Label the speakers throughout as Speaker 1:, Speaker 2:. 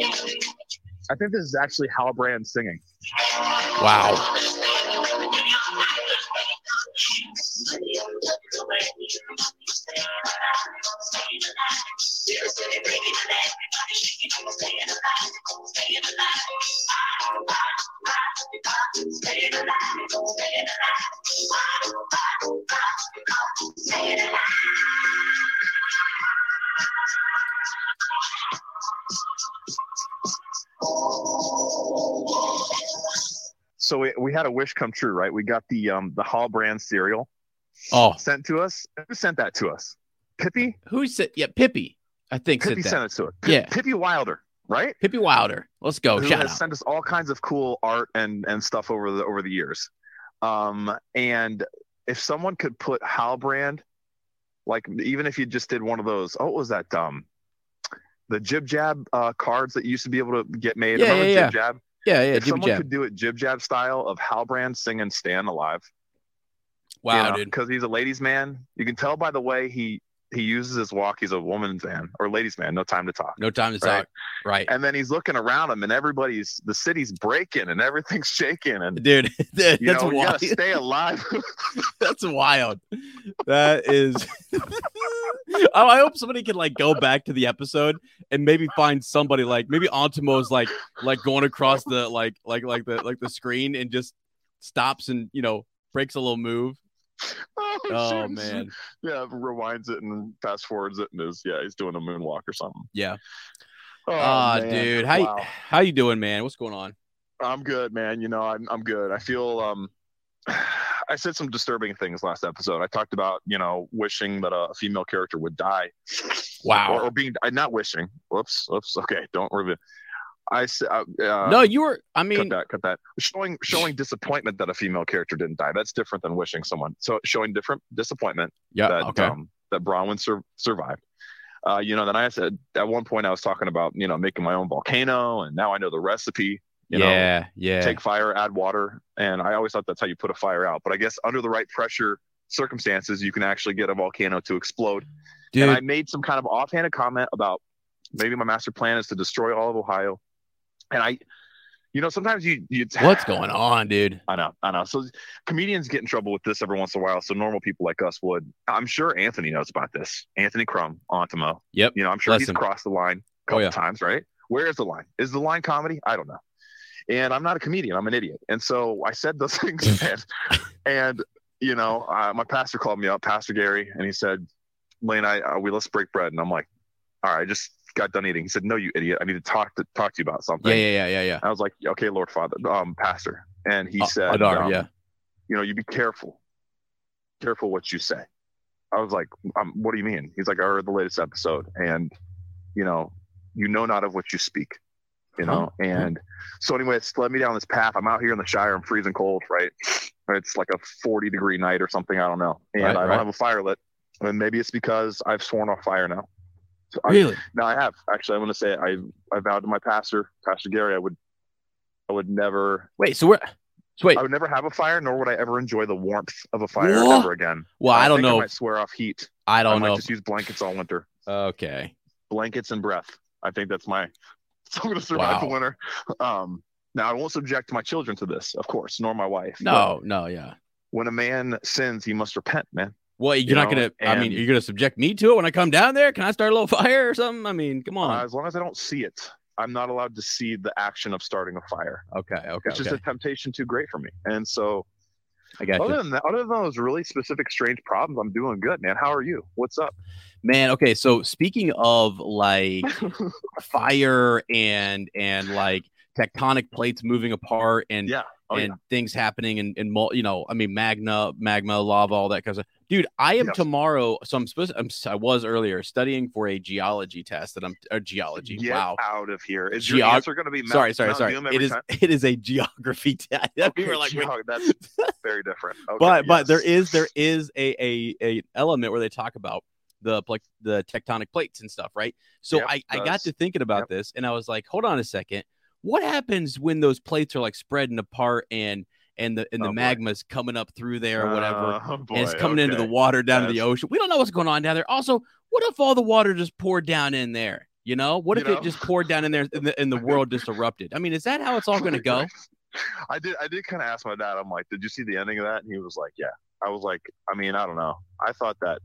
Speaker 1: I think this is actually Halbrand singing.
Speaker 2: Wow.
Speaker 1: So we, we had a wish come true, right? We got the um the Halbrand cereal
Speaker 2: Oh,
Speaker 1: sent to us. Who sent that to us? Pippy?
Speaker 2: who said? Yeah, Pippi. I think
Speaker 1: Pippy
Speaker 2: said that.
Speaker 1: sent it to us.
Speaker 2: Yeah.
Speaker 1: Pippy Wilder, right?
Speaker 2: Pippi Wilder. Let's go.
Speaker 1: who
Speaker 2: Shout
Speaker 1: has
Speaker 2: out.
Speaker 1: sent us all kinds of cool art and and stuff over the over the years. Um, and if someone could put Halbrand, like even if you just did one of those, oh, what was that um, the jib jab uh, cards that you used to be able to get made?
Speaker 2: Yeah,
Speaker 1: Remember
Speaker 2: yeah, yeah.
Speaker 1: jib jab?
Speaker 2: yeah, yeah.
Speaker 1: if
Speaker 2: Jim
Speaker 1: someone
Speaker 2: Jab.
Speaker 1: could do it jib jab style of Halbrand singing "Stand Alive,"
Speaker 2: Wow, dude.
Speaker 1: because he's a ladies' man. You can tell by the way he he uses his walk. He's a woman's man or ladies' man. No time to talk.
Speaker 2: No time to
Speaker 1: Right.
Speaker 2: talk. Right.
Speaker 1: And then he's looking around him, and everybody's the city's breaking, and everything's shaking, and
Speaker 2: Dude, that's
Speaker 1: you know, you
Speaker 2: wild.
Speaker 1: gotta stay alive.
Speaker 2: That's wild. That is. oh, I hope somebody can like go back to the episode and maybe find somebody like maybe Antimo's like like going across the like like like the like the screen and just stops and you know breaks a little move.
Speaker 1: oh
Speaker 2: Oh
Speaker 1: shoot.
Speaker 2: man,
Speaker 1: Yeah, rewinds it and fast forwards it, and is yeah, he's doing a moonwalk or something.
Speaker 2: yeah.
Speaker 1: Oh,
Speaker 2: Ah,
Speaker 1: man.
Speaker 2: dude, how
Speaker 1: Wow.
Speaker 2: you, how you doing, man? What's going on?
Speaker 1: I'm good, man. You know, I'm I'm good. I feel um, I said some disturbing things last episode. I talked about you know wishing that a female character would die.
Speaker 2: Wow.
Speaker 1: Or, or being uh, not wishing. Whoops. Oops. Okay. Don't review. I said. Uh,
Speaker 2: no, you were. I
Speaker 1: cut
Speaker 2: mean,
Speaker 1: that cut that showing showing disappointment that a female character didn't die that's different than wishing someone so showing different disappointment
Speaker 2: yeah.
Speaker 1: that
Speaker 2: Uh, okay.
Speaker 1: um, that bronwyn sur- survived uh, you know then i said at one point i was talking about you know making my own volcano and now i know the recipe you
Speaker 2: yeah. yeah.
Speaker 1: know take fire add water and i always thought that's how you put a fire out but i guess under the right pressure circumstances you can actually get a volcano to explode
Speaker 2: dude.
Speaker 1: and i made some kind of offhanded comment about maybe my master plan is to destroy all of ohio and i you know sometimes you you
Speaker 2: what's going on, dude?
Speaker 1: I know, I know. So comedians get in trouble with this every once in a while. So normal people like us would. I'm sure Anthony knows about this. Anthony Crum, Ontimo.
Speaker 2: Yep.
Speaker 1: You know, I'm sure
Speaker 2: Bless
Speaker 1: he's
Speaker 2: him.
Speaker 1: crossed the line a
Speaker 2: Oh,
Speaker 1: couple
Speaker 2: yeah.
Speaker 1: times, right? Where is the line? Is the line comedy? I don't know. And I'm not a comedian. I'm an idiot. And so I said those
Speaker 2: Hmm.
Speaker 1: things, man. and you know, uh, my pastor called me up, Pastor Gary, and he said, "Lane, I uh, we let's break bread." And I'm like, "All right, just got done eating. He said, "No, you idiot! I need to talk to talk to you about something."
Speaker 2: Yeah, yeah, yeah, yeah, yeah.
Speaker 1: I was like, "Okay, Lord Father, um, Pastor," and he
Speaker 2: Uh,
Speaker 1: said,
Speaker 2: Adar,
Speaker 1: um,
Speaker 2: yeah.
Speaker 1: you know, you be careful, careful what you say." I was like, um, "What do you mean?" He's like, "I heard the latest episode, and you know, you know not of what you speak." You
Speaker 2: Huh.
Speaker 1: know, and so anyway, it's led me down this path. I'm out here in the Shire. I'm freezing cold, right? It's like a 40 degree night or something. I don't know, and
Speaker 2: Right,
Speaker 1: I don't
Speaker 2: right.
Speaker 1: have a fire lit. And maybe it's because I've sworn off fire now. So I-
Speaker 3: Really?
Speaker 1: no, I have actually. I want to say I I vowed to my pastor, Pastor Gary, I would I would never
Speaker 2: Wait, so we're so wait.
Speaker 1: I would never have a fire, nor would I ever enjoy the warmth of a fire
Speaker 2: Whoa.
Speaker 1: ever again.
Speaker 2: Well, I don't
Speaker 1: think I
Speaker 2: know.
Speaker 1: might swear off heat.
Speaker 2: I
Speaker 1: I
Speaker 2: don't
Speaker 1: might
Speaker 2: know.
Speaker 1: Just use blankets all winter.
Speaker 2: Okay.
Speaker 1: Blankets and breath. I think that's my. So I'm gonna survive the
Speaker 2: Wow.
Speaker 1: winter. Um, now I won't subject my children to this, of course, nor my wife. But
Speaker 2: No, no, yeah.
Speaker 1: When a man sins, he must repent, man.
Speaker 2: Well, you're
Speaker 1: You
Speaker 2: not
Speaker 1: know,
Speaker 2: gonna. I
Speaker 1: and-
Speaker 2: mean, you're gonna subject me to it when I come down there. Can I start a little fire or something? I mean, come
Speaker 1: Uh,
Speaker 2: on.
Speaker 1: as long as I don't see it, I'm not allowed to see the action of starting a fire.
Speaker 2: okay, okay,
Speaker 1: It's just
Speaker 2: okay.
Speaker 1: a temptation too great for me, and so
Speaker 2: I got you,
Speaker 1: Other than that, other than those really specific strange problems, I'm doing good, man. How are you? What's up?
Speaker 2: man. Okay, so speaking of like fire and and like tectonic plates moving apart and
Speaker 1: Yeah. Oh,
Speaker 2: and things happening and and mul- you know I mean magna magma lava all that kind of stuff. Dude, I am
Speaker 1: Yes.
Speaker 2: tomorrow. So I'm supposed. I'm, si was earlier studying for a geology test that I'm or geology.
Speaker 1: Get
Speaker 2: wow.
Speaker 1: out of here. Is your
Speaker 2: Geog-
Speaker 1: answer going to be Mount,
Speaker 2: sorry, sorry,
Speaker 1: Mount
Speaker 2: sorry.
Speaker 1: Doom
Speaker 2: It
Speaker 1: every
Speaker 2: is
Speaker 1: time? Oh,
Speaker 2: it is a geography test. we
Speaker 1: Okay,
Speaker 2: were like, wait.
Speaker 1: geog- that's very different. Okay,
Speaker 2: but but there
Speaker 1: yes.
Speaker 2: is there is a, a a element where they talk about the like the tectonic plates and stuff, right? So
Speaker 1: Yep,
Speaker 2: I, I got
Speaker 1: that's-
Speaker 2: to thinking about
Speaker 1: yep.
Speaker 2: this and I was like, hold on a second. What happens when those plates are like spreading apart and and the and the
Speaker 1: Oh, boy.
Speaker 2: magma's coming up through there or whatever?
Speaker 1: Oh, boy,
Speaker 2: and it's coming into the
Speaker 1: okay.
Speaker 2: water down to the
Speaker 1: Yes.
Speaker 2: ocean. We don't know what's going on down there. Also, what if all the water just poured down in there? You know, what
Speaker 1: You
Speaker 2: if
Speaker 1: know?
Speaker 2: it just poured down in there and the, and the world just erupted? I mean, is that how it's all going to go?
Speaker 1: I did. I did kind of ask my dad. I'm like, did you see the ending of that? And he was like, yeah. I was like, I mean, I don't know. I thought that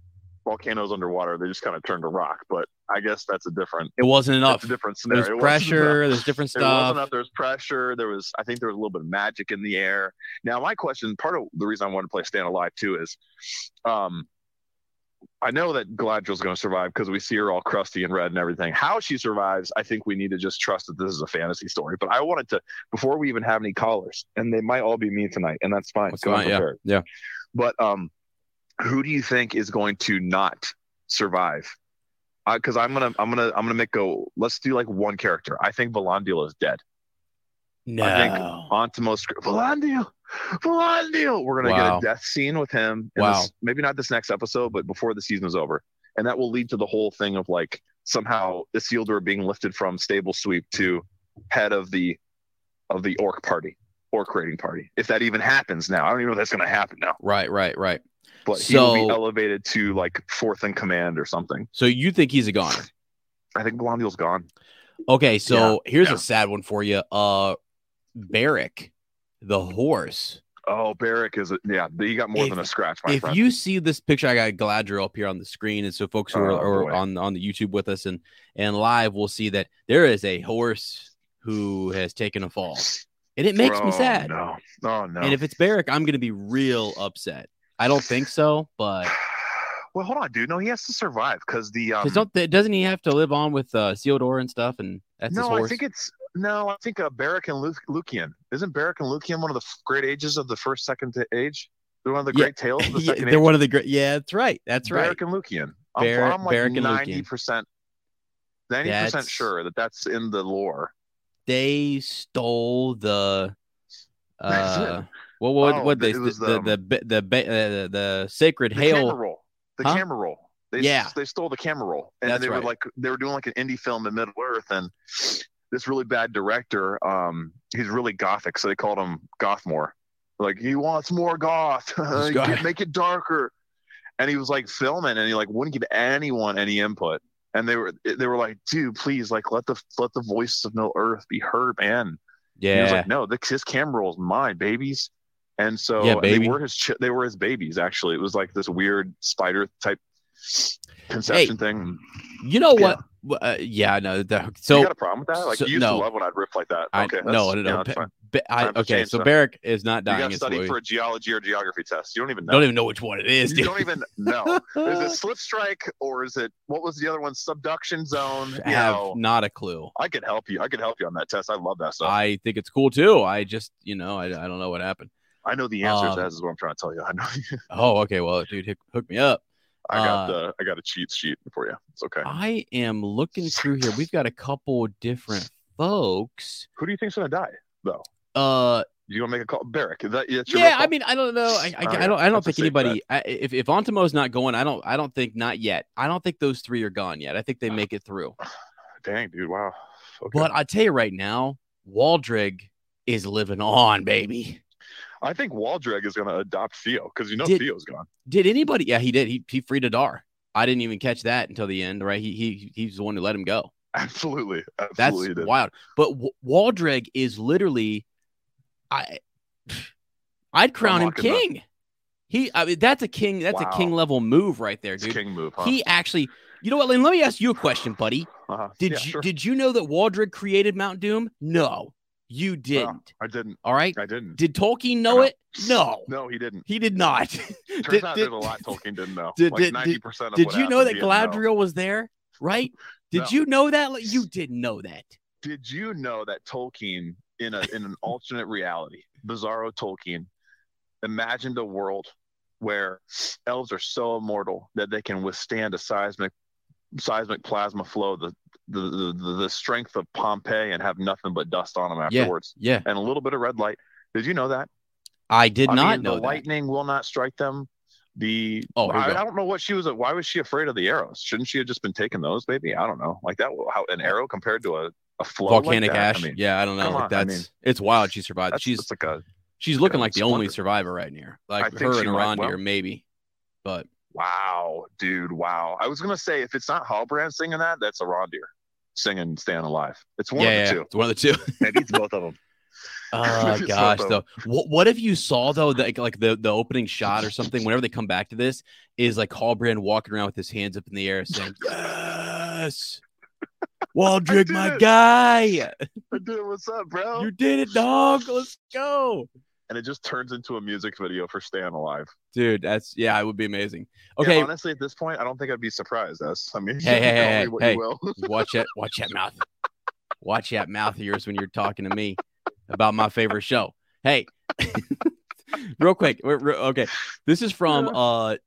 Speaker 1: volcanoes underwater they just kind of turned to rock, but I guess that's a different.
Speaker 2: It wasn't
Speaker 1: That's
Speaker 2: enough.
Speaker 1: a different scenario.
Speaker 2: There's
Speaker 1: It wasn't enough.
Speaker 2: pressure. There's different
Speaker 1: There was
Speaker 2: stuff.
Speaker 1: enough. There was pressure. There was, I think, there was a little bit of magic in the air. Now, my question, part of the reason I wanted to play Stand Alive too is, um, I know that Galadriel's going to survive because we see her all crusty and red and everything. How she survives, I think we need to just trust that this is a fantasy story. But I wanted to, before we even have any callers, and they might all be me tonight, and that's fine.
Speaker 2: That's
Speaker 1: so I'm
Speaker 2: fine, yeah,
Speaker 1: prepared.
Speaker 2: yeah.
Speaker 1: But um, who do you think is going to not survive? Because I'm gonna, I'm gonna, I'm gonna make go. Let's do like one character. I think Volandula is dead. I think
Speaker 2: No.
Speaker 1: Ontimos Volandio. Volandio. We're gonna
Speaker 2: Wow.
Speaker 1: get a death scene with him. in
Speaker 2: Wow.
Speaker 1: this- maybe not this next episode, but before the season is over, and that will lead to the whole thing of like somehow Isildur being lifted from stable sweep to head of the of the orc party, orc raiding party. If that even happens now, I don't even know if that's gonna happen now.
Speaker 2: Right, right, right.
Speaker 1: But he will
Speaker 2: So-
Speaker 1: be elevated to like fourth in command or something.
Speaker 2: So you think he's a goner?
Speaker 1: I think Volandio's gone.
Speaker 2: Okay, so here's
Speaker 1: yeah.
Speaker 2: a sad one for you. Uh, Barrick, the horse.
Speaker 1: Oh, Barrick is a, yeah. He got more
Speaker 2: If-
Speaker 1: than a scratch, my
Speaker 2: if
Speaker 1: friend.
Speaker 2: you see this picture, I got Galadriel up here on the screen, and so folks who are,
Speaker 1: Oh,
Speaker 2: are
Speaker 1: boy.
Speaker 2: on on the YouTube with us and and live will see that there is a horse who has taken a fall, and it makes
Speaker 1: Oh,
Speaker 2: me sad.
Speaker 1: No, oh no.
Speaker 2: And if it's Barrick, I'm going to be real upset. I don't think so, but
Speaker 1: Well, hold on, dude. No, he has to survive because the um,
Speaker 2: 'cause don't th- doesn't he have to live on with uh, Seodor and stuff? And that's his
Speaker 1: no,
Speaker 2: horse.
Speaker 1: I think it's no, I think uh, Barrick and Lu- Lucian. Isn't Barrick and Lucian one of the f- great ages of the first second t- age? They're one of the
Speaker 2: Yeah.
Speaker 1: great tales of the
Speaker 2: Yeah,
Speaker 1: second
Speaker 2: they're
Speaker 1: age.
Speaker 2: one of the great. Yeah, that's right. That's right.
Speaker 1: Barrick and Lucian. I'm,
Speaker 2: Bar-
Speaker 1: I'm like
Speaker 2: Barrack and Lucian.
Speaker 1: ninety percent, ninety
Speaker 2: That's-
Speaker 1: percent sure that that's in the lore.
Speaker 2: they stole the
Speaker 1: That's it.
Speaker 2: uh what what
Speaker 1: Oh,
Speaker 2: what
Speaker 1: the-
Speaker 2: they
Speaker 1: it
Speaker 2: the
Speaker 1: was,
Speaker 2: the
Speaker 1: um,
Speaker 2: the ba- the, ba- uh, the sacred
Speaker 1: The
Speaker 2: hail
Speaker 1: camera roll. The
Speaker 2: Huh?
Speaker 1: camera roll. They, s-
Speaker 2: Yeah.
Speaker 1: they stole the camera roll, and
Speaker 2: That's
Speaker 1: they
Speaker 2: right.
Speaker 1: were like they were doing like an indie film in Middle Earth, and this really bad director, um, he's really gothic, so they called him Gothmore. Like he wants more goth,
Speaker 2: This guy.
Speaker 1: Get- make it darker. And he was like filming, and he like wouldn't give anyone any input. And they were they were like, dude, please, like let the let the voice of Middle Earth be heard, man. He was
Speaker 2: yeah
Speaker 1: like, no, this, this camera roll is mine, babies. And so
Speaker 2: Yeah,
Speaker 1: and
Speaker 2: baby.
Speaker 1: they were his chi- they were his babies. Actually, it was like this weird spider type conception thing.
Speaker 2: you know
Speaker 1: yeah.
Speaker 2: what Wh- uh, yeah no the,
Speaker 1: you
Speaker 2: so
Speaker 1: got a problem with that? Like
Speaker 2: so-
Speaker 1: you used
Speaker 2: no.
Speaker 1: to love when I'd riff like that.
Speaker 2: I
Speaker 1: Okay, that's-
Speaker 2: no no no
Speaker 1: yeah, that's
Speaker 2: Ba-
Speaker 1: fine.
Speaker 2: Ba- I,
Speaker 1: Time to
Speaker 2: okay,
Speaker 1: change
Speaker 2: so
Speaker 1: that.
Speaker 2: Barrick is not
Speaker 1: You
Speaker 2: dying.
Speaker 1: got to
Speaker 2: It's
Speaker 1: study
Speaker 2: Louis.
Speaker 1: for a geology or geography test. You don't even know.
Speaker 2: Don't even know which one it is.
Speaker 1: you
Speaker 2: Dude.
Speaker 1: don't even know. Is it slip strike or is it what was the other one? Subduction zone. You
Speaker 2: I have
Speaker 1: know,
Speaker 2: not a clue.
Speaker 1: I could help you. I could help you on that test. I love that stuff.
Speaker 2: I think it's cool too. I just, you know, I, I don't know what happened.
Speaker 1: I know the answers.
Speaker 2: Um,
Speaker 1: as is what I'm trying to tell you. I know.
Speaker 2: Oh, okay. Well, dude, hook, hook me up.
Speaker 1: I got
Speaker 2: uh,
Speaker 1: the. I got a cheat sheet for you. It's okay.
Speaker 2: I am looking through here. We've got a couple different folks.
Speaker 1: Who do you think's gonna die though?
Speaker 2: Uh,
Speaker 1: You gonna make a call, Barrick? Is that that's your real
Speaker 2: yeah.
Speaker 1: call?
Speaker 2: I mean, I don't know. I, I,
Speaker 1: All
Speaker 2: I
Speaker 1: right,
Speaker 2: don't. I don't
Speaker 1: that's a
Speaker 2: think
Speaker 1: safe bet.
Speaker 2: anybody. I, if if Antimo's not going, I don't. I don't think not yet. I don't think those three are gone yet. I think they make it through.
Speaker 1: dang, dude, wow. Uh-huh. Okay.
Speaker 2: But I tell you right now, Waldrig is living on, baby.
Speaker 1: I think Waldreg is gonna adopt Theo because you know
Speaker 2: Did-
Speaker 1: Theo's gone.
Speaker 2: Did anybody? Yeah, he did. He he freed Adar. I didn't even catch that until the end, right? He he he's the one who let him go.
Speaker 1: Absolutely,
Speaker 2: That's
Speaker 1: absolutely. he did.
Speaker 2: wild. But w- Waldreg is literally, I, I'd crown him
Speaker 1: Unlocking the-
Speaker 2: king. He, I mean, that's a king. That's a king
Speaker 1: Wow.
Speaker 2: level move right there,
Speaker 1: It's
Speaker 2: dude.
Speaker 1: king move, huh?
Speaker 2: He actually, you know what, Lane? Let me ask you a question, buddy.
Speaker 1: uh-huh.
Speaker 2: Did
Speaker 1: Yeah,
Speaker 2: you
Speaker 1: sure.
Speaker 2: did you know that Waldreg created Mount Doom? No, you didn't.
Speaker 1: I didn't.
Speaker 2: All right.
Speaker 1: I didn't.
Speaker 2: Did Tolkien know
Speaker 1: know.
Speaker 2: it? No,
Speaker 1: No, he didn't.
Speaker 2: he did not.
Speaker 1: Turns
Speaker 2: Did-
Speaker 1: out
Speaker 2: did-
Speaker 1: there's a lot Tolkien didn't know.
Speaker 2: did-
Speaker 1: like
Speaker 2: did-
Speaker 1: ninety percent of
Speaker 2: Did
Speaker 1: what
Speaker 2: you know
Speaker 1: happened, he
Speaker 2: that
Speaker 1: didn't know.
Speaker 2: Galadriel was there? Right? Did
Speaker 1: No.
Speaker 2: you know that? Like, You didn't know that.
Speaker 1: Did you know that Tolkien in a in an alternate reality, Bizarro Tolkien, imagined a world where elves are so immortal that they can withstand a seismic seismic plasma flow, the the the, the, the strength of Pompeii, and have nothing but dust on them
Speaker 2: Yeah.
Speaker 1: afterwards,
Speaker 2: Yeah,
Speaker 1: and a little bit of red light. Did you know that?
Speaker 2: I did
Speaker 1: I
Speaker 2: not
Speaker 1: mean,
Speaker 2: know
Speaker 1: the
Speaker 2: that.
Speaker 1: lightning will not strike them. The
Speaker 2: Oh, here we
Speaker 1: I, I
Speaker 2: go.
Speaker 1: don't know what she was. Why was she afraid of the arrows? Shouldn't she have just been taking those, maybe? I don't know. Like that, how an arrow compared to a a flow like
Speaker 2: volcanic
Speaker 1: that,
Speaker 2: ash.
Speaker 1: I mean,
Speaker 2: yeah, I don't know.
Speaker 1: come
Speaker 2: Like,
Speaker 1: on, I
Speaker 2: that's
Speaker 1: mean,
Speaker 2: it's wild. She survived.
Speaker 1: that's,
Speaker 2: she's
Speaker 1: that's like a
Speaker 2: she's looking
Speaker 1: know,
Speaker 2: like the
Speaker 1: it's
Speaker 2: only
Speaker 1: wonderful.
Speaker 2: survivor right near. Like
Speaker 1: think
Speaker 2: her
Speaker 1: she
Speaker 2: and
Speaker 1: might-
Speaker 2: Arondir,
Speaker 1: well-
Speaker 2: maybe. But
Speaker 1: wow, dude, wow. I was gonna say if it's not Hallbrand singing that, that's a Rondir singing "Staying Alive." It's one
Speaker 2: yeah,
Speaker 1: of
Speaker 2: yeah,
Speaker 1: the
Speaker 2: yeah,
Speaker 1: two.
Speaker 2: it's one of the two.
Speaker 1: Maybe it's both of them.
Speaker 2: oh
Speaker 1: It's one
Speaker 2: gosh,
Speaker 1: of
Speaker 2: though. What, what if you saw though that like, like the the opening shot or something? Whenever they come back to this, is like Hallbrand walking around with his hands up in the air saying, "Yes, Waldrick,
Speaker 1: did
Speaker 2: my
Speaker 1: it." Oh.
Speaker 2: guy,
Speaker 1: Dude, what's up, bro?
Speaker 2: you did it, dog. Let's go."
Speaker 1: And it just turns into a music video for "Staying Alive."
Speaker 2: Dude, that's yeah, it would be amazing.
Speaker 1: Yeah,
Speaker 2: Okay,
Speaker 1: honestly, at this point, I don't think I'd be surprised. As I mean,
Speaker 2: Hey, hey,
Speaker 1: tell
Speaker 2: hey,
Speaker 1: me what
Speaker 2: hey.
Speaker 1: you will.
Speaker 2: Watch that, watch that mouth. Watch that mouth of yours when you're talking to me about my favorite show. Hey, real quick. we're- we're- Okay, this is from uh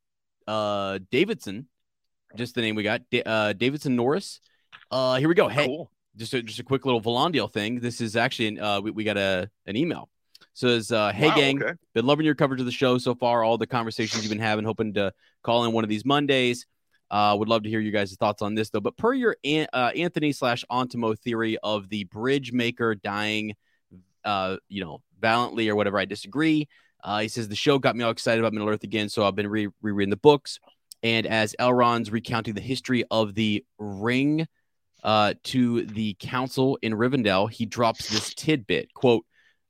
Speaker 2: uh Davidson. Just the name we got. Da- uh, Davidson Norris. Uh, here we go. Hey,
Speaker 1: Cool.
Speaker 2: just a, just a quick little Volandial thing. This is actually an, uh we, we got a an email. So it's uh, hey
Speaker 1: Wow,
Speaker 2: gang,
Speaker 1: okay.
Speaker 2: been loving your coverage of the show so far, all the conversations you've been having, hoping to call in one of these Mondays. Uh, would love to hear you guys' thoughts on this, though. But per your An- uh, Anthony slash Ontimo theory of the bridge maker dying, uh, you know, valiantly or whatever, I disagree. Uh, he says the show got me all excited about Middle Earth again, so I've been re- rereading the books. And as Elrond's recounting the history of the ring uh, to the council in Rivendell, he drops this tidbit quote,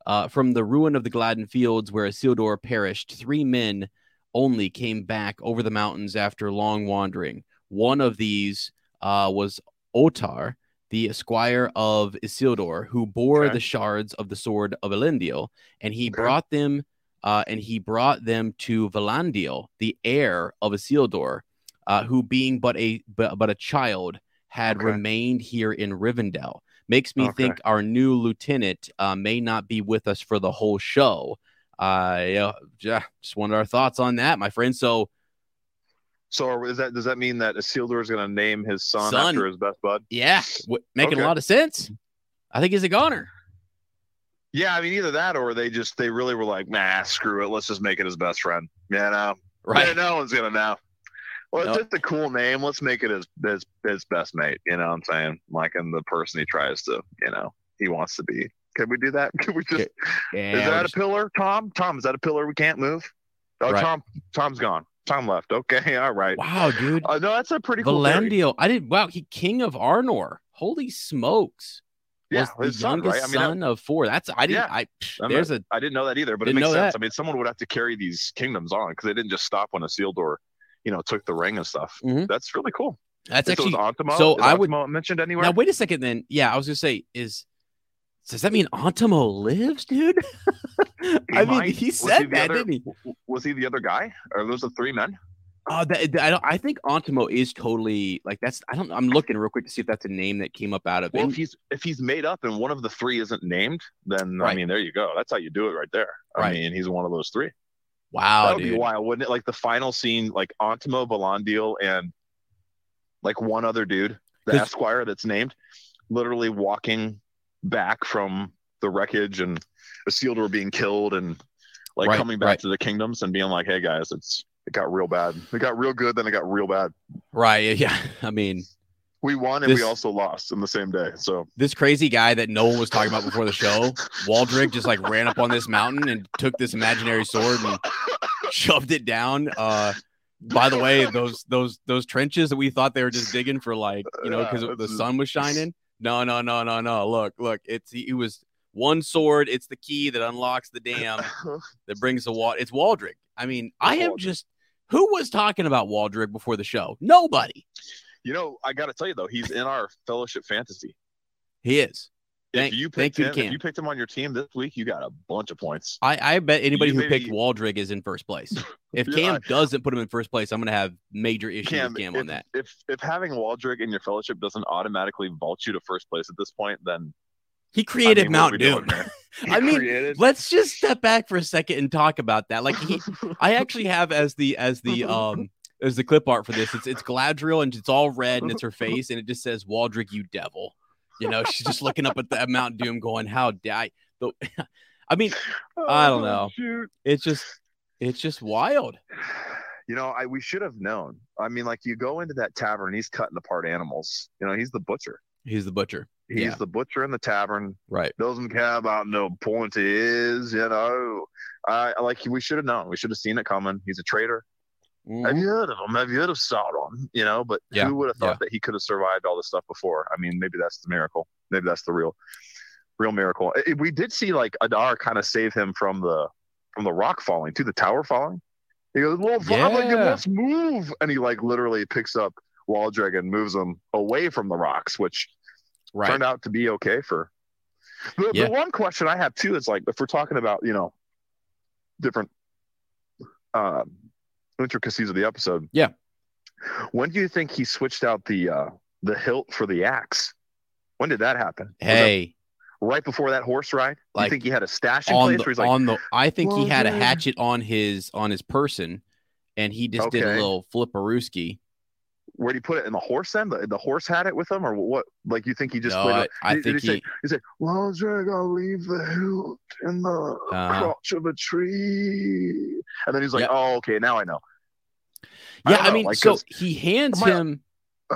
Speaker 2: uh, From the ruin of the Gladden fields where Isildur perished, three men only came back over the mountains after long wandering. One of these uh, was Otar, the esquire of Isildur, who bore
Speaker 1: Okay.
Speaker 2: the shards of the sword of Elendil, and he
Speaker 1: Okay.
Speaker 2: brought them. Uh, and he brought them to Valandil, the heir of Isildur, uh, who, being but a but, but a child, had
Speaker 1: Okay.
Speaker 2: remained here in Rivendell. Makes me
Speaker 1: Okay.
Speaker 2: think our new lieutenant uh, may not be with us for the whole show. Uh, yeah, yeah, just wanted our thoughts on that, my friend. So,
Speaker 1: So are- is that does that mean that Isildur is going to name his son,
Speaker 2: Son.
Speaker 1: after his best bud?
Speaker 2: yeah, w- making a
Speaker 1: Okay.
Speaker 2: lot of sense. I think he's a goner.
Speaker 1: Yeah, I mean either that or they just they really were like, nah, screw it, let's just make it his best friend. Yeah, no, Yeah,
Speaker 2: Right.
Speaker 1: no one's gonna know. Well, it's
Speaker 2: No.
Speaker 1: just a cool name. Let's make it his, his his best mate. You know what I'm saying? Like, and the person he tries to, you know, he wants to be. Can we do that? Can we just?
Speaker 2: Yeah,
Speaker 1: is
Speaker 2: we're
Speaker 1: that
Speaker 2: just-
Speaker 1: a pillar, Tom? Tom, is that a pillar we can't move? Oh,
Speaker 2: Right.
Speaker 1: Tom, Tom's gone. Tom left. Okay, all right.
Speaker 2: wow, dude.
Speaker 1: Uh, no, that's a pretty cool. theory.
Speaker 2: Valandiel. I did. Wow, he king of Arnor. Holy smokes!
Speaker 1: yeah,
Speaker 2: was
Speaker 1: his
Speaker 2: the
Speaker 1: son,
Speaker 2: youngest
Speaker 1: right? I mean, that-
Speaker 2: of four. That's I didn't.
Speaker 1: Yeah.
Speaker 2: I
Speaker 1: I'm
Speaker 2: there's a
Speaker 1: I didn't know that either, but it
Speaker 2: Didn't
Speaker 1: makes
Speaker 2: know
Speaker 1: sense. I
Speaker 2: that.
Speaker 1: mean, someone would have to carry these kingdoms on because they didn't just stop when a seal door, you know, took the ring and stuff.
Speaker 2: Mhm.
Speaker 1: That's really cool.
Speaker 2: that's
Speaker 1: so
Speaker 2: actually
Speaker 1: is Antimo,
Speaker 2: so
Speaker 1: is
Speaker 2: I would-
Speaker 1: Antimo mentioned anywhere.
Speaker 2: now. Wait a second, then. Yeah, I was gonna say is Does that mean Ontimo lives, dude? I mean,
Speaker 1: mine-
Speaker 2: he
Speaker 1: was he
Speaker 2: said
Speaker 1: the
Speaker 2: that,
Speaker 1: other-
Speaker 2: didn't he?
Speaker 1: W- Was he the other guy? Or those the three men?
Speaker 2: Oh, that, I don't. I think Ontimo is totally like that's. I don't. I'm looking real quick to see if that's a name that came up out of
Speaker 1: Well,
Speaker 2: it.
Speaker 1: if he's if he's made up and one of the three isn't named, then I
Speaker 2: Right.
Speaker 1: mean, there you go. That's how you do it right there. I
Speaker 2: Right.
Speaker 1: mean, he's one of those three. that
Speaker 2: wow,
Speaker 1: would
Speaker 2: Oh, dude.
Speaker 1: be wild, wouldn't it? Like the final scene, like Antimo Belandiel and like one other dude, the
Speaker 2: 'Cause-
Speaker 1: Esquire that's named, literally walking back from the wreckage and Isildur being killed and like
Speaker 2: Right,
Speaker 1: coming back
Speaker 2: right.
Speaker 1: to the kingdoms and being like, hey guys, it's it got real bad. It got real good, then it got real bad.
Speaker 2: Right? yeah, Yeah. I mean,
Speaker 1: We won and
Speaker 2: This-
Speaker 1: we also lost in the same day. So
Speaker 2: this crazy guy that no one was talking about before the show, Waldrick, just like ran up on this mountain and took this imaginary sword and shoved it down. Uh, by the way, those those those trenches that we thought they were just digging for, like you know, because
Speaker 1: Yeah,
Speaker 2: the
Speaker 1: it's-
Speaker 2: sun was shining. No, no, no, no, no. Look, look. It's he, he was one sword. It's the key that unlocks the dam that brings the water. It's Waldrick. I mean, I am
Speaker 1: Waldrick.
Speaker 2: just. Who was talking about Waldrick before the show? Nobody.
Speaker 1: you know, I gotta tell you though, he's in our fellowship fantasy.
Speaker 2: He is. Thank-
Speaker 1: if you
Speaker 2: thank
Speaker 1: picked
Speaker 2: you,
Speaker 1: him, if
Speaker 2: Cam.
Speaker 1: you picked him on your team this week, you got a bunch of points.
Speaker 2: I, I bet anybody
Speaker 1: You
Speaker 2: who
Speaker 1: maybe-
Speaker 2: picked Waldrig is in first place. If
Speaker 1: Yeah,
Speaker 2: Cam
Speaker 1: I-
Speaker 2: doesn't put him in first place, I'm gonna have major issues with Cam
Speaker 1: if,
Speaker 2: on that.
Speaker 1: If if having Waldrick in your fellowship doesn't automatically vault you to first place at this point, then
Speaker 2: He
Speaker 1: I
Speaker 2: created
Speaker 1: mean, what are
Speaker 2: Mount
Speaker 1: we
Speaker 2: Doom.
Speaker 1: doing here? He
Speaker 2: I mean,
Speaker 1: created-
Speaker 2: Let's just step back for a second and talk about that. Like he, I actually have as the as the um as the clip art for this. It's it's Gladriel and it's all red and it's her face and it just says Waldrick, you devil. You know, she's just looking up at that Mount Doom, going, "How die?" The, I mean, I don't
Speaker 1: Oh,
Speaker 2: know.
Speaker 1: shoot.
Speaker 2: it's just it's just wild.
Speaker 1: You know, I we should have known. I mean, like you go into that tavern, he's cutting apart animals. You know, he's the butcher.
Speaker 2: He's the butcher,
Speaker 1: He's
Speaker 2: Yeah.
Speaker 1: the butcher in the tavern.
Speaker 2: right?
Speaker 1: Doesn't care about no point is, you know. I like we should have known. We should have seen it coming. He's a traitor. Have you heard of him? Have you heard of Sauron? You know, but
Speaker 2: Mm-hmm. Yeah,
Speaker 1: who would have thought
Speaker 2: yeah.
Speaker 1: that he could have survived all this stuff before? I mean, maybe that's the miracle. Maybe that's the real, real miracle. I- we did see like Adar kind of save him from the from the rock falling to the tower falling. He goes, "Well, yeah. like,
Speaker 2: Yeah.
Speaker 1: let's move," and he like literally picks up Waldreg and moves him away from the rocks, which
Speaker 2: Right.
Speaker 1: turned out to be okay for. The,
Speaker 2: Yeah.
Speaker 1: the one question I have too is like if we're talking about you know different um, intricacies of the episode.
Speaker 2: Yeah.
Speaker 1: When do you think he switched out the uh, the hilt for the axe? When did that happen? Was that
Speaker 2: Hey,
Speaker 1: right before that horse ride. Like,
Speaker 2: Like,
Speaker 1: you think he had a stash in
Speaker 2: on
Speaker 1: place
Speaker 2: the,
Speaker 1: where he's like,
Speaker 2: on the I think he had a
Speaker 1: "Waldrick."
Speaker 2: hatchet on his on his person and he just did a
Speaker 1: Okay.
Speaker 2: little flipperooski.
Speaker 1: where would he put it in the horse? Then the, the horse had it with him, or what? Like you think he just
Speaker 2: No,
Speaker 1: played
Speaker 2: I,
Speaker 1: it-
Speaker 2: I
Speaker 1: did- did
Speaker 2: think
Speaker 1: he say-
Speaker 2: he
Speaker 1: He said, Lodrag, I'll leave the hilt in the
Speaker 2: Uh-huh.
Speaker 1: crotch of a tree. And then he's like,
Speaker 2: Yep.
Speaker 1: oh, okay, now I know.
Speaker 2: Yeah,
Speaker 1: don't
Speaker 2: I
Speaker 1: know,
Speaker 2: mean
Speaker 1: like,
Speaker 2: so
Speaker 1: 'cause-
Speaker 2: he hands
Speaker 1: Am I-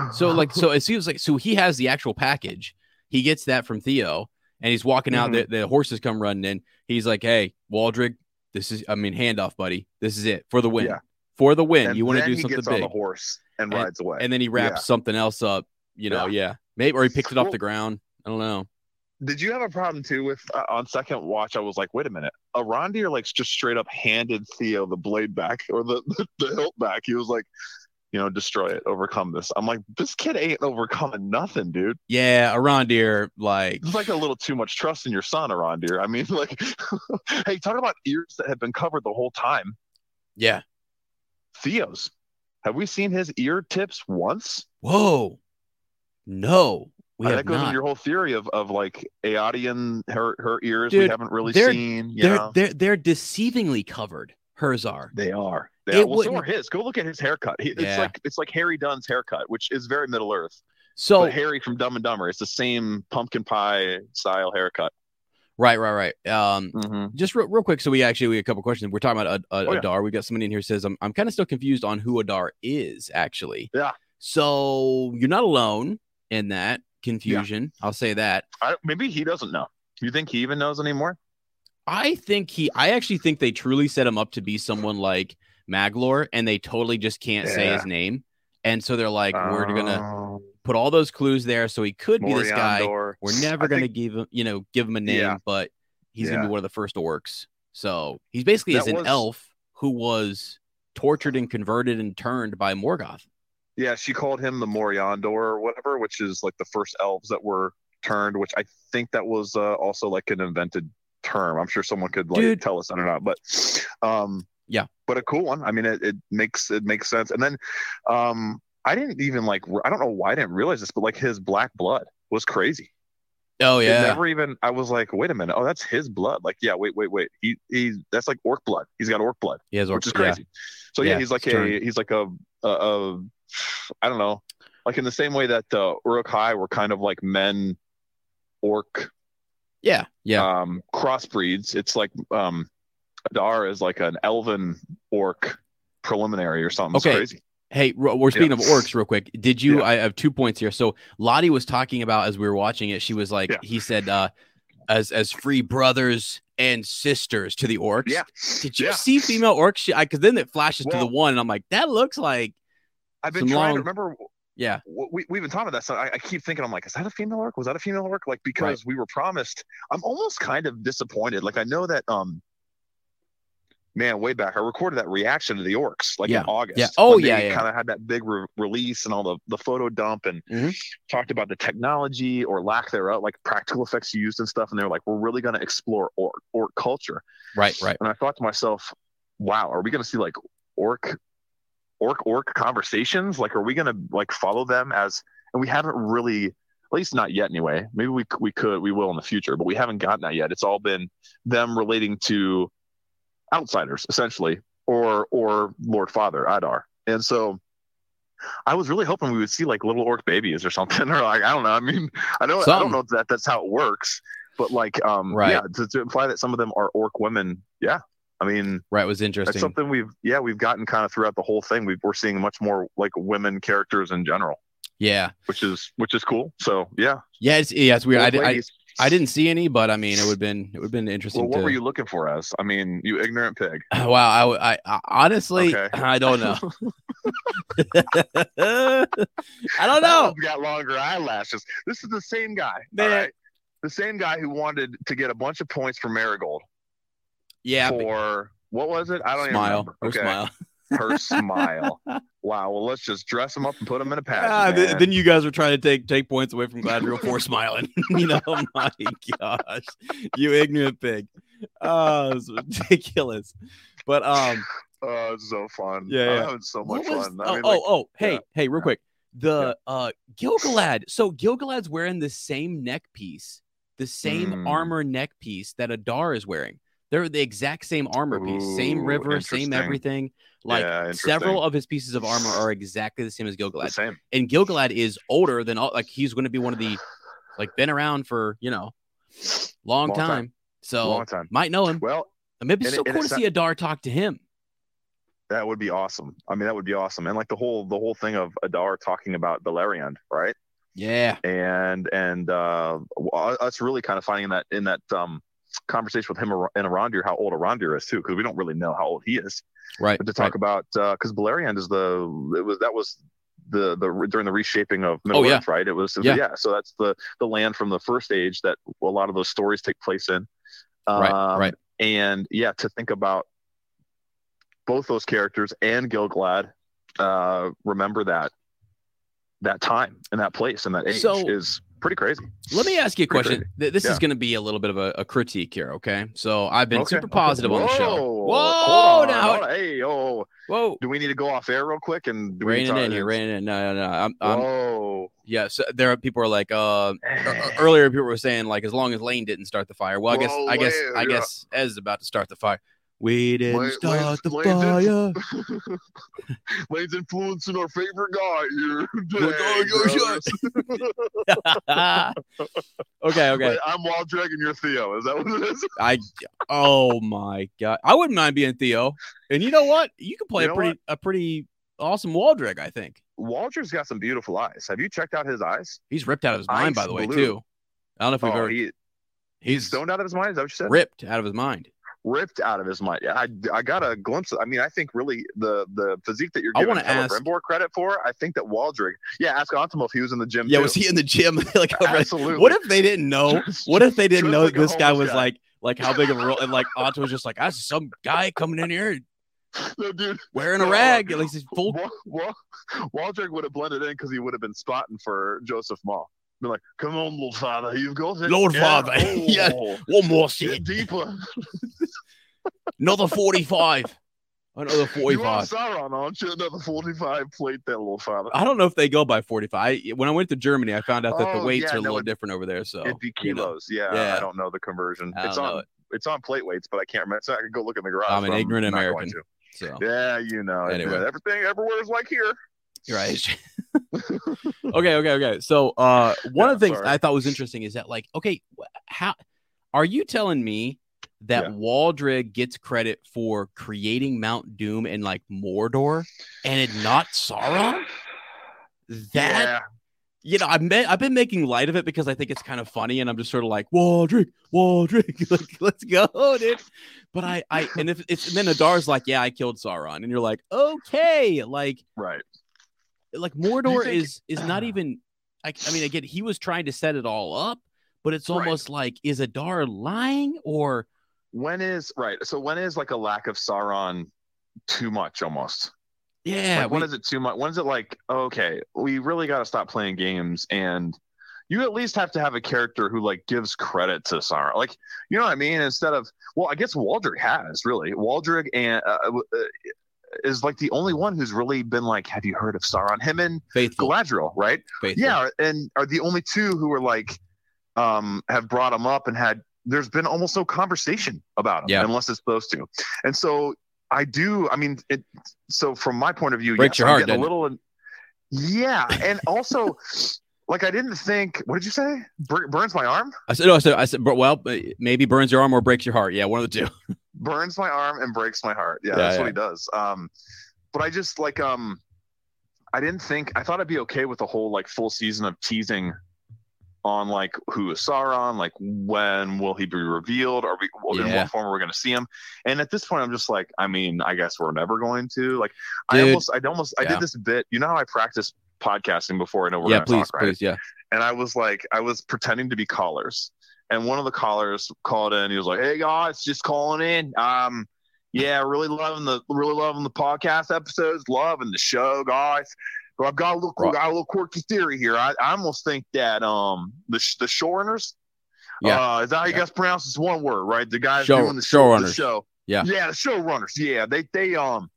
Speaker 2: him so
Speaker 1: Uh-huh.
Speaker 2: like so it seems like so he has the actual package. He gets that from Theo and he's walking out
Speaker 1: Mhm.
Speaker 2: the, the horses come running in. He's like, "Hey, Waldrick, this is I mean handoff, buddy. This is it for the win.
Speaker 1: Yeah.
Speaker 2: For the win.
Speaker 1: And
Speaker 2: you want to
Speaker 1: then
Speaker 2: do
Speaker 1: he
Speaker 2: something
Speaker 1: gets on
Speaker 2: big."
Speaker 1: the horse and, rides away.
Speaker 2: And then he wraps
Speaker 1: Yeah.
Speaker 2: something else up, you know, yeah. Maybe or he picks it off
Speaker 1: Well-
Speaker 2: the ground. I don't know.
Speaker 1: Did you have a problem too with uh, on second watch? I was like, wait a minute. Arondir like just straight up handed Theo the blade back or the, the, hilt back. He was like, you know, destroy it, overcome this. I'm like, this kid ain't overcoming nothing, dude.
Speaker 2: Yeah, Arondir, like
Speaker 1: It's like a little too much trust in your son, Arondir. I mean, like, hey, talk about ears that have been covered the whole time.
Speaker 2: yeah.
Speaker 1: Theo's. Have we seen his ear tips once?
Speaker 2: Whoa. No, we
Speaker 1: Uh,
Speaker 2: have
Speaker 1: that goes
Speaker 2: not.
Speaker 1: into your whole theory of, of like Aodian, her her ears we
Speaker 2: Dude,
Speaker 1: haven't really
Speaker 2: they're-
Speaker 1: seen. You
Speaker 2: they're
Speaker 1: know?
Speaker 2: they're they're deceivingly covered. Hers are.
Speaker 1: They are.
Speaker 2: It
Speaker 1: They are. Well, so are
Speaker 2: wouldn't-
Speaker 1: his. Go look at his haircut. He,
Speaker 2: Yeah.
Speaker 1: It's like it's like Harry Dunn's haircut, which is very Middle Earth.
Speaker 2: So
Speaker 1: But Harry from Dumb and Dumber. It's the same pumpkin pie style haircut.
Speaker 2: right, right, right. Um,
Speaker 1: Mm-hmm.
Speaker 2: just real, real quick. So we actually we have a couple questions. We're talking about Ad- Ad-
Speaker 1: Oh, yeah.
Speaker 2: Adar. We've got somebody in here who says I'm I'm kind of still confused on who Adar is actually.
Speaker 1: Yeah.
Speaker 2: So you're not alone in that confusion. I'll say that.
Speaker 1: I, maybe he doesn't know. You think he even knows anymore?
Speaker 2: I think he. I actually think they truly set him up to be someone like Maglor, and they totally just can't say
Speaker 1: Yeah.
Speaker 2: his name. And so they're like, we're gonna
Speaker 1: Um,
Speaker 2: put all those clues there so he could be this guy.
Speaker 1: Moriondor.
Speaker 2: We're never
Speaker 1: I
Speaker 2: gonna
Speaker 1: think
Speaker 2: give him, you know, give him a name,
Speaker 1: Yeah.
Speaker 2: but he's gonna be
Speaker 1: Yeah.
Speaker 2: one of the first orcs. So he's basically
Speaker 1: That
Speaker 2: as an
Speaker 1: was-
Speaker 2: elf who was tortured and converted and turned by Morgoth.
Speaker 1: Yeah, she called him the Moriondor or whatever, which is like the first elves that were turned, which I think that was uh, also like an invented term. I'm sure someone could like
Speaker 2: Dude.
Speaker 1: tell us I don't know, but um,
Speaker 2: Yeah.
Speaker 1: but a cool one. I mean, it, it makes it makes sense. And then um, I didn't even like re- I don't know why I didn't realize this, but like his black blood was crazy.
Speaker 2: Oh
Speaker 1: It
Speaker 2: yeah.
Speaker 1: never even I was like, wait a minute, oh that's his blood. Like yeah, wait wait wait, he he that's like orc blood. He's got orc blood
Speaker 2: He has
Speaker 1: which is
Speaker 2: orcs, yeah.
Speaker 1: crazy. So yeah,
Speaker 2: Yeah,
Speaker 1: he's like
Speaker 2: it's
Speaker 1: a
Speaker 2: true.
Speaker 1: he's like a, a, a I don't know, like in the same way that uh, Uruk Hai were kind of like men orc
Speaker 2: Yeah. Yeah.
Speaker 1: um, crossbreeds. It's like um, Adar is like an elven orc preliminary or something. It's
Speaker 2: Okay.
Speaker 1: crazy.
Speaker 2: Hey, ro- we're speaking
Speaker 1: Yeah.
Speaker 2: of orcs real quick. Did you?
Speaker 1: Yeah.
Speaker 2: I have two points here. So Lottie was talking about as we were watching it. She was like,
Speaker 1: Yeah.
Speaker 2: he said, uh, as as free brothers and sisters to the orcs.
Speaker 1: Yeah.
Speaker 2: Did you
Speaker 1: Yeah.
Speaker 2: see female orcs? Because then it flashes to
Speaker 1: Well-
Speaker 2: the one, and I'm like, that looks like
Speaker 1: I've
Speaker 2: some
Speaker 1: been trying
Speaker 2: long-
Speaker 1: to remember.
Speaker 2: yeah.
Speaker 1: w- We, we've been talking about that. So I, I keep thinking, I'm like, is that a female orc? Was that a female orc? Like, because we were promised. I'm almost kind of disappointed. Like, I know that, um, man, way back, I recorded that reaction to the orcs, like
Speaker 2: Yeah.
Speaker 1: in August.
Speaker 2: Yeah. Oh,
Speaker 1: when
Speaker 2: yeah,
Speaker 1: They
Speaker 2: yeah.
Speaker 1: kind of had that big re- release and all the, the photo dump and
Speaker 2: Mhm.
Speaker 1: talked about the technology or lack thereof, like practical effects used and stuff. And they were like, we're really going to explore orc, orc culture.
Speaker 2: right, right.
Speaker 1: And I thought to myself, wow, are we going to see like orc, orc, orc conversations? Like, are we going to like follow them as, and we haven't really, at least not yet anyway. Maybe we, we could, we will in the future, but we haven't gotten that yet. It's all been them relating to outsiders essentially, or, or Lord Father Adar. And so I was really hoping we would see like little orc babies or something, or like, I don't know. I mean, I don't, I
Speaker 2: Something.
Speaker 1: don't know that that's how it works, but like, um,
Speaker 2: Right.
Speaker 1: yeah, to, to imply that some of them are orc women. Yeah. I mean,
Speaker 2: Right it was
Speaker 1: that's
Speaker 2: interesting.
Speaker 1: something we've, yeah, we've gotten kind of throughout the whole thing. We've, we're seeing much more like women characters in general,
Speaker 2: yeah,
Speaker 1: which is, which is cool. So yeah.
Speaker 2: yeah, it's, yeah, it's weird. I,
Speaker 1: Orc
Speaker 2: di- I,
Speaker 1: ladies.
Speaker 2: I didn't see any, but I mean, it would have been it would have been interesting.
Speaker 1: well, what
Speaker 2: to,
Speaker 1: were you looking for as? I mean, you ignorant pig.
Speaker 2: Wow, I, w- I- I- honestly,
Speaker 1: Okay.
Speaker 2: I don't know. I don't know.
Speaker 1: He's got longer eyelashes. This is the same guy.
Speaker 2: Man.
Speaker 1: All right. The same guy who wanted to get a bunch of points for Marigold
Speaker 2: Yeah, but-
Speaker 1: for what was it? I don't even
Speaker 2: smile
Speaker 1: remember.
Speaker 2: or smile.
Speaker 1: her smile. Wow. Well, let's just dress him up and put him in a pageant.
Speaker 2: Ah, th-
Speaker 1: man.
Speaker 2: then you guys were trying to take take points away from Gladriel for smiling. you know, oh my gosh, you ignorant pig. Oh, it's ridiculous. But um,
Speaker 1: oh, it's so fun.
Speaker 2: Yeah,
Speaker 1: I'm
Speaker 2: yeah.
Speaker 1: having so
Speaker 2: what
Speaker 1: much
Speaker 2: was-
Speaker 1: fun. I
Speaker 2: oh,
Speaker 1: mean, like,
Speaker 2: oh, oh, hey,
Speaker 1: yeah,
Speaker 2: hey, real quick. The uh Gilgalad. So Gilgalad's wearing the same neck piece, the same
Speaker 1: Mm.
Speaker 2: armor neck piece that Adar is wearing. They're the exact same armor piece, same
Speaker 1: Ooh,
Speaker 2: river, same
Speaker 1: interesting.
Speaker 2: everything. Like
Speaker 1: yeah,
Speaker 2: several
Speaker 1: interesting.
Speaker 2: of his pieces of armor are exactly the same as
Speaker 1: the
Speaker 2: Gilgalad.
Speaker 1: same.
Speaker 2: And Gilgalad is older than all like he's gonna be one of the like been around for, you know, long,
Speaker 1: Long
Speaker 2: time.
Speaker 1: time.
Speaker 2: So
Speaker 1: Long time.
Speaker 2: might know him.
Speaker 1: Well,
Speaker 2: Maybe it's
Speaker 1: and
Speaker 2: so
Speaker 1: it- and
Speaker 2: cool
Speaker 1: it
Speaker 2: to
Speaker 1: sa-
Speaker 2: see Adar talk to him.
Speaker 1: that would be awesome. I mean, that would be awesome. And like the whole the whole thing of Adar talking about Beleriand, right?
Speaker 2: Yeah.
Speaker 1: and and uh, w- us really kind of finding that in that um, conversation with him ar- and Arondir how old Arondir is too, because we don't really know how old he is.
Speaker 2: Right.
Speaker 1: But to talk about because Beleriand is the it was that was the the during the reshaping of Middle
Speaker 2: Oh, yeah.
Speaker 1: Earth, right? It was
Speaker 2: Yeah.
Speaker 1: yeah. So that's the the land from the first age that a lot of those stories take place in.
Speaker 2: Right,
Speaker 1: Um,
Speaker 2: right.
Speaker 1: And yeah, to think about both those characters and Gilglad, uh, remember that that time and that place and that age
Speaker 2: So-
Speaker 1: is pretty crazy.
Speaker 2: Let me ask you a
Speaker 1: Pretty
Speaker 2: question. Th- This is
Speaker 1: Yeah.
Speaker 2: going to be a little bit of a, a critique here, okay? So I've been
Speaker 1: Okay,
Speaker 2: super
Speaker 1: okay.
Speaker 2: positive on the show.
Speaker 1: Whoa,
Speaker 2: Whoa,
Speaker 1: hold on,
Speaker 2: now-
Speaker 1: hold on. Hey, oh,
Speaker 2: Whoa,
Speaker 1: do we need to go off air real quick and do we need
Speaker 2: raining
Speaker 1: to-
Speaker 2: in here, raining in. No, no, no. I'm, I'm,
Speaker 1: Whoa.
Speaker 2: yeah. So there are people are like, uh, e- earlier people were saying like, as long as Lane didn't start the fire. Well, I guess,
Speaker 1: Whoa,
Speaker 2: I guess,
Speaker 1: Lane,
Speaker 2: I
Speaker 1: yeah.
Speaker 2: guess, Ez is about to start the fire. We didn't
Speaker 1: Lane-
Speaker 2: start
Speaker 1: Lane's-
Speaker 2: the
Speaker 1: Lane
Speaker 2: fire.
Speaker 1: didn't- Lane's influencing our favorite guy here.
Speaker 2: Go, go,
Speaker 1: today,
Speaker 2: go,
Speaker 1: brothers.
Speaker 2: okay, okay.
Speaker 1: Wait, I'm Wild Dragon, you're Theo. Is that what it is?
Speaker 2: I. Oh my god, I wouldn't mind being Theo. And you know what? You can play
Speaker 1: You
Speaker 2: a
Speaker 1: know
Speaker 2: pretty, a pretty awesome Waldreg. I think
Speaker 1: Walter's got some beautiful eyes. Have you checked out his eyes?
Speaker 2: he's ripped out of his mind,
Speaker 1: Ice
Speaker 2: by the way,
Speaker 1: blue.
Speaker 2: too. I don't know if we've
Speaker 1: Oh,
Speaker 2: ever.
Speaker 1: he,
Speaker 2: he's
Speaker 1: stoned out of his mind. Is that what you said?
Speaker 2: ripped out of his mind.
Speaker 1: Ripped out of his mind. Yeah, I, I got a glimpse. Of, I mean, I think really the the physique that you're
Speaker 2: I
Speaker 1: giving
Speaker 2: wanna
Speaker 1: Tyler
Speaker 2: ask-
Speaker 1: Brembor credit for. I think that Waldrig. Yeah, ask Antimo if he was in the gym.
Speaker 2: Yeah,
Speaker 1: too.
Speaker 2: was he in the gym? like, over-
Speaker 1: Absolutely.
Speaker 2: what if they didn't know?
Speaker 1: Just-
Speaker 2: What if they didn't
Speaker 1: just
Speaker 2: know
Speaker 1: like a
Speaker 2: this guy
Speaker 1: homeless
Speaker 2: was
Speaker 1: guy.
Speaker 2: like, like how big of a role? And like, Otto was just like, that's some guy coming in here
Speaker 1: No, dude,
Speaker 2: wearing a
Speaker 1: No,
Speaker 2: rag. At least he's full.
Speaker 1: Wal- Wal- Waldrig would have blended in because he would have been spotting for Joseph Ma. Be like, come on, Lord Father, you've got it.
Speaker 2: Lord Father,
Speaker 1: oh,
Speaker 2: yeah. One more
Speaker 1: Get
Speaker 2: seat.
Speaker 1: deeper.
Speaker 2: Another 45. Another
Speaker 1: You are
Speaker 2: 45.
Speaker 1: Sauron, aren't you? Another 45 plate there, Lord Father.
Speaker 2: I don't know if they go by 45. I, when I went to Germany, I found out that the
Speaker 1: Oh,
Speaker 2: weights
Speaker 1: yeah,
Speaker 2: are
Speaker 1: no,
Speaker 2: a little
Speaker 1: it-
Speaker 2: different over there. So
Speaker 1: It'd be
Speaker 2: you know,
Speaker 1: kilos. yeah,
Speaker 2: Yeah.
Speaker 1: I don't know the conversion.
Speaker 2: I
Speaker 1: It's
Speaker 2: don't know
Speaker 1: on
Speaker 2: it.
Speaker 1: it's on plate weights, but I can't remember. So I could go look in the garage.
Speaker 2: I'm an
Speaker 1: but
Speaker 2: ignorant
Speaker 1: not going
Speaker 2: American.
Speaker 1: to.
Speaker 2: So
Speaker 1: Yeah, you know. it.
Speaker 2: Anyway.
Speaker 1: Everything everywhere is like here.
Speaker 2: you're right. okay, okay, okay. So uh, one
Speaker 1: Yeah,
Speaker 2: of the things
Speaker 1: sorry.
Speaker 2: I thought was interesting is that like, okay, wh- how are you telling me that
Speaker 1: Yeah.
Speaker 2: Waldrig gets credit for creating Mount Doom and like Mordor, and it not Sauron? That
Speaker 1: yeah.
Speaker 2: you know, I've, ma- I've been making light of it because I think it's kind of funny, and I'm just sort of like, Waldrick, Waldrick, like, let's go, dude. But I, I, and if it's and then Adar's like, yeah, I killed Sauron, and you're like, okay, like,
Speaker 1: Right.
Speaker 2: like Mordor
Speaker 1: think-
Speaker 2: is is not even, I, I mean, again, he was trying to set it all up, but it's
Speaker 1: Right.
Speaker 2: almost like, is Adar lying or
Speaker 1: When is right? So when is like a lack of Sauron too much almost?
Speaker 2: yeah,
Speaker 1: like, when
Speaker 2: we-
Speaker 1: is it too much? When is it like, okay, we really got to stop playing games and you at least have to have a character who like gives credit to Sauron. Like, you know what I mean? Instead of, well, I guess Waldrick has really. Waldrick and uh, uh, is like the only one who's really been like, have you heard of Sauron? Him and
Speaker 2: faithful,
Speaker 1: Galadriel, right?
Speaker 2: faithful,
Speaker 1: Yeah, and are the only two who are like, um, have brought him up and had. There's been almost no conversation about him,
Speaker 2: Yeah.
Speaker 1: unless it's supposed to. And so I do. I mean, it. So from my point of view,
Speaker 2: Breaks
Speaker 1: yes,
Speaker 2: your
Speaker 1: I'm
Speaker 2: heart,
Speaker 1: getting a
Speaker 2: doesn't
Speaker 1: little. Yeah, and also, like I didn't think. What did you say? Bur- burns my arm.
Speaker 2: I said, no, I said, I said, but, well, maybe burns your arm or breaks your heart, yeah, one of the two.
Speaker 1: burns my arm and breaks my heart. Yeah,
Speaker 2: Yeah,
Speaker 1: that's
Speaker 2: yeah.
Speaker 1: what he does. Um, but I just like um, I didn't think I thought I'd be okay with the whole like full season of teasing on like who is Sauron, like when will he be revealed, are we in
Speaker 2: Yeah.
Speaker 1: what form are we going to see him? And at this point, I'm just like, I mean, I guess we're never going to. Like, I
Speaker 2: Dude.
Speaker 1: almost, I almost, I
Speaker 2: Yeah.
Speaker 1: did this bit. You know how I practice podcasting before I know we're
Speaker 2: yeah,
Speaker 1: going to
Speaker 2: please,
Speaker 1: talk, right?
Speaker 2: please, yeah,
Speaker 1: and I was like, I was pretending to be callers, and one of the callers called in. He was like, "Hey guys, just calling in. Um, yeah, really loving the really loving the podcast episodes, loving the show, guys. But I've got a little
Speaker 2: Right.
Speaker 1: got a little quirky theory here. I, I almost think that um the sh- the showrunners,
Speaker 2: Yeah.
Speaker 1: uh, is that how you
Speaker 2: Yeah.
Speaker 1: guys pronounce this one word, right? The guys
Speaker 2: Show-
Speaker 1: doing the show, the
Speaker 2: showrunners.
Speaker 1: show,
Speaker 2: Yeah.
Speaker 1: yeah, the showrunners, yeah, they they um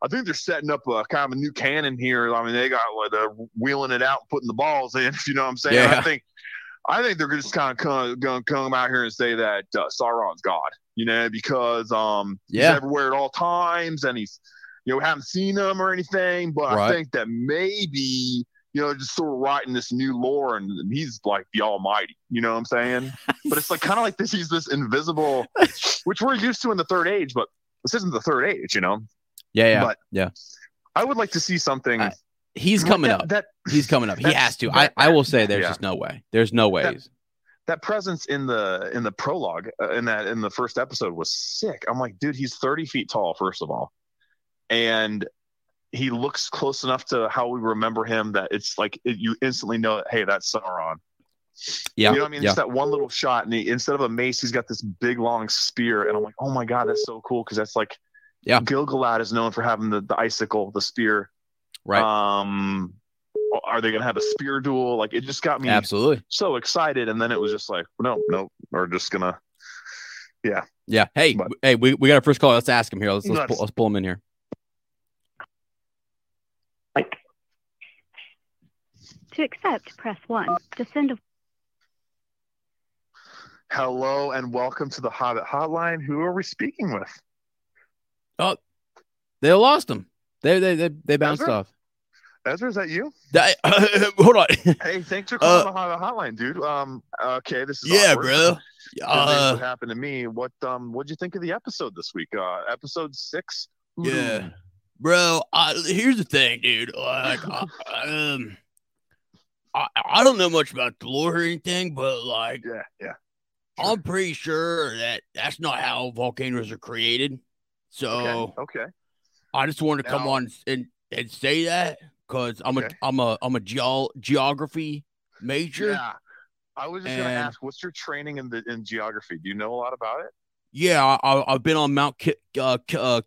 Speaker 1: I think they're setting up a kind of a new cannon here. I mean, they got like they're wheeling it out, and putting the balls in. If you know what I'm saying,
Speaker 2: Yeah.
Speaker 1: I think I think they're just kind of come, gonna come out here and say that uh, Sauron's God, you know, because um
Speaker 2: Yeah.
Speaker 1: he's everywhere at all times, and he's you know haven't seen him or anything. But
Speaker 2: Right.
Speaker 1: I think that maybe you know just sort of writing this new lore, and he's like the Almighty, you know what I'm saying? but it's like kind of like this he's this invisible, which we're used to in the Third Age, but this isn't the Third Age, you know.
Speaker 2: yeah, yeah,
Speaker 1: But-
Speaker 2: yeah.
Speaker 1: I would like to see something.
Speaker 2: I- He's coming
Speaker 1: that,
Speaker 2: up.
Speaker 1: That
Speaker 2: He's coming up. He
Speaker 1: That's-
Speaker 2: has to.
Speaker 1: that-
Speaker 2: I, I will say there's
Speaker 1: Yeah.
Speaker 2: just no way. There's no ways.
Speaker 1: that presence in the in the prologue uh, in that in the first episode was sick. I'm like, dude, he's 30 feet tall, first of all, and he looks close enough to how we remember him that it's like it, you instantly know, hey, that's Sauron.
Speaker 2: Yeah.
Speaker 1: You know what I mean?
Speaker 2: Yeah.
Speaker 1: Just that one little shot, and he, instead of a mace, he's got this big long spear, and I'm like, oh my god, that's so cool because that's like,
Speaker 2: Yeah.
Speaker 1: Gilgalad is known for having the, the icicle, the spear.
Speaker 2: Right.
Speaker 1: Um, are they gonna have a spear duel? Like, it just got me
Speaker 2: Absolutely.
Speaker 1: so excited, and then it was just like, no, no, we're just gonna.
Speaker 2: Yeah. Hey,
Speaker 1: But-
Speaker 2: w- hey, we, we got a first call. Let's ask him here. Let's let's
Speaker 1: Nuts.
Speaker 2: pull, let's pull him in here.
Speaker 4: To accept, press 1. To send a
Speaker 1: Hello and welcome to the Hobbit Hotline. Who are we speaking with?
Speaker 2: They lost him. They they they, they bounced
Speaker 1: Ezra?
Speaker 2: off.
Speaker 1: Ezra, is that you?
Speaker 2: That- hold on.
Speaker 1: Hey, thanks
Speaker 2: Uh,
Speaker 1: for calling the Hobbit Hotline, dude. Um, okay, this is awkward. Good things
Speaker 2: Uh,
Speaker 1: what happened to me? What um, what'd you think of the episode this week? Uh, episode six.
Speaker 2: Yeah. bro. I, here's the thing, dude. Like, I, um, I I don't know much about the lore or anything, but like.
Speaker 1: Yeah, yeah. Sure.
Speaker 2: I'm pretty sure that that's not how volcanoes are created. So
Speaker 1: Okay. Okay.
Speaker 2: I just wanted to come
Speaker 1: Now-
Speaker 2: on and, and say that because I'm
Speaker 1: Okay.
Speaker 2: a I'm a I'm a geol geography major. Yeah,
Speaker 1: Yeah. I was just gonna
Speaker 2: And-
Speaker 1: ask, what's your training in the in geography? Do you know a lot about it?
Speaker 2: I, I, I've been on Mount Ki, uh, Ki, uh,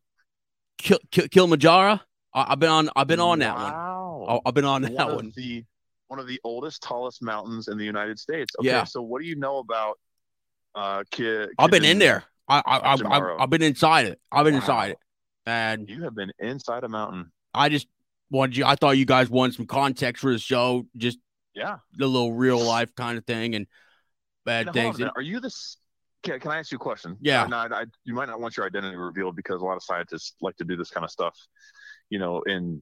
Speaker 2: Ki, Ki, Kilimanjaro. I, I've been on I've been on that one.
Speaker 1: Wow.
Speaker 2: I, I've been on that
Speaker 1: of
Speaker 2: one.
Speaker 1: The one of the oldest, tallest mountains in the United States. Okay,
Speaker 2: Yeah.
Speaker 1: so what do you know about uh, Kid?
Speaker 2: I've been in there. I, I, I,
Speaker 1: Tomorrow.
Speaker 2: I've, I've been inside it. I've been
Speaker 1: Wow.
Speaker 2: inside it, and
Speaker 1: You have been inside a mountain.
Speaker 2: I just wanted you. I thought you guys wanted some context for the show, just
Speaker 1: Yeah.
Speaker 2: the little real life kind of thing and bad
Speaker 1: Now, hold on a
Speaker 2: things.
Speaker 1: minute. Are you this? Can, can I ask you a question?
Speaker 2: Yeah.
Speaker 1: And I, I, you might not want your identity revealed because a lot of scientists like to do this kind of stuff, you know, in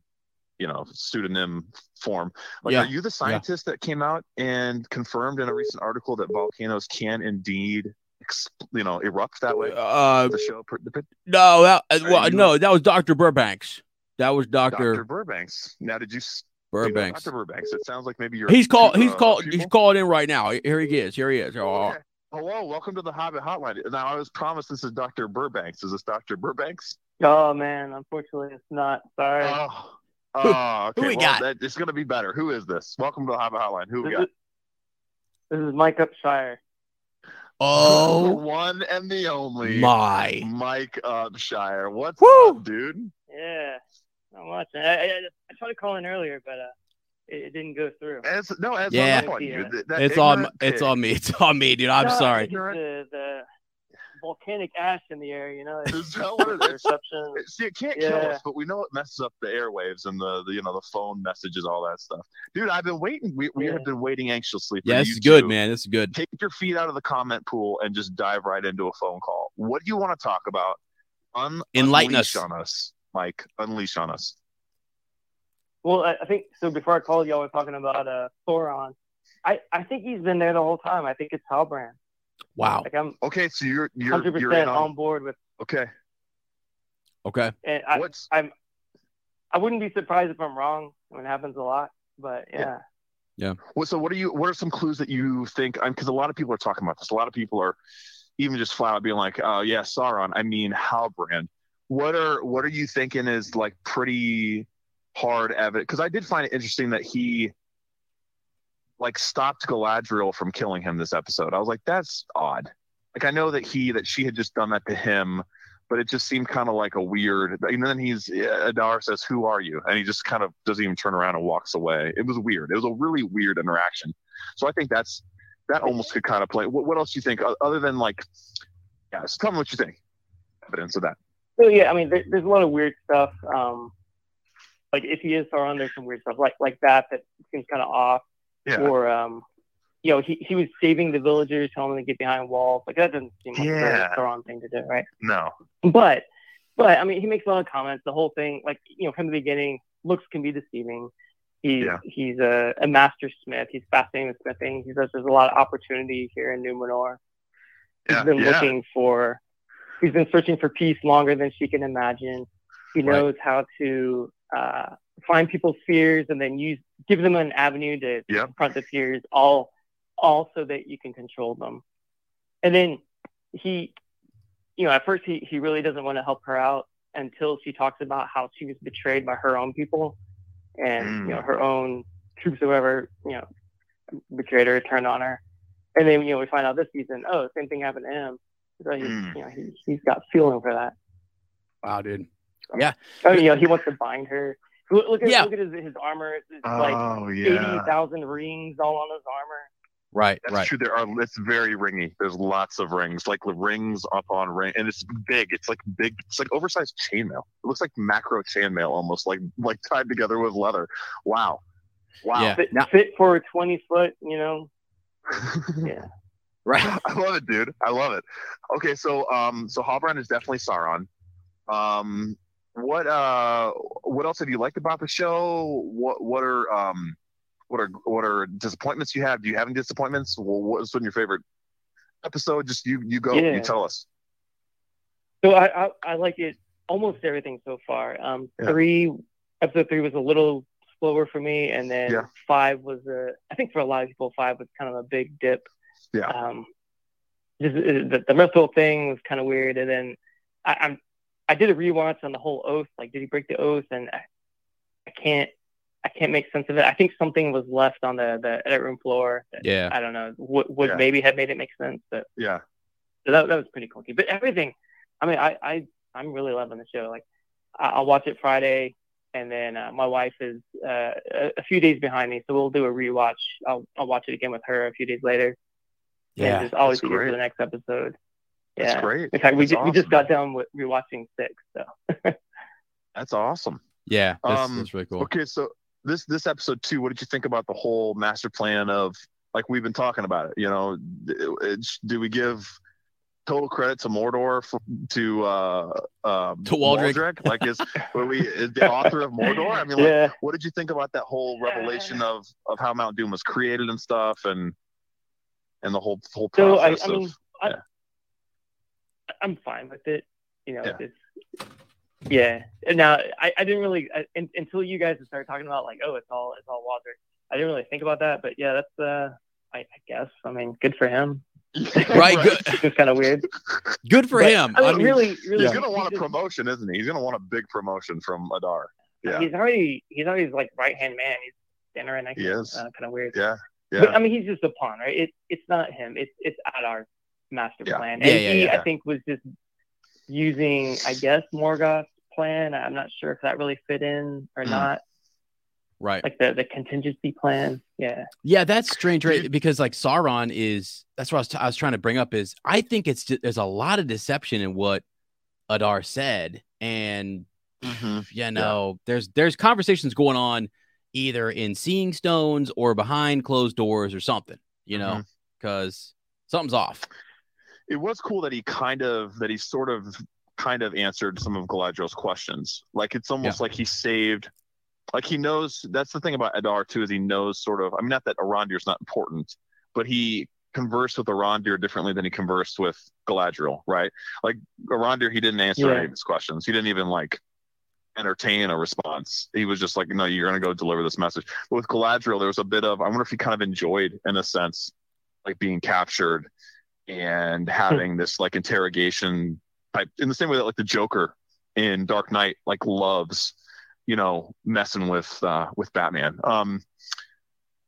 Speaker 1: you know pseudonym form. Like,
Speaker 2: Yeah.
Speaker 1: are you the scientist that came out and confirmed in a recent article that volcanoes can indeed, ex- you know, erupt that way?
Speaker 2: Uh,
Speaker 1: the show, per- the, pic-
Speaker 2: no, that, uh,
Speaker 1: Are
Speaker 2: well,
Speaker 1: you-
Speaker 2: no, that was Doctor Burbanks. That was
Speaker 1: Dr.
Speaker 2: Doctor
Speaker 1: Burbanks. Now, did you s- do you know
Speaker 2: Burbanks.
Speaker 1: Dr. Burbanks. It sounds like maybe you're.
Speaker 2: He's called. He's
Speaker 1: uh,
Speaker 2: called. He's
Speaker 1: pupil?
Speaker 2: called in right now. Here he is. Here he is. Oh,
Speaker 1: Okay. Hello, welcome to the Hobbit Hotline. Now, I was promised this is Dr. Burbanks. Is this Dr. Burbanks?
Speaker 5: Oh man, unfortunately it's not. Sorry.
Speaker 1: Oh, oh, okay.
Speaker 2: who we
Speaker 1: well,
Speaker 2: got?
Speaker 1: That, it's going to be better. Who is this? Welcome to the Hobbit Hotline. Who we
Speaker 5: this,
Speaker 1: got?
Speaker 5: is, this is Mike Upshire.
Speaker 1: The
Speaker 2: oh
Speaker 1: one and the only
Speaker 2: my.
Speaker 1: Mike Upshire. What's
Speaker 2: Woo!
Speaker 1: up, dude?
Speaker 5: Yeah, not much. I, I, I tried to call in earlier, but uh, it, it didn't go through.
Speaker 1: As, no, as
Speaker 2: Yeah.
Speaker 1: up on you. That- that
Speaker 2: It's on.
Speaker 1: ignorant
Speaker 2: It's
Speaker 1: pig.
Speaker 2: on me. It's on me, dude. I'm
Speaker 5: No,
Speaker 2: sorry.
Speaker 5: it's The, uh, the volcanic ash in the air, you know. it's
Speaker 1: Is that what it is?
Speaker 5: Reception.
Speaker 1: See, it can't kill
Speaker 5: Yeah.
Speaker 1: us, but we know it messes up the airwaves and the, the you know the phone messages, all that stuff. Dude, I've been waiting. We, we
Speaker 5: Yeah.
Speaker 1: have been waiting anxiously. For
Speaker 2: Yeah, this
Speaker 1: you
Speaker 2: is good,
Speaker 1: two.
Speaker 2: man. This is good.
Speaker 1: Take your feet out of the comment pool and just dive right into a phone call. What do you want to talk about? Un-
Speaker 2: Enlighten
Speaker 1: unleash
Speaker 2: us.
Speaker 1: on us, Mike. Unleash on us.
Speaker 5: Well, I, I think so. Before I called, y'all were talking about uh, Thoron. I, I think he's been there the whole time. I think it's Halbrand.
Speaker 2: Wow.
Speaker 5: Like I'm
Speaker 1: Okay, so you're you're
Speaker 5: 100
Speaker 1: you're in
Speaker 5: percent um,
Speaker 1: on.
Speaker 5: on board with.
Speaker 1: Okay,
Speaker 2: Okay.
Speaker 5: And I,
Speaker 1: what's
Speaker 5: I wouldn't be surprised if I'm wrong. I mean, it happens a lot. But
Speaker 1: Yeah.
Speaker 5: yeah,
Speaker 1: What, so what are you? What are some clues that you think? Because a lot of people are talking about this. A lot of people are even just flat out being like, "Oh yeah, Sauron." I mean, Halbrand. What are What are you thinking is like pretty hard evidence? Because I did find it interesting that he like stopped Galadriel from killing him this episode. I was like, that's odd. Like I know that he that she had just done that to him. But it just seemed kind of like a weird. And then he's uh, Adar says, "Who are you?" And he just kind of doesn't even turn around and walks away. It was weird. It was a really weird interaction. So I think that's that almost could kind of play. What, what else do you think o- other than like? Yeah, so tell me what you think. Evidence of that.
Speaker 5: So yeah, I mean, there, there's a lot of weird stuff. Um, like if he is Sauron, there's some weird stuff like like that that seems kind of off.
Speaker 1: Yeah.
Speaker 5: Or um, you know, he, he was saving the villagers, telling them to get behind walls. Like that doesn't seem like
Speaker 1: Yeah.
Speaker 5: the Sauron thing to do, right?
Speaker 1: No.
Speaker 5: But but I mean, he makes a lot of comments. The whole thing, like you know, from the beginning, looks can be deceiving. He's
Speaker 1: Yeah.
Speaker 5: he's a, a master smith. He's fascinated with smithing. He says there's a lot of opportunity here in Numenor. He's
Speaker 1: Yeah.
Speaker 5: been
Speaker 1: yeah.
Speaker 5: looking for he's been searching for peace longer than she can imagine he
Speaker 2: Right.
Speaker 5: knows how to uh, find people's fears and then use give them an avenue to
Speaker 1: Yep.
Speaker 5: confront the fears all all so that you can control them and then he you know at first he, he really doesn't want to help her out until she talks about how she was betrayed by her own people and
Speaker 1: Mm.
Speaker 5: you know her own troops or whatever you know betrayed her turned on her and then you know we find out this season oh same thing happened to him so he's,
Speaker 1: Mm.
Speaker 5: you know he, he's got feeling for that
Speaker 2: Wow, dude.
Speaker 5: Oh, you know, he wants to bind her. Look, look at
Speaker 2: Yeah.
Speaker 5: look at his, his armor. It's it's like
Speaker 1: Oh
Speaker 5: eighty
Speaker 1: yeah.
Speaker 5: thousand rings all on his armor.
Speaker 2: Right.
Speaker 1: That's
Speaker 2: right.
Speaker 1: true. There are. It's very ringy. There's lots of rings, like the rings up on ring, and it's big. It's like big. It's like oversized chainmail. It looks like macro chainmail, almost like like tied together with leather. Wow. Wow.
Speaker 2: Yeah.
Speaker 5: Fit,
Speaker 2: Now-
Speaker 5: fit for a twenty foot, you know.
Speaker 2: Right.
Speaker 1: I love it, dude. I love it. Okay, so um, so Halbrand is definitely Sauron. Um, what uh, what else have you liked about the show? What what are um, what are what are disappointments you have? Do you have any disappointments? Well, what's been your favorite episode? Just you you go
Speaker 5: Yeah.
Speaker 1: you tell us.
Speaker 5: So I I, I like it almost everything so far. Um,
Speaker 1: Yeah.
Speaker 5: three episode three was a little slower for me, and then
Speaker 1: Yeah.
Speaker 5: five was a I think for a lot of people five was kind of a big dip.
Speaker 1: Yeah.
Speaker 5: Um, just, uh, the the Merthil thing was kind of weird, and then I, I'm I did a rewatch on the whole oath. Like, did he break the oath? And I, I can't I can't make sense of it. I think something was left on the the edit room floor. That,
Speaker 2: Yeah.
Speaker 5: I don't know. Would, would
Speaker 1: Yeah.
Speaker 5: maybe have made it make sense, but
Speaker 1: Yeah,
Speaker 5: so that, that was pretty clunky. But everything, I mean, I, I I'm really loving the show. Like I, I'll watch it Friday and then uh, my wife is uh, a, a few days behind me, so we'll do a rewatch. I'll, I'll watch it again with her a few days later.
Speaker 2: Yeah,
Speaker 5: and just always
Speaker 1: that's
Speaker 5: eager
Speaker 1: great.
Speaker 5: for the next episode. Yeah,
Speaker 1: That's great.
Speaker 5: In fact, we
Speaker 1: That's
Speaker 5: ju- we just
Speaker 1: awesome.
Speaker 5: got done with rewatching six, so
Speaker 1: That's awesome.
Speaker 2: Yeah, that's,
Speaker 1: Um,
Speaker 2: that's really cool.
Speaker 1: Okay, so this this episode two, what did you think about the whole master plan of like we've been talking about it? You know, it- it's- do we give total credit to Mordor for, to uh, um,
Speaker 2: To Waldrick.
Speaker 1: Like, is were we is the author of Mordor? I mean, like,
Speaker 5: yeah.
Speaker 1: what did you think about that whole revelation of of how Mount Doom was created and stuff, and and the whole whole
Speaker 5: So I,
Speaker 1: process
Speaker 5: I
Speaker 1: of
Speaker 5: mean, I,
Speaker 1: yeah.
Speaker 5: I'm fine with it. You know,
Speaker 1: Yeah.
Speaker 5: it's yeah. And Now I, I didn't really I, un until you guys started talking about like oh it's all it's all Walter. I didn't really think about that, but yeah, that's uh I, I guess I mean good for him.
Speaker 2: Right, good,
Speaker 5: It's just kind of weird.
Speaker 2: good for
Speaker 5: But,
Speaker 2: him.
Speaker 5: I mean,
Speaker 2: mean,
Speaker 5: really, really,
Speaker 1: He's gonna
Speaker 5: he
Speaker 1: want a
Speaker 5: just-
Speaker 1: promotion, isn't he? He's gonna want a big promotion from Adar. Yeah,
Speaker 5: He's already he's already his, like right hand man. He's dinner and I
Speaker 1: He is.
Speaker 5: Uh, kind of weird.
Speaker 1: yeah, yeah.
Speaker 5: But I mean, he's just a pawn, right? It, it's not him. It's it's at our master
Speaker 1: Yeah.
Speaker 5: plan,
Speaker 2: Yeah,
Speaker 5: and
Speaker 2: yeah,
Speaker 5: he,
Speaker 2: yeah.
Speaker 5: I think, was just using, I guess, Morgoth's plan. I'm not sure if that really fit in or
Speaker 1: Mm.
Speaker 5: not,
Speaker 2: right.
Speaker 5: like the the contingency plan. Yeah,
Speaker 2: Yeah, that's strange, right?
Speaker 1: You-
Speaker 2: Because like Sauron is that's what I was, t- I was trying to bring up is I think it's just, there's a lot of deception in what Adar said, and
Speaker 1: Mhm.
Speaker 2: you know there's there's conversations going on either in seeing stones or behind closed doors or something, you
Speaker 1: Mm-hmm.
Speaker 2: know, because something's off.
Speaker 1: it was cool that he kind of that he sort of kind of answered some of Galadriel's questions. Like it's almost like he saved like he knows that's the thing about Adar too, is he knows sort of I mean not that Arondir's not important, but he conversed with Arondir differently than he conversed with Galadriel, right? Like Arondir he didn't answer
Speaker 5: Yeah.
Speaker 1: any of his questions. He didn't even like entertain a response. He was just like, No, you're gonna go deliver this message. But with Galadriel, there was a bit of I wonder if he kind of enjoyed in a sense like being captured and having this like interrogation type in the same way that like the Joker in Dark Knight like loves, you know, messing with uh with Batman. Um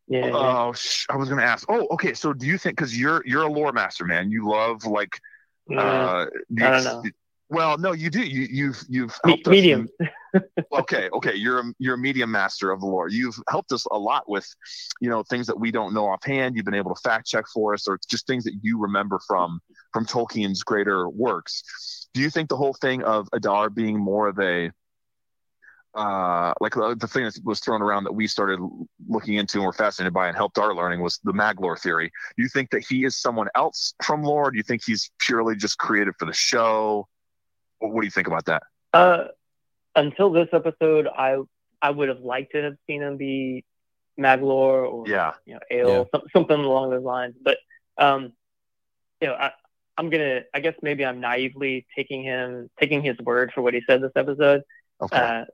Speaker 5: yeah. yeah.
Speaker 1: oh sh- I was gonna ask. Oh, okay. So do you think because you're you're a lore master, man. You love like
Speaker 5: No,
Speaker 1: uh the-
Speaker 5: I don't know.
Speaker 1: Well, no, you do. You, you've you've
Speaker 5: Me-
Speaker 1: helped us-
Speaker 5: medium.
Speaker 1: okay, okay. You're a you're a medium master of the lore. You've helped us a lot with, you know, things that we don't know offhand. You've been able to fact check for us, or just things that you remember from from Tolkien's greater works. Do you think the whole thing of Adar being more of a uh, like the, the thing that was thrown around that we started looking into and were fascinated by and helped our learning was the Maglore theory. Do you think that he is someone else from lore? or Do you think he's purely just created for the show? What, what do you think about that?
Speaker 5: Uh, until this episode, I I would have liked to have seen him be Maglor or
Speaker 1: Yeah.
Speaker 5: you know, ale, some, something along those lines. But um, you know, I, I'm gonna, I guess maybe I'm naively taking him, taking his word for what he said this episode,
Speaker 1: Okay.
Speaker 5: uh,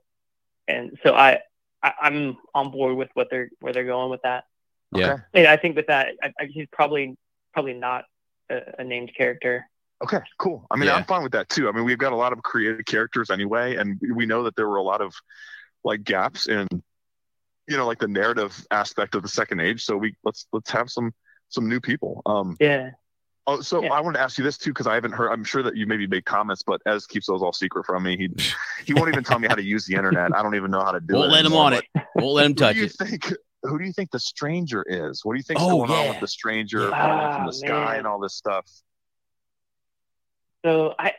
Speaker 5: and so I, I, I'm on board with what they're where they're going with that.
Speaker 2: Yeah.
Speaker 1: Okay.
Speaker 5: And I think with that, I, I, he's probably probably not a, a named character.
Speaker 1: Okay, cool. I mean,
Speaker 2: Yeah.
Speaker 1: I'm fine with that too. I mean, we've got a lot of creative characters anyway, and we know that there were a lot of like gaps in, you know, like the narrative aspect of the second age. So we let's let's have some some new people. Um,
Speaker 5: Yeah,
Speaker 1: oh, so
Speaker 5: Yeah.
Speaker 1: I wanted to ask you this too because I haven't heard. I'm sure that you maybe made comments, but Ez keeps those all secret from me. He he won't even tell me how to use the internet. I don't even know how to do it.
Speaker 2: Won't let him
Speaker 1: anymore,
Speaker 2: on
Speaker 1: but
Speaker 2: it. Won't let him
Speaker 1: Who
Speaker 2: touch
Speaker 1: do you
Speaker 2: it.
Speaker 1: think? Who do you think the stranger is? What do you think's
Speaker 2: Oh,
Speaker 1: going on
Speaker 2: yeah.
Speaker 1: with the stranger
Speaker 5: Ah,
Speaker 1: falling from the sky
Speaker 5: man.
Speaker 1: and all this stuff?
Speaker 5: so I,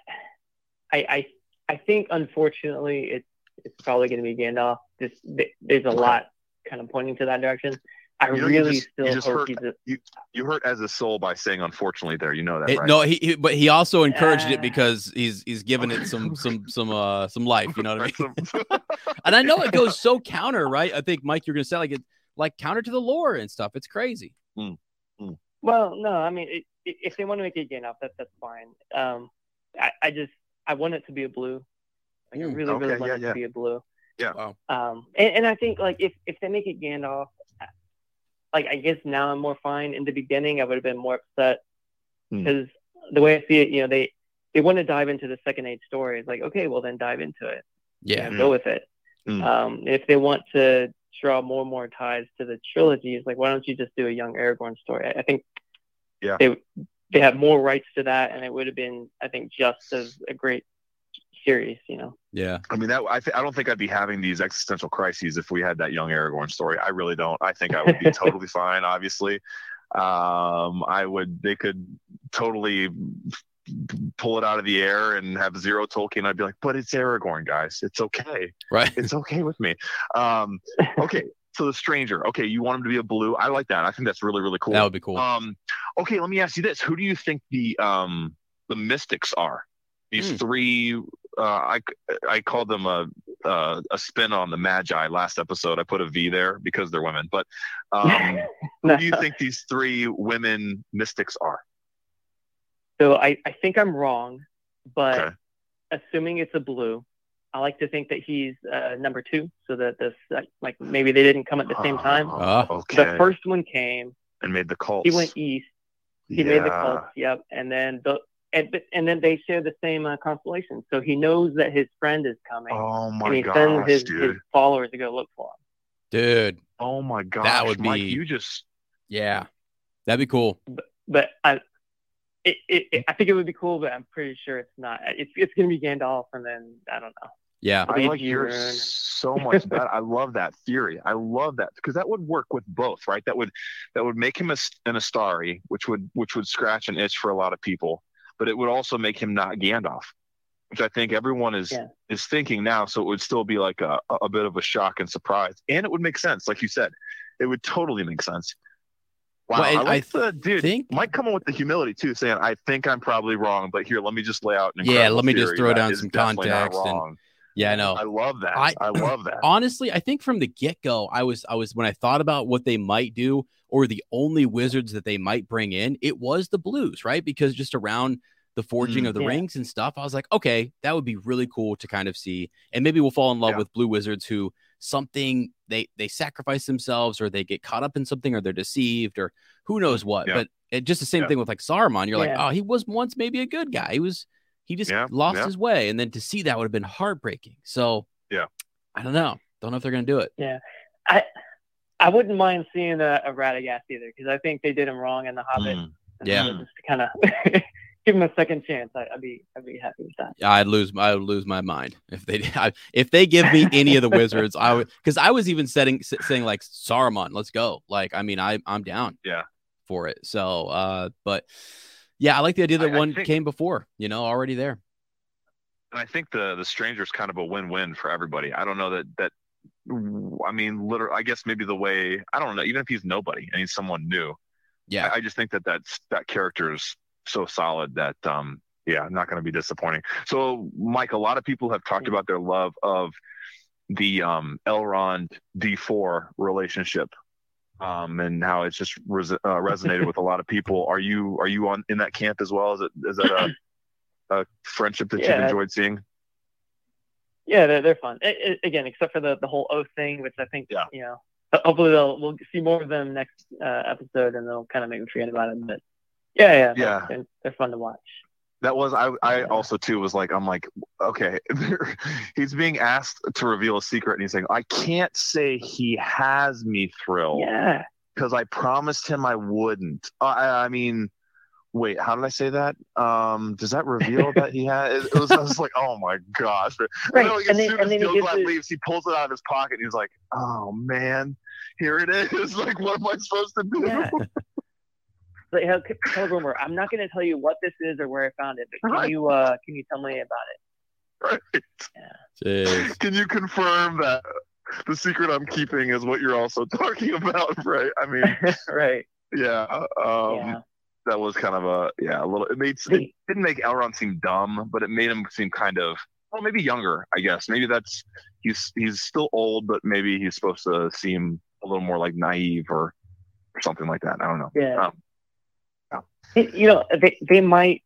Speaker 5: I, I, I think unfortunately it's it's probably going to be Gandalf. Just th- there's a
Speaker 1: Okay.
Speaker 5: lot kind of pointing to that direction. I
Speaker 1: You know, you
Speaker 5: really
Speaker 1: just- you
Speaker 5: still
Speaker 1: just
Speaker 5: hope
Speaker 1: hurt-
Speaker 5: he's a,
Speaker 1: You hurt as a soul by saying unfortunately there. You know that,
Speaker 2: It-
Speaker 1: right?
Speaker 2: No, he, he but he also encouraged it
Speaker 5: Uh.
Speaker 2: because he's he's giving it some some some uh some life. You know what I mean?
Speaker 1: That's a-
Speaker 2: And I know it goes so counter, right? I think Mike, you're gonna say like it, like counter to the lore and stuff. It's crazy.
Speaker 5: Well, no, I mean, it, i if they want to make it Gandalf, that that's fine. Um, I, I just I want it to be a blue. Like, I
Speaker 2: Mm,
Speaker 5: really, really
Speaker 1: okay,
Speaker 5: want
Speaker 1: yeah,
Speaker 5: it
Speaker 1: yeah.
Speaker 5: to be a blue.
Speaker 1: Yeah.
Speaker 2: Wow.
Speaker 5: Um, and, and I think like if if they make it Gandalf, I- like I guess now I'm more fine. In the beginning, I would have been more upset
Speaker 1: Hmm.
Speaker 5: because the way I see it, you know, they they want to dive into the second age story. It's like, okay, well then dive into it. you
Speaker 2: Yeah.
Speaker 5: know, go with it.
Speaker 1: Mm-hmm. Mm.
Speaker 5: Um, if they want to draw more and more ties to the trilogy, it's like why don't you just do a young Aragorn story? I, I think
Speaker 1: Yeah.
Speaker 5: they they have more rights to that, and it would have been I think just as a great serious, you know.
Speaker 2: Yeah.
Speaker 1: I mean, that I, th- I don't think I'd be having these existential crises if we had that young Aragorn story. I really don't. I think I would be totally fine. Obviously, um, I would. They could totally pull it out of the air and have zero Tolkien. I'd be like, but it's Aragorn, guys. It's okay.
Speaker 2: Right.
Speaker 1: It's okay with me. Um, okay. So the stranger. Okay, you want him to be a blue. I like that. I think that's really really cool.
Speaker 2: That would be cool.
Speaker 1: Um, okay, let me ask you this: Who do you think the um the mystics are? These
Speaker 2: Hmm.
Speaker 1: three, uh, I I called them a uh, a spin on the magi last episode. I put a V there because they're women. But um, who
Speaker 5: No.
Speaker 1: do you think these three women mystics are?
Speaker 5: So I, I think I'm wrong, but
Speaker 1: Okay.
Speaker 5: assuming it's a blue, I like to think that he's uh, number two, so that this that, like maybe they didn't come at the same time.
Speaker 2: Ah.
Speaker 1: Oh, okay.
Speaker 5: The first one came.
Speaker 1: and made the cults.
Speaker 5: He went east. He made the cults. Yep. And then the and, but- and then they share the same uh, constellation, so he knows that his friend is coming,
Speaker 1: Oh my
Speaker 5: and he
Speaker 1: gosh,
Speaker 5: sends his,
Speaker 1: dude.
Speaker 5: his followers to go look for
Speaker 2: Dude.
Speaker 1: oh my gosh.
Speaker 2: would
Speaker 1: Mike,
Speaker 2: be-
Speaker 1: you just
Speaker 2: Yeah. That'd be cool.
Speaker 5: him. But I. It, it, it, I think it would be cool, but I'm pretty sure it's not. It's it's gonna be Gandalf, and then I don't know.
Speaker 2: Yeah.
Speaker 1: I
Speaker 5: Leave
Speaker 1: like
Speaker 5: you
Speaker 1: yours
Speaker 5: alone.
Speaker 1: so much better. I love that theory. I love that because that would work with both, right? That would that would make him a, s- an Astari, which would which would scratch an itch for a lot of people, but it would also make him not Gandalf, which I think everyone is
Speaker 5: Yeah.
Speaker 1: is thinking now. So it would still be like a, a bit of a shock and surprise, and it would make sense, like you said, it would totally make sense. Wow,
Speaker 2: Well, and
Speaker 1: I
Speaker 2: I
Speaker 1: like the dude.
Speaker 2: think-
Speaker 1: Mike coming with the humility too, saying, "I think I'm probably wrong, but here, let me just lay out an
Speaker 2: Yeah,
Speaker 1: incredible
Speaker 2: let me just
Speaker 1: theory
Speaker 2: throw
Speaker 1: that
Speaker 2: down
Speaker 1: is
Speaker 2: some
Speaker 1: definitely not
Speaker 2: context and-
Speaker 1: wrong."
Speaker 2: Yeah, I know.
Speaker 1: I love that.
Speaker 2: I-
Speaker 1: I, love that.
Speaker 2: honestly, I think from the get go, I was I was when I thought about what they might do or the only wizards that they might bring in, it was the blues, right? Because just around the forging
Speaker 1: Mm.
Speaker 2: of the
Speaker 5: Yeah.
Speaker 2: rings and stuff, I was like, okay, that would be really cool to kind of see, and maybe we'll fall in love
Speaker 1: Yeah.
Speaker 2: with blue wizards who something they they sacrifice themselves or they get caught up in something or they're deceived or who knows what.
Speaker 1: Mm-hmm. Yeah.
Speaker 2: But it, just the same
Speaker 1: Yeah.
Speaker 2: thing with like Saruman, you're
Speaker 5: Yeah.
Speaker 2: like, oh, he was once maybe a good guy. He was he just
Speaker 1: Yeah,
Speaker 2: lost
Speaker 1: yeah.
Speaker 2: his way, and then to see that would have been heartbreaking. So. I don't know. Don't know if they're gonna do it.
Speaker 5: I wouldn't mind seeing a, a Radagast either, because I think they did him wrong in the Hobbit.
Speaker 1: Mm.
Speaker 5: And
Speaker 2: Yeah.
Speaker 5: so Just to kind of give him a second chance. I, I'd be I'd be happy with that.
Speaker 2: I'd lose. I would lose my mind if they I, if they give me any of the wizards. I would because I was even setting s- saying like Saruman, let's go. Like I mean, I I'm down.
Speaker 1: Yeah.
Speaker 2: For it. So, uh, but yeah, I like the idea that
Speaker 1: I- I
Speaker 2: one
Speaker 1: think-
Speaker 2: came before. You know, already there.
Speaker 1: And I think the the stranger's kind of a win-win for everybody. I don't know that that I mean, literally, I guess maybe the way I don't know. Even if he's nobody and he's someone new,
Speaker 2: Yeah.
Speaker 1: I, I just think that that's that character is so solid that um yeah, I'm not going to be disappointing. So Mike, a lot of people have talked about their love of the um Elrond D4 relationship um and how it's just res- uh, resonated with a lot of people. Are you are you on in that camp as well? Is it is that a a friendship that you've
Speaker 5: Yeah.
Speaker 1: enjoyed seeing?
Speaker 5: Yeah, they're, they're fun. A- a- again, except for the, the whole oath thing, which I think,
Speaker 1: Yeah.
Speaker 5: you know, ho- hopefully they'll, we'll see more of them next uh, episode and they'll kind of make me forget about it. But yeah, yeah, they're-
Speaker 1: Yeah.
Speaker 5: They're, they're fun to watch.
Speaker 1: That was I. I also too was like, I'm like, okay, he's being asked to reveal a secret, and he's saying, I can't say he has me thrilled
Speaker 5: Yeah.
Speaker 1: because I promised him I wouldn't. Uh, I, I mean, wait, how did I say that? Um, does that reveal that he has? It was, I was like, oh my gosh. And
Speaker 5: Right.
Speaker 1: like,
Speaker 5: and
Speaker 1: as
Speaker 5: then,
Speaker 1: soon
Speaker 5: and
Speaker 1: as
Speaker 5: then he
Speaker 1: Gilglad
Speaker 5: gives
Speaker 1: leaves, he pulls it out of his pocket, and he's like, oh man, here it is. like, what am I supposed to do?
Speaker 5: Yeah. like, how- tell Groomer, I'm not going to tell you what this is or where I found it, but can
Speaker 1: Right.
Speaker 5: you uh, can you tell me about it?
Speaker 1: Right.
Speaker 2: Jeez.
Speaker 1: Can you confirm that the secret I'm keeping is what you're also talking about, right? I mean,
Speaker 5: right.
Speaker 1: yeah, um,
Speaker 5: yeah.
Speaker 1: that was kind of a yeah, a little. It made it didn't make Elrond seem dumb, but it made him seem kind of well, maybe younger, I guess. Maybe that's he's he's still old, but maybe he's supposed to seem a little more like naive or, or something like that. I don't know.
Speaker 5: Yeah.
Speaker 1: Um,
Speaker 5: It- you know they they might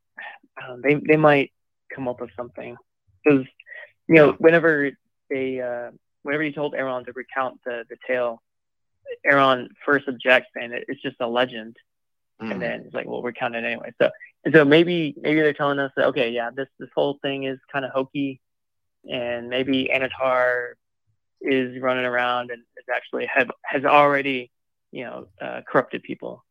Speaker 5: um, they they might come up with something because you know whenever they uh, whenever you told Aaron to recount the the tale, Aaron first objects and it, it's just a legend,
Speaker 1: hmm.
Speaker 5: and then it's like well recount it anyway. So and so maybe maybe they're telling us that okay yeah this this whole thing is kind of hokey, and maybe Anatar is running around and is actually have has already you know uh, corrupted people.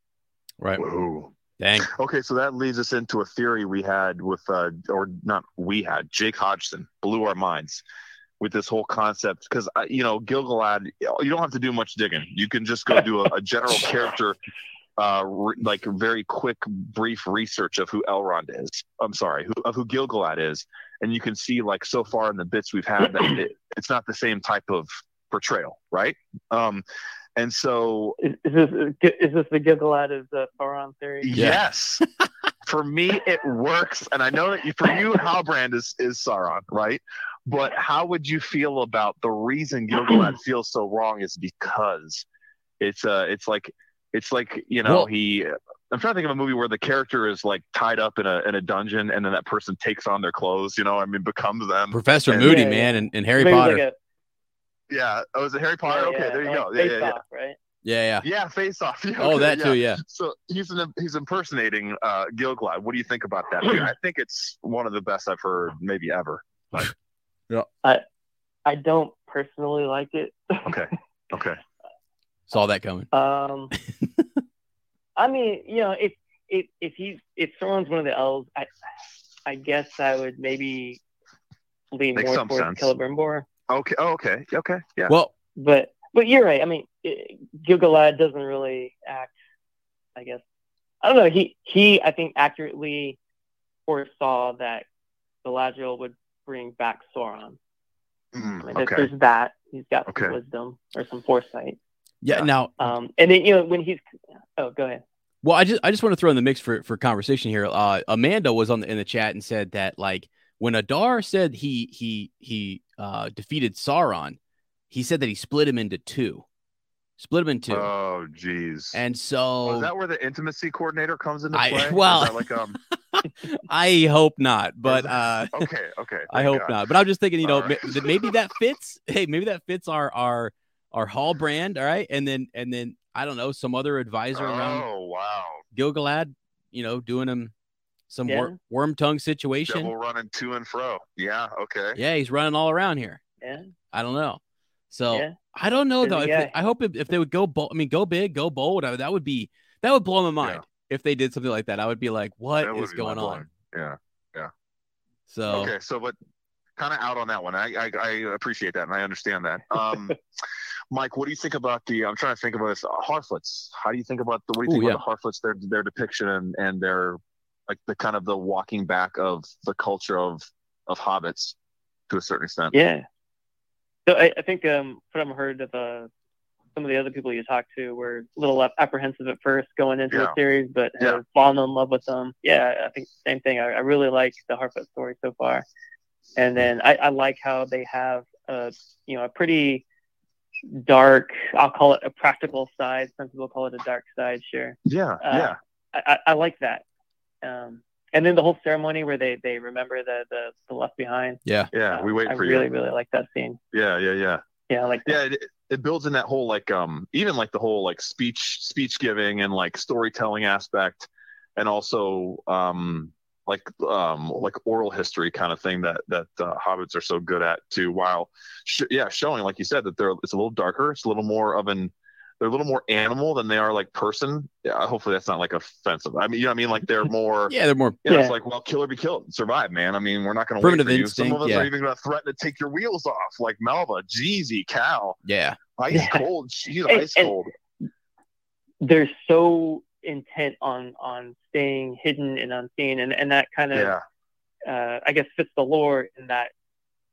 Speaker 2: Right.
Speaker 1: Whoa.
Speaker 2: Dang.
Speaker 1: Okay, so that leads us into a theory we had with, uh, or not we had, Jake Hodgson blew our minds with this whole concept because uh, you know Gilgalad, you don't have to do much digging. You can just go do a, a general character, uh, re- like very quick, brief research of who Elrond is. I'm sorry, who, of who Gilgalad is, and you can see like so far in the bits we've had that it, it's not the same type of portrayal, right? Um, and so
Speaker 5: Is, is this uh, is this the giggle uh, out of the Sauron theory?
Speaker 1: Yes. for me, it works, and I know that you, for you, Halbrand is is Sauron, right? But how would you feel about the reason Gilgalad feels so wrong is because it's uh it's like it's like you know
Speaker 2: Well-
Speaker 1: he. I'm trying to think of a movie where the character is like tied up in a in a dungeon, and then that person takes on their clothes. You know, I mean, becomes them.
Speaker 2: Professor
Speaker 1: Yeah,
Speaker 2: Moody,
Speaker 5: yeah.
Speaker 2: man, and, and Harry
Speaker 5: Maybe it's
Speaker 2: Potter.
Speaker 5: Like a,
Speaker 1: Yeah. Oh, is it Harry Potter?
Speaker 5: yeah,
Speaker 1: okay, there you
Speaker 5: like
Speaker 1: go. Yeah, yeah,
Speaker 5: Face
Speaker 1: yeah.
Speaker 5: Off, right?
Speaker 2: yeah, yeah.
Speaker 1: Yeah, face off. Yeah,
Speaker 2: Oh,
Speaker 1: okay,
Speaker 2: that
Speaker 1: yeah.
Speaker 2: too, yeah.
Speaker 1: So he's an, he's impersonating uh, Gilglad. What do you think about that? theory? I think it's one of the best I've heard, maybe ever.
Speaker 5: I don't personally like it.
Speaker 1: Okay, okay.
Speaker 2: Saw that coming.
Speaker 5: Um, I mean, you know, if if if he's if Sauron's one of the elves, I I guess I would maybe lean
Speaker 1: Makes
Speaker 5: more
Speaker 1: some
Speaker 5: towards
Speaker 1: sense.
Speaker 5: Celebrimbor.
Speaker 1: Okay, oh, okay, okay, yeah.
Speaker 2: Well,
Speaker 5: But but you're right. I mean, it, Gilgalad doesn't really act. I guess I don't know. He he I think accurately foresaw that Galadriel would bring back Sauron. I
Speaker 1: Mm,
Speaker 5: mean, there's,
Speaker 1: okay,
Speaker 5: there's that. He's got
Speaker 1: Okay.
Speaker 5: some wisdom or some foresight.
Speaker 2: yeah.
Speaker 1: Yeah.
Speaker 2: Now,
Speaker 5: Um, and then you know when he's oh go ahead.
Speaker 2: Well, I just I just want to throw in the mix for for conversation here. Uh, Amanda was on the, in the chat and said that like when Adar said he he he uh, defeated Sauron, he said that he split him into two, split him in two,
Speaker 1: Oh, jeez.
Speaker 2: and
Speaker 1: Oh,
Speaker 2: so
Speaker 1: is that where the intimacy coordinator comes into
Speaker 2: I-
Speaker 1: play? Is
Speaker 2: well-
Speaker 1: that like um.
Speaker 2: I hope not, but
Speaker 1: that-
Speaker 2: uh,
Speaker 1: Okay, okay.
Speaker 2: I
Speaker 1: thank
Speaker 2: hope
Speaker 1: God.
Speaker 2: not. But I'm just thinking, you know,
Speaker 1: All right.
Speaker 2: ma- that maybe that fits. Hey, maybe that fits our our our hall brand, all right? And then and then I don't know some other advisor around
Speaker 1: Oh wow,
Speaker 2: Gilgalad, you know, doing him some
Speaker 5: Yeah.
Speaker 2: wor- worm tongue situation.
Speaker 1: devil running to and fro. Yeah, okay.
Speaker 2: Yeah, he's running all around here.
Speaker 5: Yeah.
Speaker 2: I don't know. So
Speaker 5: Yeah.
Speaker 2: I don't know
Speaker 5: Busy
Speaker 2: though. If
Speaker 5: guy.
Speaker 2: they- I hope if, if they would go bold, I mean, go big, go bold. I, that would be that would blow my
Speaker 1: Yeah.
Speaker 2: mind if they did something like that. I would be like, what
Speaker 1: That would
Speaker 2: is
Speaker 1: be my
Speaker 2: going on?
Speaker 1: point. Yeah.
Speaker 2: So
Speaker 1: Okay, so but kind of out on that one. I, I I appreciate that and I understand that. Um, Mike, what do you think about the? I'm trying to think about this. Uh, Harflets. How do you think about the? What do you
Speaker 2: Ooh,
Speaker 1: think about the Harflets? Their their depiction and and their like the kind of the walking back of the culture of of hobbits to a certain extent.
Speaker 5: Yeah. So I, I think um, from heard of uh, some of the other people you talked to were a little ap- apprehensive at first going into
Speaker 1: Yeah.
Speaker 5: the series, but
Speaker 1: Yeah.
Speaker 5: have fallen in love with them. Yeah, I think same thing. I, I really like the Harfoot story so far, and then I, I like how they have a you know a pretty dark. I'll call it a practical side. Some people call it a dark side. Sure.
Speaker 1: Yeah, yeah.
Speaker 5: I, I, I like that. Um, and then the whole ceremony where they, they remember the, the, the left behind.
Speaker 1: Yeah, we wait
Speaker 5: Uh, I
Speaker 1: for
Speaker 5: really,
Speaker 1: you.
Speaker 5: really like that scene.
Speaker 1: Yeah, yeah, yeah.
Speaker 5: Yeah, like
Speaker 1: yeah it, it builds in that whole like um even like the whole like speech speech giving and like storytelling aspect and also um like um like oral history kind of thing that that uh, hobbits are so good at too while sh- yeah showing like you said that they're it's a little darker it's a little more of an they're a little more animal than they are like person yeah hopefully that's not like offensive i mean you know what i mean like they're more
Speaker 2: yeah, they're more
Speaker 1: you know, it's
Speaker 5: Yeah.
Speaker 1: like, well, kill or be killed, survive, man. I mean, we're not going to wait
Speaker 2: Primitive
Speaker 1: for you.
Speaker 2: instinct,
Speaker 1: Some of us
Speaker 2: yeah.
Speaker 1: are even going to threaten to take your wheels off, like Malva, Jeezy, Cow,
Speaker 2: yeah.
Speaker 1: ice
Speaker 5: Yeah.
Speaker 1: cold. She's
Speaker 5: And-
Speaker 1: ice
Speaker 5: and-
Speaker 1: cold.
Speaker 5: they're so intent on on staying hidden and unseen, and and that kind of
Speaker 1: yeah,
Speaker 5: uh, I guess fits the lore in that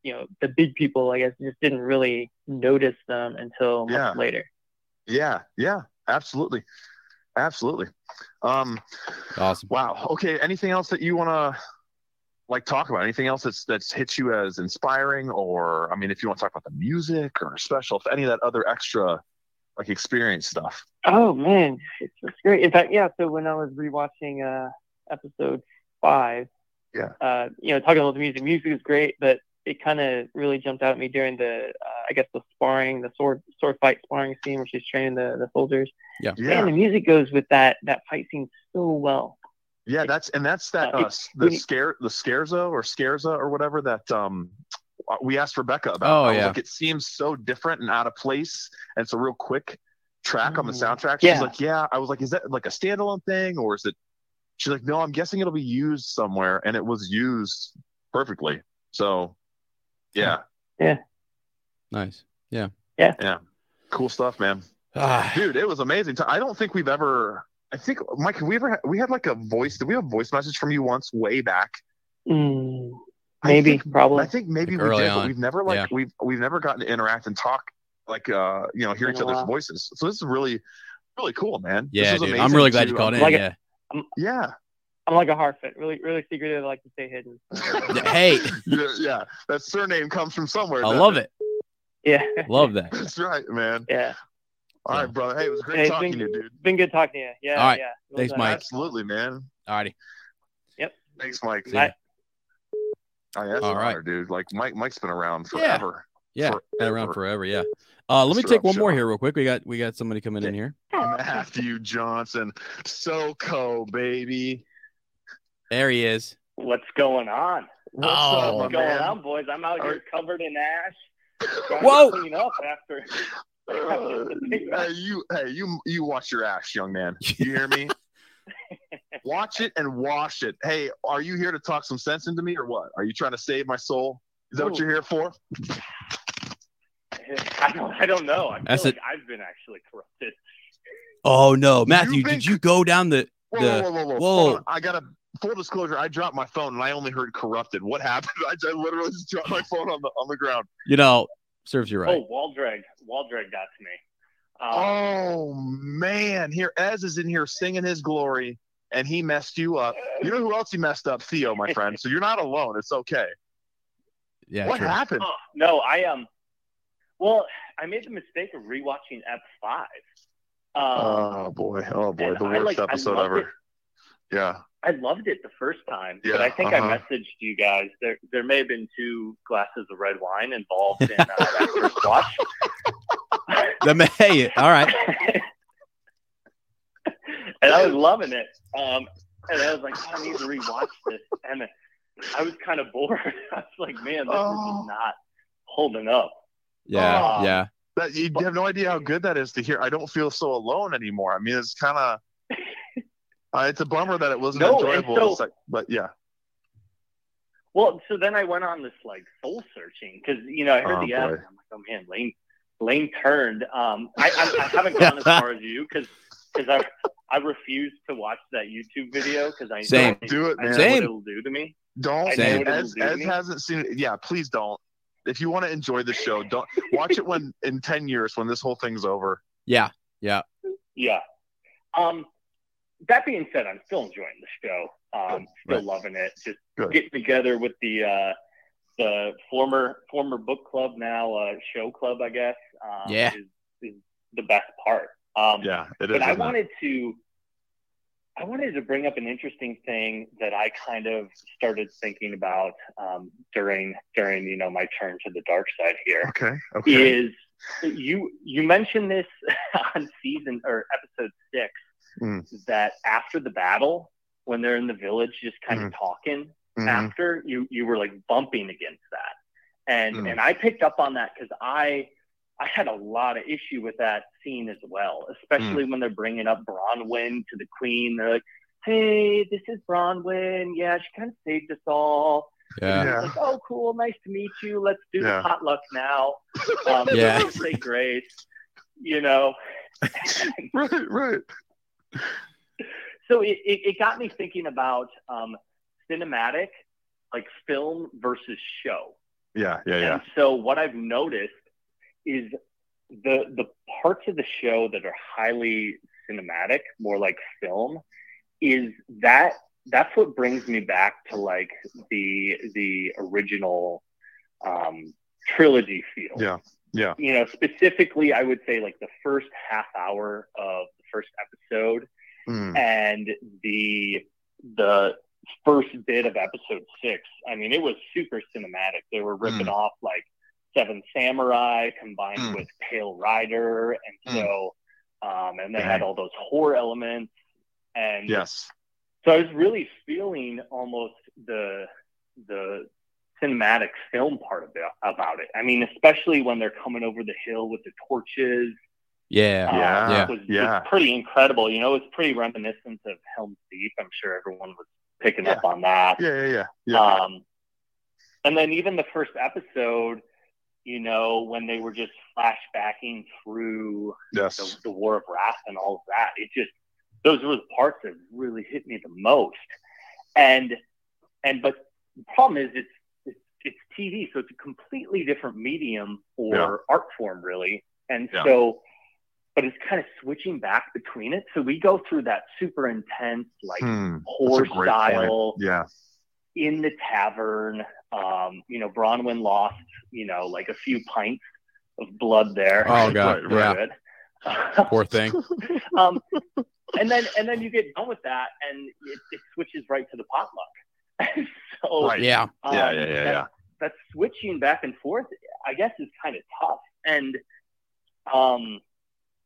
Speaker 5: you know the big people I guess just didn't really notice them until
Speaker 1: Yeah.
Speaker 5: much later.
Speaker 1: yeah, yeah. Absolutely, absolutely. Um,
Speaker 2: Awesome.
Speaker 1: wow. Okay. Anything else that you want to like talk about? Anything else that's that's hit you as inspiring, or I mean, if you want to talk about the music or special, if any of that other extra like experience stuff.
Speaker 5: Oh man, it's, it's great. In fact, yeah. So when I was rewatching uh, episode five,
Speaker 1: Yeah.
Speaker 5: uh, you know, talking about the music, music is great, but it kind of really jumped out at me during the, uh, I guess, the sparring, the sword sword fight sparring scene where she's training the the soldiers.
Speaker 1: Yeah,
Speaker 5: Man, the music goes with that that fight scene so well.
Speaker 1: yeah. That's and that's that
Speaker 5: Uh,
Speaker 1: uh,
Speaker 5: it's-
Speaker 1: the
Speaker 5: we-
Speaker 1: scare the scarzo or scarza or whatever that um we asked Rebecca about.
Speaker 2: Oh,
Speaker 1: I was
Speaker 2: yeah.
Speaker 1: Like it seems so different and out of place, and it's a real quick track on the
Speaker 5: Mm.
Speaker 1: soundtrack.
Speaker 5: Yeah.
Speaker 1: She's like, yeah. I was like, is that like a standalone thing or is it She's like, no, I'm guessing it'll be used somewhere, and it was used perfectly. So, yeah,
Speaker 2: Nice.
Speaker 1: cool stuff, man.
Speaker 2: Ah,
Speaker 1: Dude, it was amazing. I don't think we've ever. I think Mike, have we ever had, we had like a voice? Did we have a voice message from you once way back?
Speaker 5: Mm,
Speaker 1: I
Speaker 5: maybe,
Speaker 1: think- I
Speaker 5: probably.
Speaker 1: think maybe
Speaker 2: Like
Speaker 1: we
Speaker 2: early
Speaker 1: did, but
Speaker 2: on.
Speaker 1: we've never like
Speaker 2: Yeah.
Speaker 1: we've we've never gotten to interact and talk like uh you know hear
Speaker 5: Been
Speaker 1: each
Speaker 5: a
Speaker 1: other's
Speaker 5: while.
Speaker 1: voices. So this is really really cool, man. This
Speaker 2: yeah,
Speaker 1: is
Speaker 2: dude. I'm
Speaker 1: amazing
Speaker 2: really glad you
Speaker 1: to- um,
Speaker 2: called in.
Speaker 5: Like-
Speaker 2: yeah.
Speaker 1: Yeah,
Speaker 5: I'm like a harfit, really, really secretive. I like to stay hidden.
Speaker 2: Hey,
Speaker 1: yeah, yeah. That surname comes from somewhere.
Speaker 2: I
Speaker 1: doesn't
Speaker 2: love it.
Speaker 5: Yeah,
Speaker 2: Love that.
Speaker 1: That's right, man.
Speaker 5: yeah.
Speaker 1: All right, brother. Hey, it was great
Speaker 5: Hey, it's
Speaker 1: talking
Speaker 5: been-
Speaker 1: to you, dude.
Speaker 5: Been good talking to you. Yeah,
Speaker 2: All right.
Speaker 5: yeah. It was,
Speaker 2: Thanks,
Speaker 5: uh,
Speaker 2: Mike.
Speaker 1: Absolutely, man.
Speaker 2: Alrighty.
Speaker 1: Thanks, Mike.
Speaker 2: See ya.
Speaker 1: Oh, yeah, that's
Speaker 2: All
Speaker 1: an
Speaker 2: right.
Speaker 1: honor, dude. Like Mike, Mike's been around
Speaker 2: Yeah.
Speaker 1: forever.
Speaker 2: Yeah, been around forever. Yeah. Uh, let me
Speaker 1: Mr.
Speaker 2: take one more
Speaker 1: Upshaw.
Speaker 2: here real quick. We got we got somebody coming in here.
Speaker 1: Matthew Johnson, SoCo baby.
Speaker 2: There he is.
Speaker 6: What's going on?
Speaker 1: What's
Speaker 2: Oh,
Speaker 1: up,
Speaker 6: What's
Speaker 1: my
Speaker 6: going
Speaker 1: man?
Speaker 6: on, boys? I'm out here covered in ash. trying to
Speaker 2: Whoa.
Speaker 6: Clean up after.
Speaker 1: Uh, hey, you, hey, you, you watch your ass, young man. You hear me? watch it and wash it. Hey, are you here to talk some sense into me or what? Are you trying to save my soul? Is that what you're here for?
Speaker 6: I don't, I don't know. I feel
Speaker 2: That's
Speaker 6: like I've been actually corrupted.
Speaker 2: Oh no, Matthew,
Speaker 1: You've been-
Speaker 2: did you go down the?
Speaker 1: Whoa,
Speaker 2: The-
Speaker 1: whoa, whoa, whoa, whoa.
Speaker 2: whoa.
Speaker 1: Hold on. I got a full disclosure. I dropped my phone and I only heard corrupted. What happened? I, I literally just dropped my phone on the on the ground.
Speaker 2: You know, serves you right.
Speaker 6: Oh, Waldreg. Waldreg got to me. Um,
Speaker 1: Oh man, here Ez is in here singing his glory, and he messed you up. You know who else he messed up? Theo, my friend. So you're not alone. It's okay.
Speaker 2: yeah.
Speaker 1: what
Speaker 2: true.
Speaker 1: happened?
Speaker 6: oh, no, I Um, well, I made the mistake of rewatching Ep five. Um,
Speaker 1: Oh boy, oh boy,
Speaker 6: and
Speaker 1: the
Speaker 6: I,
Speaker 1: worst
Speaker 6: like, I
Speaker 1: episode
Speaker 6: loved
Speaker 1: ever.
Speaker 6: it.
Speaker 1: Yeah,
Speaker 6: I loved it the first time, but
Speaker 1: Yeah,
Speaker 6: I think
Speaker 1: uh-huh.
Speaker 6: I messaged you guys. There, there may have been two glasses of red wine involved in uh, that first watch.
Speaker 2: That may- hey, all right.
Speaker 6: and I was loving it. Um, and I was like, I need to rewatch this. And I was kind of bored. I was like, man, this is
Speaker 1: Oh.
Speaker 6: just not holding up.
Speaker 2: Yeah,
Speaker 6: Oh.
Speaker 2: yeah.
Speaker 1: that you have no idea how good that is to hear. I don't feel so alone anymore. I mean, it's kind of. Uh, it's a bummer that it wasn't
Speaker 6: No, and
Speaker 1: enjoyable,
Speaker 6: so-
Speaker 1: It's like- but yeah,
Speaker 6: Well, so then I went on this like soul searching because you know I heard
Speaker 1: Oh,
Speaker 6: the ad.
Speaker 1: boy.
Speaker 6: and I'm like, oh man, Lane, Lane turned. Um, I, I, I haven't gone as far as you because because I I refuse to watch that YouTube video because I
Speaker 2: Same.
Speaker 6: I,
Speaker 1: do it,
Speaker 6: I know
Speaker 1: man.
Speaker 2: Same.
Speaker 6: what it'll do to me.
Speaker 1: Don't.
Speaker 6: I
Speaker 2: know
Speaker 1: Same.
Speaker 6: what it'll
Speaker 1: Ez,
Speaker 6: do to
Speaker 1: Ez
Speaker 6: me.
Speaker 1: hasn't seen it. Yeah, please don't. If you want to enjoy the show, don't watch it when in ten years when this whole thing's over.
Speaker 2: Yeah.
Speaker 6: Yeah. Um, that being said, I'm still enjoying the show. Um, still
Speaker 2: Right.
Speaker 6: loving it. Just
Speaker 1: Good.
Speaker 6: getting together with the uh, the former former book club now uh, show club, I guess. Um,
Speaker 2: Yeah.
Speaker 6: is, is the best part. Um,
Speaker 1: Yeah, it is.
Speaker 6: but
Speaker 1: isn't
Speaker 6: I
Speaker 1: it?
Speaker 6: wanted to I wanted to bring up an interesting thing that I kind of started thinking about um, during during you know my turn to the dark side here
Speaker 1: Okay. Okay.
Speaker 6: is you you mentioned this on season or episode six that after the battle when they're in the village just kind of talking
Speaker 1: Mhm.
Speaker 6: after you you were like bumping against that and
Speaker 1: Mm.
Speaker 6: and i picked up on that because i i had a lot of issue with that scene as well especially
Speaker 1: Mm.
Speaker 6: when they're bringing up bronwyn to the queen they're like hey this is bronwyn yeah she kind of saved us all
Speaker 2: Yeah.
Speaker 1: Yeah.
Speaker 6: It's like oh cool nice to meet you let's do
Speaker 1: Yeah.
Speaker 6: the potluck now um,
Speaker 2: Yeah.
Speaker 6: yeah say grace you know
Speaker 1: right. Right.
Speaker 6: so it, it, it got me thinking about um, cinematic like film versus show
Speaker 1: Yeah. Yeah. Yeah.
Speaker 6: And so what I've noticed is the the parts of the show that are highly cinematic, more like film, is that that's what brings me back to like the the original um, trilogy feel.
Speaker 1: Yeah, yeah.
Speaker 6: You know, specifically, I would say like the first half hour of the first episode
Speaker 1: Mm.
Speaker 6: and the the first bit of episode six i mean it was super cinematic they were ripping
Speaker 1: Mm.
Speaker 6: off like seven samurai combined
Speaker 1: Mm.
Speaker 6: with pale rider and
Speaker 1: Mm.
Speaker 6: so um, and they had all those horror elements and
Speaker 1: Yes.
Speaker 6: so i was really feeling almost the the cinematic film part of it, about it i mean especially when they're coming over the hill with the torches
Speaker 2: Yeah.
Speaker 1: Yeah.
Speaker 2: Yeah.
Speaker 6: Was, was
Speaker 1: Yeah.
Speaker 6: pretty incredible. You know, it's pretty reminiscent of Helm's Deep. I'm sure everyone was picking up on that.
Speaker 1: Yeah, yeah, yeah. yeah.
Speaker 6: Um, and then even the first episode, you know, when they were just flashbacking through the,
Speaker 1: yes.
Speaker 6: the War of Wrath and all of that, it just those were the parts that really hit me the most. And and but the problem is it's it's, it's TV, so it's a completely different medium or
Speaker 1: Yeah.
Speaker 6: art form, really. And
Speaker 1: Yeah.
Speaker 6: so, but it's kind of switching back between it. So we go through that super intense like
Speaker 1: Hmm.
Speaker 6: horror
Speaker 1: great point.
Speaker 6: style
Speaker 1: Yeah.
Speaker 6: in the tavern. Um, you know, Bronwyn lost, you know, like a few pints of blood there.
Speaker 2: Oh, God.
Speaker 6: Which was
Speaker 2: Yeah.
Speaker 6: good.
Speaker 2: Poor thing.
Speaker 6: um, and then and then you get done with that, and it, it switches right to the potluck. so
Speaker 1: Right.
Speaker 2: Yeah.
Speaker 6: um,
Speaker 1: yeah, yeah, yeah,
Speaker 6: that-
Speaker 1: yeah.
Speaker 6: That switching back and forth, I guess, is kind of tough. And um,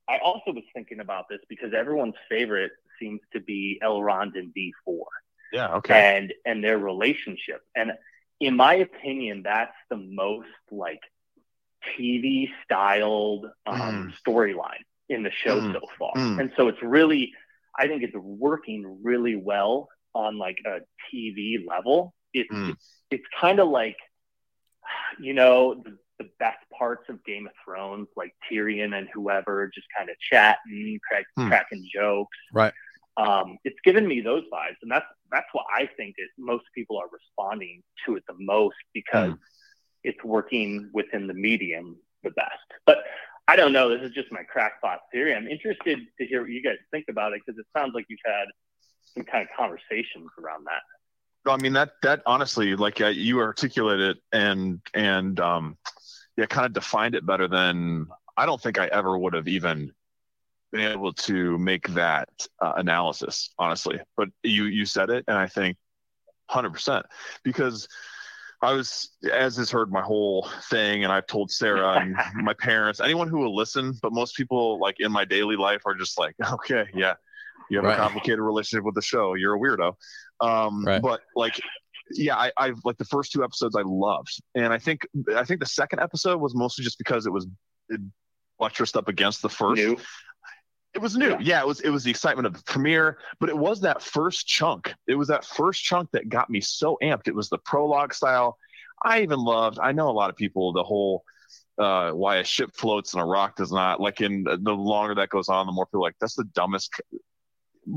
Speaker 6: I also was thinking about this because everyone's favorite seems to be Elrond and D four
Speaker 1: Yeah. Okay.
Speaker 6: and and their relationship and in my opinion that's the most like tv styled um, storyline in the show
Speaker 1: Mm.
Speaker 6: so far
Speaker 1: Mm.
Speaker 6: and so it's really i think it's working really well on like a tv level it's
Speaker 1: Mm.
Speaker 6: it's, it's kind of like you know the, the best parts of game of thrones like tyrion and whoever just kind of chatting crack,
Speaker 1: Mm.
Speaker 6: cracking jokes
Speaker 2: Right.
Speaker 6: um, it's given me those vibes and that's that's what i think is most people are responding to it the most
Speaker 1: Hmm.
Speaker 6: because it's working within the medium the best but i don't know this is just my crackpot theory i'm interested to hear what you guys think about it because it sounds like you've had some kind of conversations around that
Speaker 1: No, I mean that that honestly, like uh, you articulated it and and um, yeah, kind of defined it better than I don't think I ever would have even been able to make that uh, analysis, honestly. But you you said it, and I think hundred percent because I was as is heard my whole thing, and I've told Sarah and my parents, anyone who will listen, but most people like in my daily life are just like, okay, yeah, you have
Speaker 2: Right.
Speaker 1: a complicated relationship with the show, you're a weirdo. Um,
Speaker 2: Right.
Speaker 1: But like, yeah, I, I've like the first two episodes I loved, and I think I think the second episode was mostly just because it was it buttressed up against the first.
Speaker 6: New?
Speaker 1: It was new.
Speaker 6: Yeah.
Speaker 1: Yeah. it was it was the excitement of the premiere, but it was that first chunk. It was that first chunk that got me so amped. It was the prologue style. I even loved. I know a lot of people the whole uh, why a ship floats and a rock does not. Like in the longer that goes on, the more people are like that's the dumbest.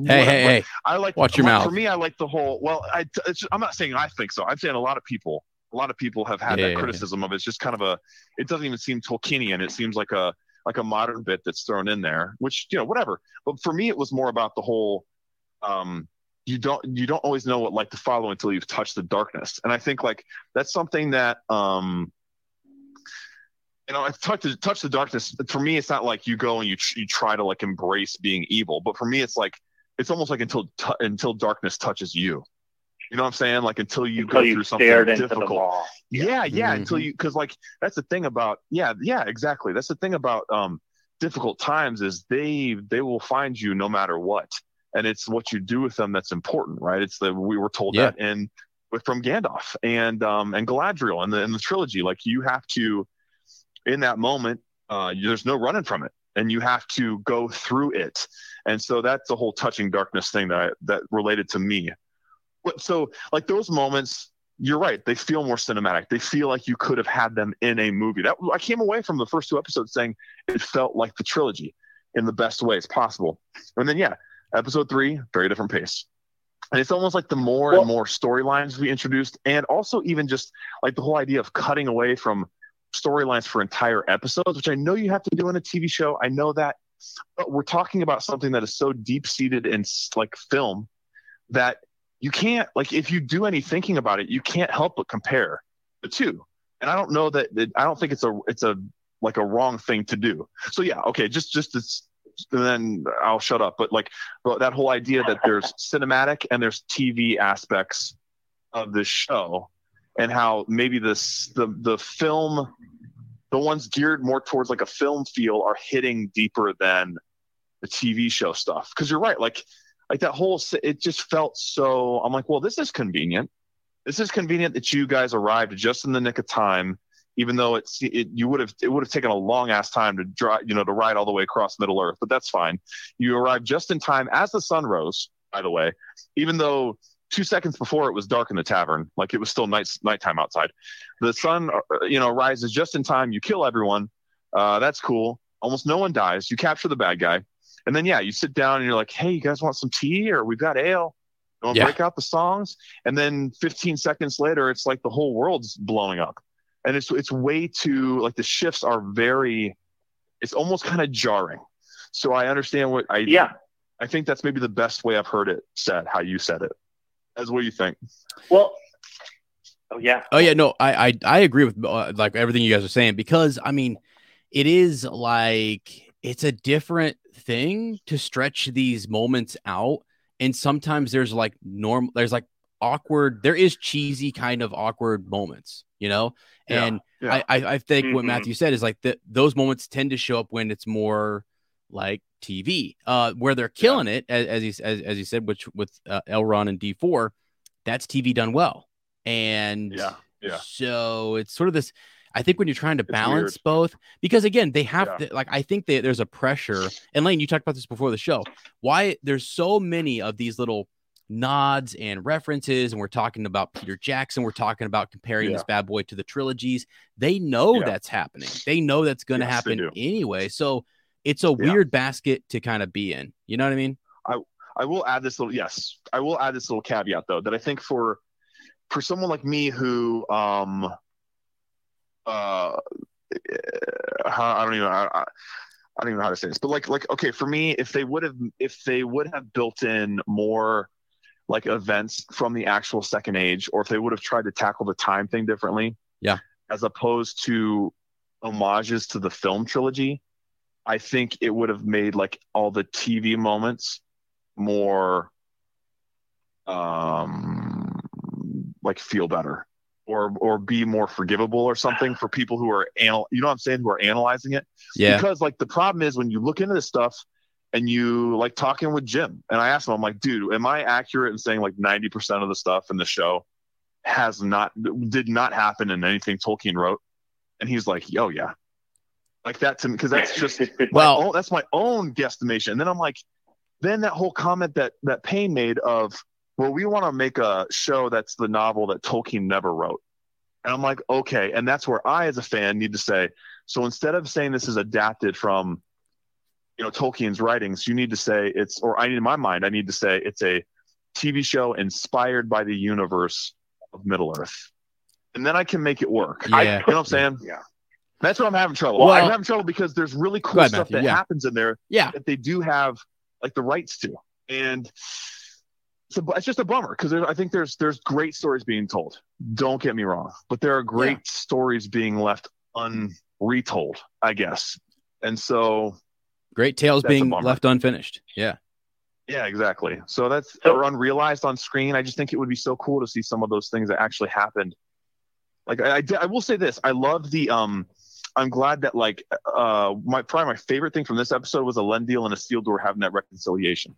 Speaker 2: Hey, hey, hey.
Speaker 1: I like
Speaker 2: Watch your
Speaker 1: like,
Speaker 2: mouth.
Speaker 1: For me, I like the whole. Well, I, it's I'm not saying I think so. I'm saying a lot of people. A lot of people have had
Speaker 2: Yeah,
Speaker 1: that
Speaker 2: yeah,
Speaker 1: criticism of it's just kind of a. It doesn't even seem Tolkienian. It seems like a like a modern bit that's thrown in there, which you know whatever. But for me, it was more about the whole. Um, you don't you don't always know what light to follow until you've touched the darkness, and I think like that's something that um, you know, I've touched the, touched the darkness. For me, it's not like you go and you tr- you try to like embrace being evil, but for me, it's like it's almost like until t- until darkness touches you. You know what I'm saying? Like until you go
Speaker 6: until you
Speaker 1: through something
Speaker 6: stared into
Speaker 1: difficult.
Speaker 6: the wall
Speaker 1: Yeah, yeah.
Speaker 2: Mhm.
Speaker 1: Until you, because like that's the thing about yeah, yeah, exactly. That's the thing about um difficult times is they they will find you no matter what, and it's what you do with them that's important, right? It's the we were told
Speaker 2: Yeah.
Speaker 1: that in with from Gandalf and um and Galadriel and the in the trilogy, like you have to in that moment, uh, you- there's no running from it, and you have to go through it, and so that's the whole touching darkness thing that I, that related to me. But so like those moments you're right. They feel more cinematic. They feel like you could have had them in a movie. That I came away from the first two episodes saying it felt like the trilogy in the best ways possible. And then yeah, episode three, very different pace. And it's almost like the more
Speaker 6: Well-
Speaker 1: and more storylines we introduced, and also even just like the whole idea of cutting away from storylines for entire episodes, which I know you have to do in a TV show. I know that, but we're talking about something that is so deep seated in s- like film that you can't like if you do any thinking about it, you can't help but compare the two. And I don't know that, that I don't think it's a it's a like a wrong thing to do. So yeah, okay, just just this, and then I'll shut up. But like but that whole idea that there's cinematic and there's TV aspects of this show, and how maybe this the the film, the ones geared more towards like a film feel are hitting deeper than the TV show stuff. Because you're right, like like that whole s- it just felt so. I'm like, well, this is convenient. This is convenient that you guys arrived just in the nick of time even though it's it, you would have it would have taken a long ass time to drive you know to ride all the way across middle earth but that's fine you arrived just in time as the sun rose by the way even though two seconds before it was dark in the tavern like it was still night nighttime outside the sun uh, you know rises just in time you kill everyone uh, that's cool almost no one dies you capture the bad guy and then yeah you sit down and you're like hey you guys want some tea or we've got ale you want to
Speaker 2: Yeah.
Speaker 1: break out the songs and then 15 seconds later it's like the whole world's blowing up and it's it's way too like the shifts are very it's almost kind of jarring so i understand what i
Speaker 6: Yeah.
Speaker 1: i think that's maybe the best way i've heard it said how you said it as what you think
Speaker 6: Well, oh yeah.
Speaker 2: Oh yeah, no, I I, I agree with uh, like everything you guys are saying because I mean, it is like it's a different thing to stretch these moments out, and sometimes there's like norm, there's like awkward, there is cheesy kind of awkward moments, you know,
Speaker 1: Yeah,
Speaker 2: and
Speaker 1: yeah. Mm-hmm.
Speaker 2: I, I I think what
Speaker 6: Mhm.
Speaker 2: Matthew said is like that those moments tend to show up when it's more like TV, uh, where they're killing it as as he s- as, as he said, which with uh, Elron and D four, that's TV done well. And
Speaker 1: yeah Yeah.
Speaker 2: so it's sort of this. I think when you're trying to
Speaker 1: It's
Speaker 2: balance
Speaker 1: weird.
Speaker 2: both, because again, they have
Speaker 1: Yeah.
Speaker 2: to like. I think that there's a pressure. And Lane, you talked about this before the show. Why there's so many of these little nods and references, and we're talking about Peter Jackson. We're talking about comparing
Speaker 1: Yeah.
Speaker 2: this bad boy to the trilogies. They know
Speaker 1: Yeah.
Speaker 2: that's happening. They know that's going to
Speaker 1: Yes, they do.
Speaker 2: happen anyway. So it's a weird basket to kind of be in. You know what I mean?
Speaker 1: I will add this little yes, I will add this little caveat though that I think for for someone like me who um uh I don't even I, I I don't even know how to say this, but like like okay, for me, if they would have if they would have built in more like events from the actual second age, or if they would have tried to tackle the time thing differently,
Speaker 2: Yeah.
Speaker 1: as opposed to homages to the film trilogy, I think it would have made like all the TV moments more um like feel better or or be more forgivable or something for people who are anal you know what I'm saying who are analyzing it
Speaker 2: Yeah.
Speaker 1: because like the problem is when you look into this stuff and you like talking with Jim and I asked him I'm like dude am I accurate in saying like 90% of the stuff in the show has not did not happen in anything Tolkien wrote and he's like oh yeah like that to me because that's just
Speaker 2: Well,
Speaker 1: oh, that's my own guesstimation. And then I'm like, then that whole comment that that Payne made of, well, we want to make a show that's the novel that Tolkien never wrote. And I'm like, okay. And that's where I, as a fan, need to say, so instead of saying this is adapted from, you know, Tolkien's writings, you need to say it's, or I need in my mind, I need to say it's a TV show inspired by the universe of Middle Earth. And then I can make it work.
Speaker 2: Yeah.
Speaker 1: I, you know what I'm saying?
Speaker 6: Yeah.
Speaker 1: That's what I'm having trouble.
Speaker 2: Well-
Speaker 1: I'm having trouble because there's really cool
Speaker 2: ahead,
Speaker 1: stuff
Speaker 2: Matthew.
Speaker 1: that
Speaker 2: Yeah.
Speaker 1: happens in there
Speaker 2: yeah.
Speaker 1: that they do have like the rights to, and it's, a, it's just a bummer because I think there's there's great stories being told. Don't get me wrong, but there are great stories being left unretold, I guess. And so,
Speaker 2: Great tales
Speaker 1: That's a
Speaker 2: being
Speaker 1: bummer.
Speaker 2: left unfinished. Yeah.
Speaker 1: yeah, exactly. So that's
Speaker 6: So-
Speaker 1: or unrealized on screen. I just think it would be so cool to see some of those things that actually happened. Like I, I, di- I will say this, I love the um. I'm glad that like uh my probably my favorite thing from this episode was a Len deal and a Seal door having that reconciliation.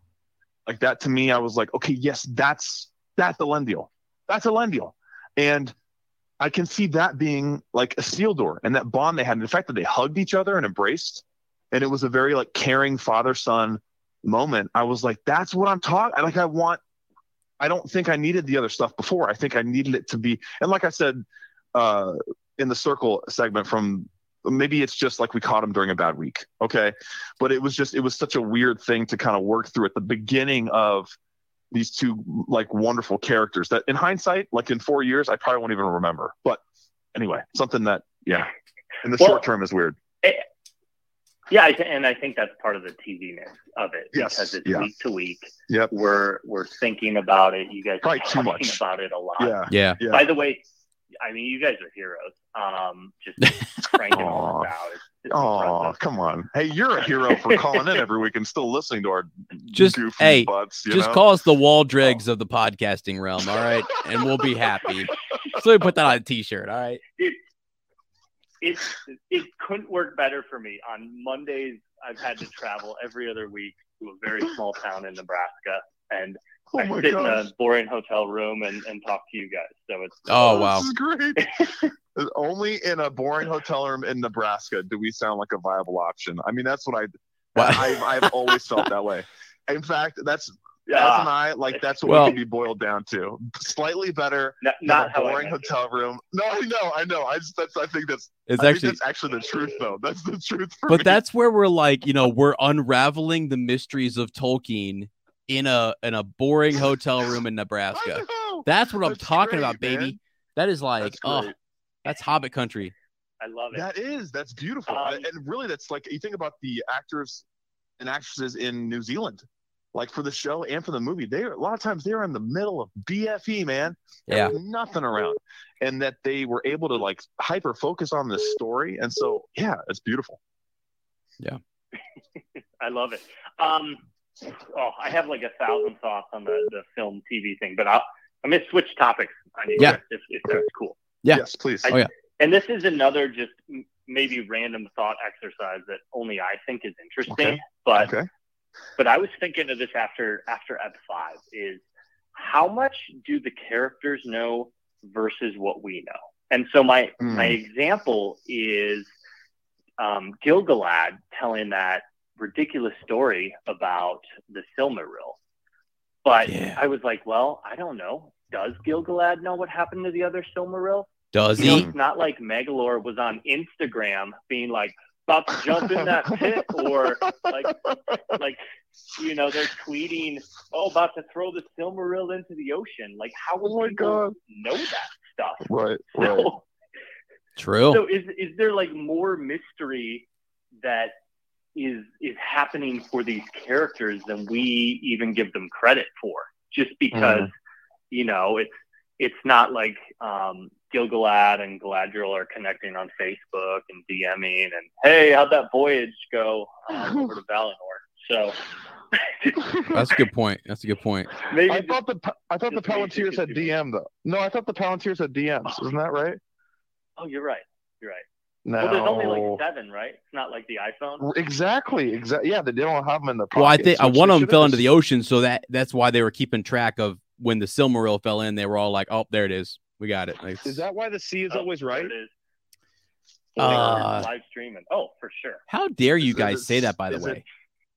Speaker 1: Like that to me, I was like, okay, yes, that's that's a Len deal. That's a Len deal. And I can see that being like a seal door and that bond they had. And the fact that they hugged each other and embraced, and it was a very like caring father son moment. I was like, that's what I'm talking. Like I want. I don't think I needed the other stuff before. I think I needed it to be. And like I said, uh, in the circle segment from maybe it's just like we caught him during a bad week. Okay. But it was just, it was such a weird thing to kind of work through at the beginning of these two like wonderful characters that in hindsight, like in four years, I probably won't even remember. But anyway, something that, yeah, in the
Speaker 6: Well-
Speaker 1: short term is weird.
Speaker 6: Yeah, I th- and I think that's part of the TVness of it
Speaker 1: Yes,
Speaker 6: because it's
Speaker 1: yeah.
Speaker 6: week to week.
Speaker 1: Yep.
Speaker 6: We're we're thinking about it. You guys
Speaker 1: Probably
Speaker 6: are
Speaker 1: too
Speaker 6: talking
Speaker 1: much.
Speaker 6: about it a lot.
Speaker 1: Yeah.
Speaker 2: Yeah.
Speaker 1: Yeah.
Speaker 6: By the way, I mean you guys are heroes. Um, just cranking them
Speaker 1: Aw.
Speaker 6: out. It's, it's
Speaker 1: Oh,
Speaker 6: impressive.
Speaker 1: come on. Hey, you're a hero for calling in every week and still listening to our
Speaker 2: Just-
Speaker 1: goofy
Speaker 2: hey,
Speaker 1: butts. You
Speaker 2: Just
Speaker 1: know? Oh.
Speaker 2: call us the wall dregs of the podcasting realm, all right? And we'll be happy. So we put that on a t-shirt, all right?
Speaker 6: it it couldn't work better for me. On Mondays, I've had to travel every other week to a very small town in Nebraska, and
Speaker 1: Oh
Speaker 6: I
Speaker 1: my
Speaker 6: sit in
Speaker 1: gosh.
Speaker 6: a boring hotel room and, and talk to you guys. So it's
Speaker 2: Oh wow.
Speaker 1: This is great. Only in a boring hotel room in Nebraska do we sound like a viable option. I mean, that's what I.
Speaker 2: Wow.
Speaker 1: I've, I've always felt that way. In fact, that's Beth and
Speaker 6: ah,
Speaker 1: I like that's what
Speaker 2: Well-
Speaker 1: we can be boiled down to. Slightly better,
Speaker 6: not,
Speaker 1: than
Speaker 6: not
Speaker 1: a
Speaker 6: how I
Speaker 1: boring
Speaker 6: meant it.
Speaker 1: hotel room. No, I know, I know. I just that's I think that's
Speaker 2: It's
Speaker 1: I
Speaker 2: actually
Speaker 1: think that's actually the truth though. That's the truth for me.
Speaker 2: but that's where we're like you know we're unraveling the mysteries of tolkien in a in a boring hotel room in
Speaker 1: I
Speaker 2: nebraska
Speaker 1: know.
Speaker 2: that's what i'm
Speaker 1: That's
Speaker 2: talking
Speaker 1: great,
Speaker 2: about baby
Speaker 1: man.
Speaker 2: that is like
Speaker 1: That's
Speaker 2: oh
Speaker 1: great.
Speaker 2: that's hobbit country
Speaker 6: I love it.
Speaker 1: That is that's beautiful,
Speaker 6: Um,
Speaker 1: and and really that's like you think about the actors and actresses in New Zealand, like for the show and for the movie. They are a lot of times they're in the middle of BFE, man.
Speaker 2: yeah
Speaker 1: There was nothing around, and that they were able to like hyper focus on this story, and so yeah, it's beautiful.
Speaker 6: I love it. Um, oh, I have like a thousand thoughts on the, the film TV thing, but I'll, I'm going to switch topics on you
Speaker 2: Yeah.
Speaker 6: guys if, if that's cool.
Speaker 2: Yeah.
Speaker 1: Yes, please.
Speaker 6: I-
Speaker 2: Oh, yeah.
Speaker 6: And this is another just m- maybe random thought exercise that only I think is interesting,
Speaker 1: Okay.
Speaker 6: but
Speaker 1: okay.
Speaker 6: but I was thinking of this after after Ep five is how much do the characters know versus what we know? And so my
Speaker 1: Mm.
Speaker 6: my example is um, Gilgalad telling that ridiculous story about the Silmaril. But
Speaker 2: Yeah.
Speaker 6: I was like, well, I don't know. Does Gilgalad know what happened to the other Silmaril?
Speaker 2: does
Speaker 6: You know,
Speaker 2: he
Speaker 6: it's not like Megalore was on Instagram being like, about to jump in that pit or like like you know they're tweeting oh about to throw the silmaril into the ocean like how would
Speaker 1: Oh my
Speaker 6: people
Speaker 1: God.
Speaker 6: know that stuff
Speaker 1: Right. Right.
Speaker 6: so,
Speaker 2: true
Speaker 6: so is is there like more mystery that is is happening for these characters than we even give them credit for just because you know it's it's not like um Gilgalad and Galadriel are connecting on Facebook and DMing and hey how'd that voyage go um, over to Valinor so
Speaker 2: that's a good point that's a good point
Speaker 6: maybe
Speaker 1: I
Speaker 6: just-
Speaker 1: thought the I thought the
Speaker 6: just makes it
Speaker 1: Palantirs had
Speaker 6: confusing.
Speaker 1: DM though. No, I thought the Palantirs had DMs. Isn't that right?
Speaker 6: oh you're right you're right
Speaker 1: No.
Speaker 6: well there's only like seven right it's not like the iPhone
Speaker 1: Exactly. Exactly. Yeah, they don't have them in the.
Speaker 2: well i
Speaker 1: pockets,
Speaker 2: think uh,
Speaker 1: which
Speaker 2: one
Speaker 1: they
Speaker 2: of them
Speaker 1: should've
Speaker 2: fell into the
Speaker 1: just-
Speaker 2: ocean so that that's why they were keeping track of when the silmaril fell in they were all like oh there it is we got it Like,
Speaker 1: Is that why the sea is
Speaker 6: Oh,
Speaker 1: always
Speaker 6: there
Speaker 1: right?
Speaker 6: it is.
Speaker 2: Uh,
Speaker 6: live streaming oh for sure
Speaker 2: how dare you
Speaker 1: Is it-
Speaker 2: guys say that by the
Speaker 1: is it-
Speaker 2: way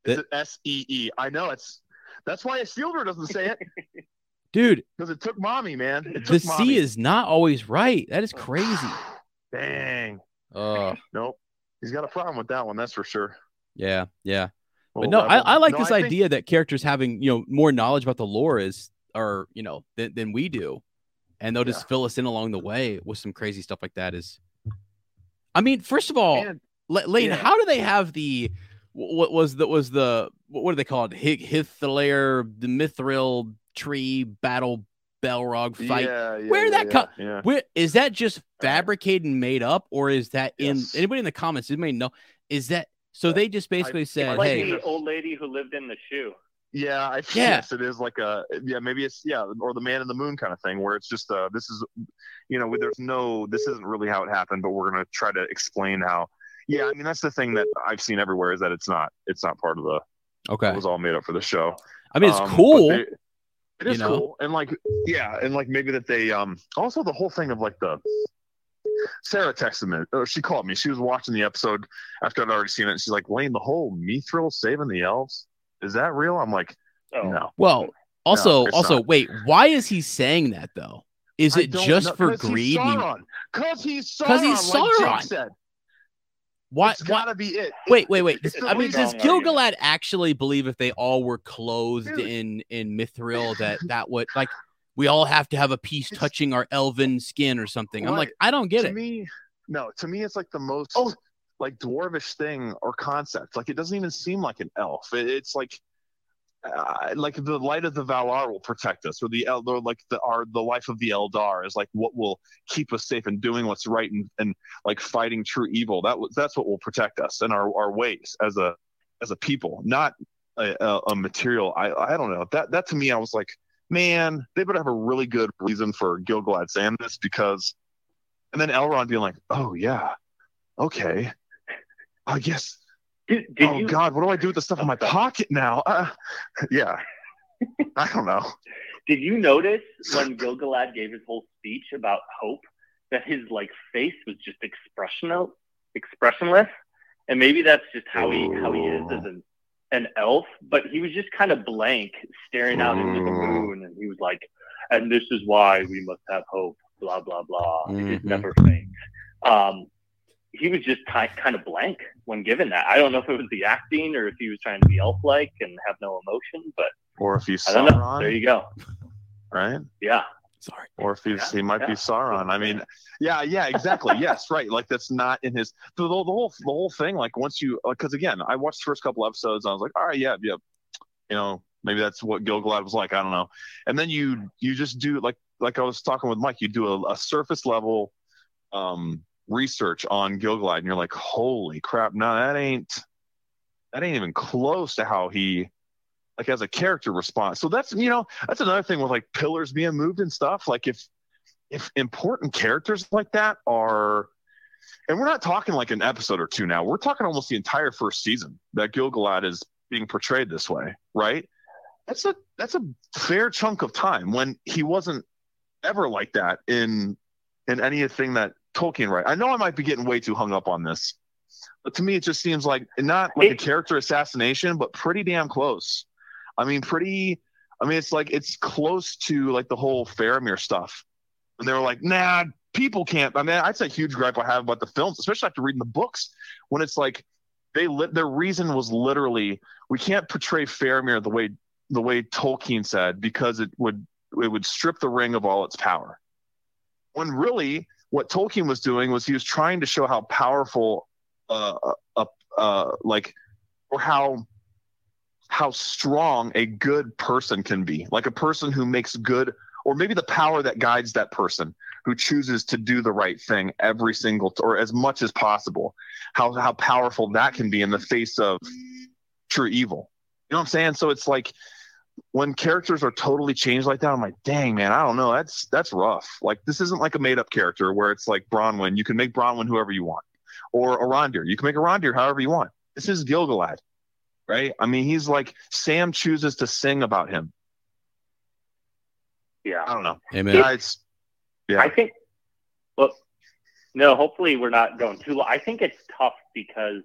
Speaker 1: Is
Speaker 2: That-
Speaker 1: it S E E? I know it's. That's why a Silver doesn't say it
Speaker 2: dude
Speaker 1: because it took mommy, man. It
Speaker 2: the
Speaker 1: took mommy. Oh,
Speaker 2: sea is not always right that is crazy
Speaker 1: Dang.
Speaker 2: oh
Speaker 1: Nope. He's got a problem with that one. That's for sure.
Speaker 2: yeah yeah But
Speaker 1: Little
Speaker 2: no, I,
Speaker 1: rebel.
Speaker 2: I like
Speaker 1: No,
Speaker 2: this
Speaker 1: I think-
Speaker 2: idea that characters having you know more knowledge about the lore is or you know than, than we do, and they'll just fill us in along the way with some crazy stuff like that. Is, I mean, first of all,
Speaker 1: And-
Speaker 2: La- Lane,
Speaker 1: yeah.
Speaker 2: how do they have the wh- what was the was the wh- what do they call it? Hi- Hithlair, the Mithril tree battle, Belrog fight.
Speaker 1: Yeah, yeah,
Speaker 2: Where
Speaker 1: yeah,
Speaker 2: that
Speaker 1: yeah,
Speaker 2: co-
Speaker 1: Yeah.
Speaker 2: Where is that just fabricated and made up, or is that in
Speaker 1: Yes. Uh,
Speaker 2: anybody in the comments? Anybody know? Is that so? They just basically said,
Speaker 6: It's
Speaker 2: "Hey,
Speaker 6: like the old lady who lived in the shoe.
Speaker 1: Yeah, I
Speaker 2: Yeah.
Speaker 1: yes, it is like a yeah, maybe it's yeah, or the man in the moon kind of thing, where it's just uh, this is, you know, there's no, this isn't really how it happened, but we're gonna try to explain how. Yeah, I mean that's the thing that I've seen everywhere is that it's not, it's not part of the.
Speaker 2: okay."
Speaker 1: It was all made up for the show.
Speaker 2: I mean, it's
Speaker 1: Um, but
Speaker 2: cool.
Speaker 1: they- it
Speaker 2: you
Speaker 1: is
Speaker 2: know?
Speaker 1: cool, and like yeah, and like maybe that they um also the whole thing of like the. Sarah texted me, or she called me. She was watching the episode after I'd already seen it. And she's like, Lane, the whole Mithril saving the elves, is that real? I'm like,
Speaker 6: Oh,
Speaker 1: no.
Speaker 2: well, also,
Speaker 1: it's
Speaker 2: also,
Speaker 1: not.
Speaker 2: wait, why is he saying that though? Is
Speaker 1: I
Speaker 2: it
Speaker 1: don't
Speaker 2: just
Speaker 1: know-
Speaker 2: for
Speaker 1: 'cause he's
Speaker 2: greed? and he-
Speaker 1: Sauron. Cause he's Sauron.
Speaker 2: 'Cause he's
Speaker 1: Like
Speaker 2: Sauron.
Speaker 1: Jake said.
Speaker 2: Why?
Speaker 1: It's
Speaker 2: why
Speaker 1: gotta be it.
Speaker 2: wait, wait, wait.
Speaker 1: It's the
Speaker 2: I mean,
Speaker 1: least
Speaker 2: does
Speaker 6: wrong argument.
Speaker 2: Gilgalad actually believe if they all were clothed
Speaker 1: Dude.
Speaker 2: in in mithril that that would like we all have to have a piece
Speaker 1: It's-
Speaker 2: touching our elven skin or something? I'm
Speaker 1: Right.
Speaker 2: like, I don't get
Speaker 1: to
Speaker 2: it. Oh.
Speaker 1: me, no. To me, it's like the most like dwarvish thing or concept. Like it doesn't even seem like an elf. It, it's like. Uh, like the light of the Valar will protect us, or the Eldar, like the our the life of the Eldar is like what will keep us safe and doing what's right and, and like fighting true evil. That was that's what will protect us and our, our ways as a as a people, not a, a, a material. I I don't know that that to me I was like, man, they better have a really good reason for Gilgalad saying this because, and then Elrond being like, oh yeah, okay, I guess.
Speaker 6: Did, did
Speaker 1: oh
Speaker 6: you,
Speaker 1: God, what do I do with the stuff in my pocket now? Uh, yeah, I don't know.
Speaker 6: Did you notice when Gilgalad gave his whole speech about hope that his like face was just expressional, expressionless, and maybe that's just how he how he is as an an elf. But he was just kind of blank, staring out into the moon, and he was like, "And this is why we must have hope." Blah blah blah. It is
Speaker 2: Mhm.
Speaker 6: never faint. Um, he was just ki- kind of blank when given that. I don't know if it was the acting or if he was trying to be elf-like and have no emotion, but
Speaker 1: Or if you
Speaker 6: I don't know.
Speaker 1: Sauron,
Speaker 6: There you go.
Speaker 1: right?
Speaker 6: Yeah.
Speaker 2: Sorry.
Speaker 1: Or if he's,
Speaker 6: Yeah,
Speaker 1: he might be
Speaker 6: yeah.
Speaker 1: Sauron. I mean, yeah, yeah, exactly. yes, right. Like that's not in his the, the, the whole the whole thing. Like once you, because again, I watched the first couple episodes. And I was like, all right, yeah, yeah, you know, maybe that's what Gilgalad was like. I don't know. And then you you just do like like I was talking with Mike. You do a, a surface level um research on Gilgalad, and you're like, holy crap, no, that ain't that ain't even close to how he like has a character response. So that's you know that's another thing with like pillars being moved and stuff. Like if if important characters like that are and we're not talking like an episode or two now. We're talking almost the entire first season that Gilgalad is being portrayed this way, right? That's a that's a fair chunk of time when he wasn't ever like that in in anything that Tolkien write. I know I might be getting way too hung up on this, but to me it just seems like not like a
Speaker 6: It-
Speaker 1: character assassination, but pretty damn close. I mean, pretty. I mean, it's like it's close to like the whole Faramir stuff, and they were like, "Nah, people can't." I mean, that's a huge gripe I have about the films, especially after reading the books, when it's like they lit their reason was literally we can't portray Faramir the way the way Tolkien said because it would it would strip the ring of all its power. When really, what Tolkien was doing was he was trying to show how powerful, uh, uh, uh, like, or how how strong a good person can be, like a person who makes good, or maybe the power that guides that person who chooses to do the right thing every single, t- or as much as possible, how how powerful that can be in the face of true evil. You know what I'm saying? So it's like when characters are totally changed like that, I'm like, dang man, I don't know. That's that's rough. Like this isn't like a made up character where it's like Bronwyn. You can make Bronwyn whoever you want, or Arondir. You can make Arondir however you want. This is Gilgalad, right? I mean, he's like Sam chooses to sing about him.
Speaker 6: Yeah.
Speaker 1: I don't know.
Speaker 2: Amen.
Speaker 1: Yeah, it's Oh, Yeah.
Speaker 6: I think. Well, no. Hopefully, we're not going too. Long. I think it's tough because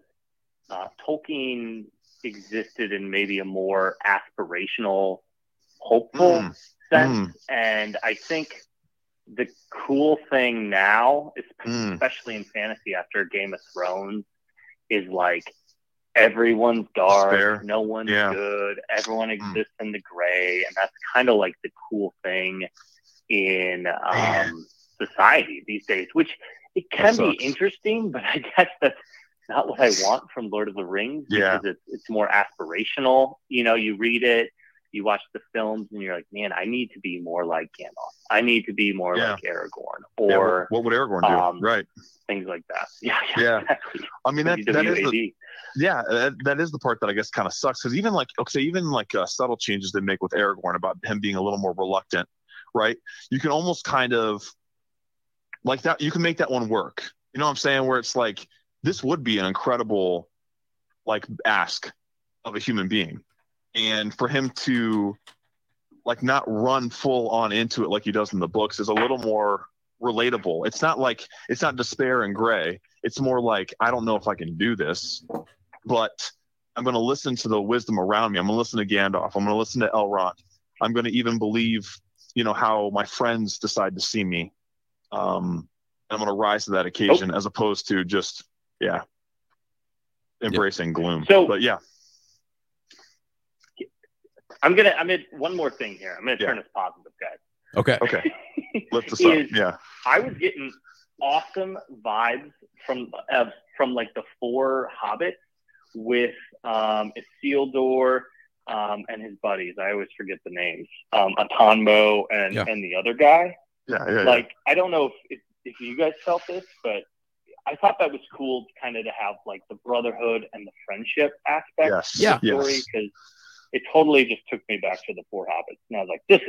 Speaker 6: uh, Tolkien existed in maybe a more aspirational, hopeful
Speaker 1: Mm.
Speaker 6: sense,
Speaker 1: Mm.
Speaker 6: and I think the cool thing now, es-
Speaker 1: Mm.
Speaker 6: especially in fantasy after Game of Thrones, is like everyone's dark,
Speaker 1: Despair.
Speaker 6: no one's
Speaker 1: Yeah. Hmm.
Speaker 6: good, everyone exists in the gray, and that's kind of like the cool thing in um, society these days, which it can be
Speaker 1: sucks.
Speaker 6: interesting, but I guess that's not what I want from Lord of the Rings
Speaker 1: Yeah.
Speaker 6: because it's, it's more aspirational. You know, you read it, you watch the films, and you're like, man, I need to be more like Gandalf. I need to be more
Speaker 1: Yeah.
Speaker 6: like Aragorn
Speaker 1: Yeah,
Speaker 6: or
Speaker 1: what- what would Aragorn do?
Speaker 6: um,
Speaker 1: right.
Speaker 6: things like that. Yeah,
Speaker 1: Yeah.
Speaker 6: exactly.
Speaker 1: I mean, that, that is the,
Speaker 6: WAD.
Speaker 1: yeah, that, that is the part that I guess kind of sucks because even like okay, even like uh, subtle changes they make with Aragorn about him being a little more reluctant, right? You can almost kind of like that. You can make that one work. You know what I'm saying? Where it's like this would be an incredible like ask of a human being, and for him to like not run full on into it like he does in the books is a little more relatable. It's not like it's not despair and gray. It's more like I don't know if I can do this but I'm going to listen to the wisdom around me. I'm going to listen to Gandalf. I'm going to listen to Elrond. I'm going to even believe, you know, how my friends decide to see me. Um, I'm going to rise to that occasion as opposed to just, yeah, embracing gloom.
Speaker 6: So-
Speaker 1: but yeah,
Speaker 6: I'm gonna. I'm gonna. One more thing here. I'm gonna
Speaker 1: Yeah.
Speaker 6: turn this positive, guys.
Speaker 2: Okay.
Speaker 1: okay, lift us up.
Speaker 6: Is-
Speaker 1: Yeah,
Speaker 6: I was getting awesome vibes from uh, from like the four hobbits with um, Isildur um, and his buddies. I always forget the names. Um, Atanmo and
Speaker 2: Yeah.
Speaker 6: and the other guy.
Speaker 1: yeah, yeah. yeah.
Speaker 6: Like I don't know if, if if you guys felt this, but I thought that was cool, kind of to have like the brotherhood and the friendship aspect.
Speaker 1: yes,
Speaker 2: Yeah.
Speaker 6: story
Speaker 1: yes.
Speaker 6: because it totally just took me back to the Four Hobbits, and I was like, "This is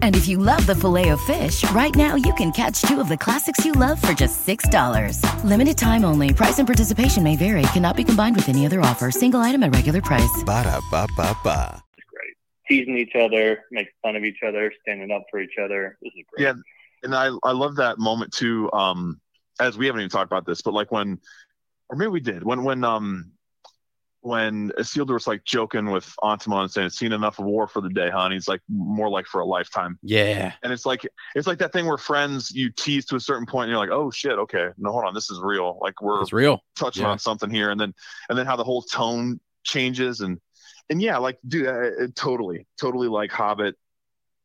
Speaker 7: And if you love the filet of fish, right now you can catch two of the classics you love for just $6. Limited time only. Price and participation may vary. Cannot be combined with any other offer. Single item at regular price.
Speaker 8: Ba-da-ba-ba-ba.
Speaker 6: teasing each other, making fun of each other, standing up for each other. This is great.
Speaker 1: Yeah, and I I love that moment too. Um, as we haven't even talked about this, but like when, or maybe we did when when um when Isildur was like joking with Antima and saying, "Seen enough of war for the day, huh?" And he's like, "More like for a lifetime."
Speaker 2: Yeah.
Speaker 1: And it's like it's like that thing where friends you tease to a certain point, and you're like, "Oh shit, okay, no, hold on, this is real." Like we're
Speaker 2: It's real.
Speaker 1: touching
Speaker 2: Yeah.
Speaker 1: on something here, and then and then how the whole tone changes, and and yeah, like dude, uh, uh, totally, totally like Hobbit.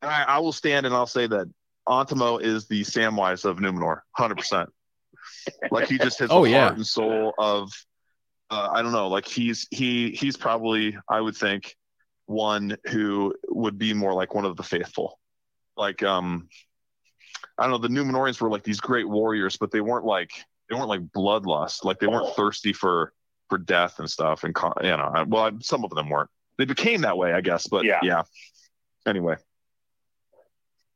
Speaker 1: And I, I will stand and I'll say that Antimo is the Samwise of Numenor, hundred percent. Like he just has
Speaker 2: Oh,
Speaker 1: the
Speaker 2: yeah.
Speaker 1: heart and soul of, uh, I don't know, like he's he he's probably I would think one who would be more like one of the faithful, like um, I don't know, the Numenorians were like these great warriors, but they weren't like they weren't like bloodlust, like they weren't thirsty for for death and stuff, and con- you know, I- well, I, some of them weren't. They became that way, I guess, but yeah.
Speaker 6: Yeah.
Speaker 1: Anyway,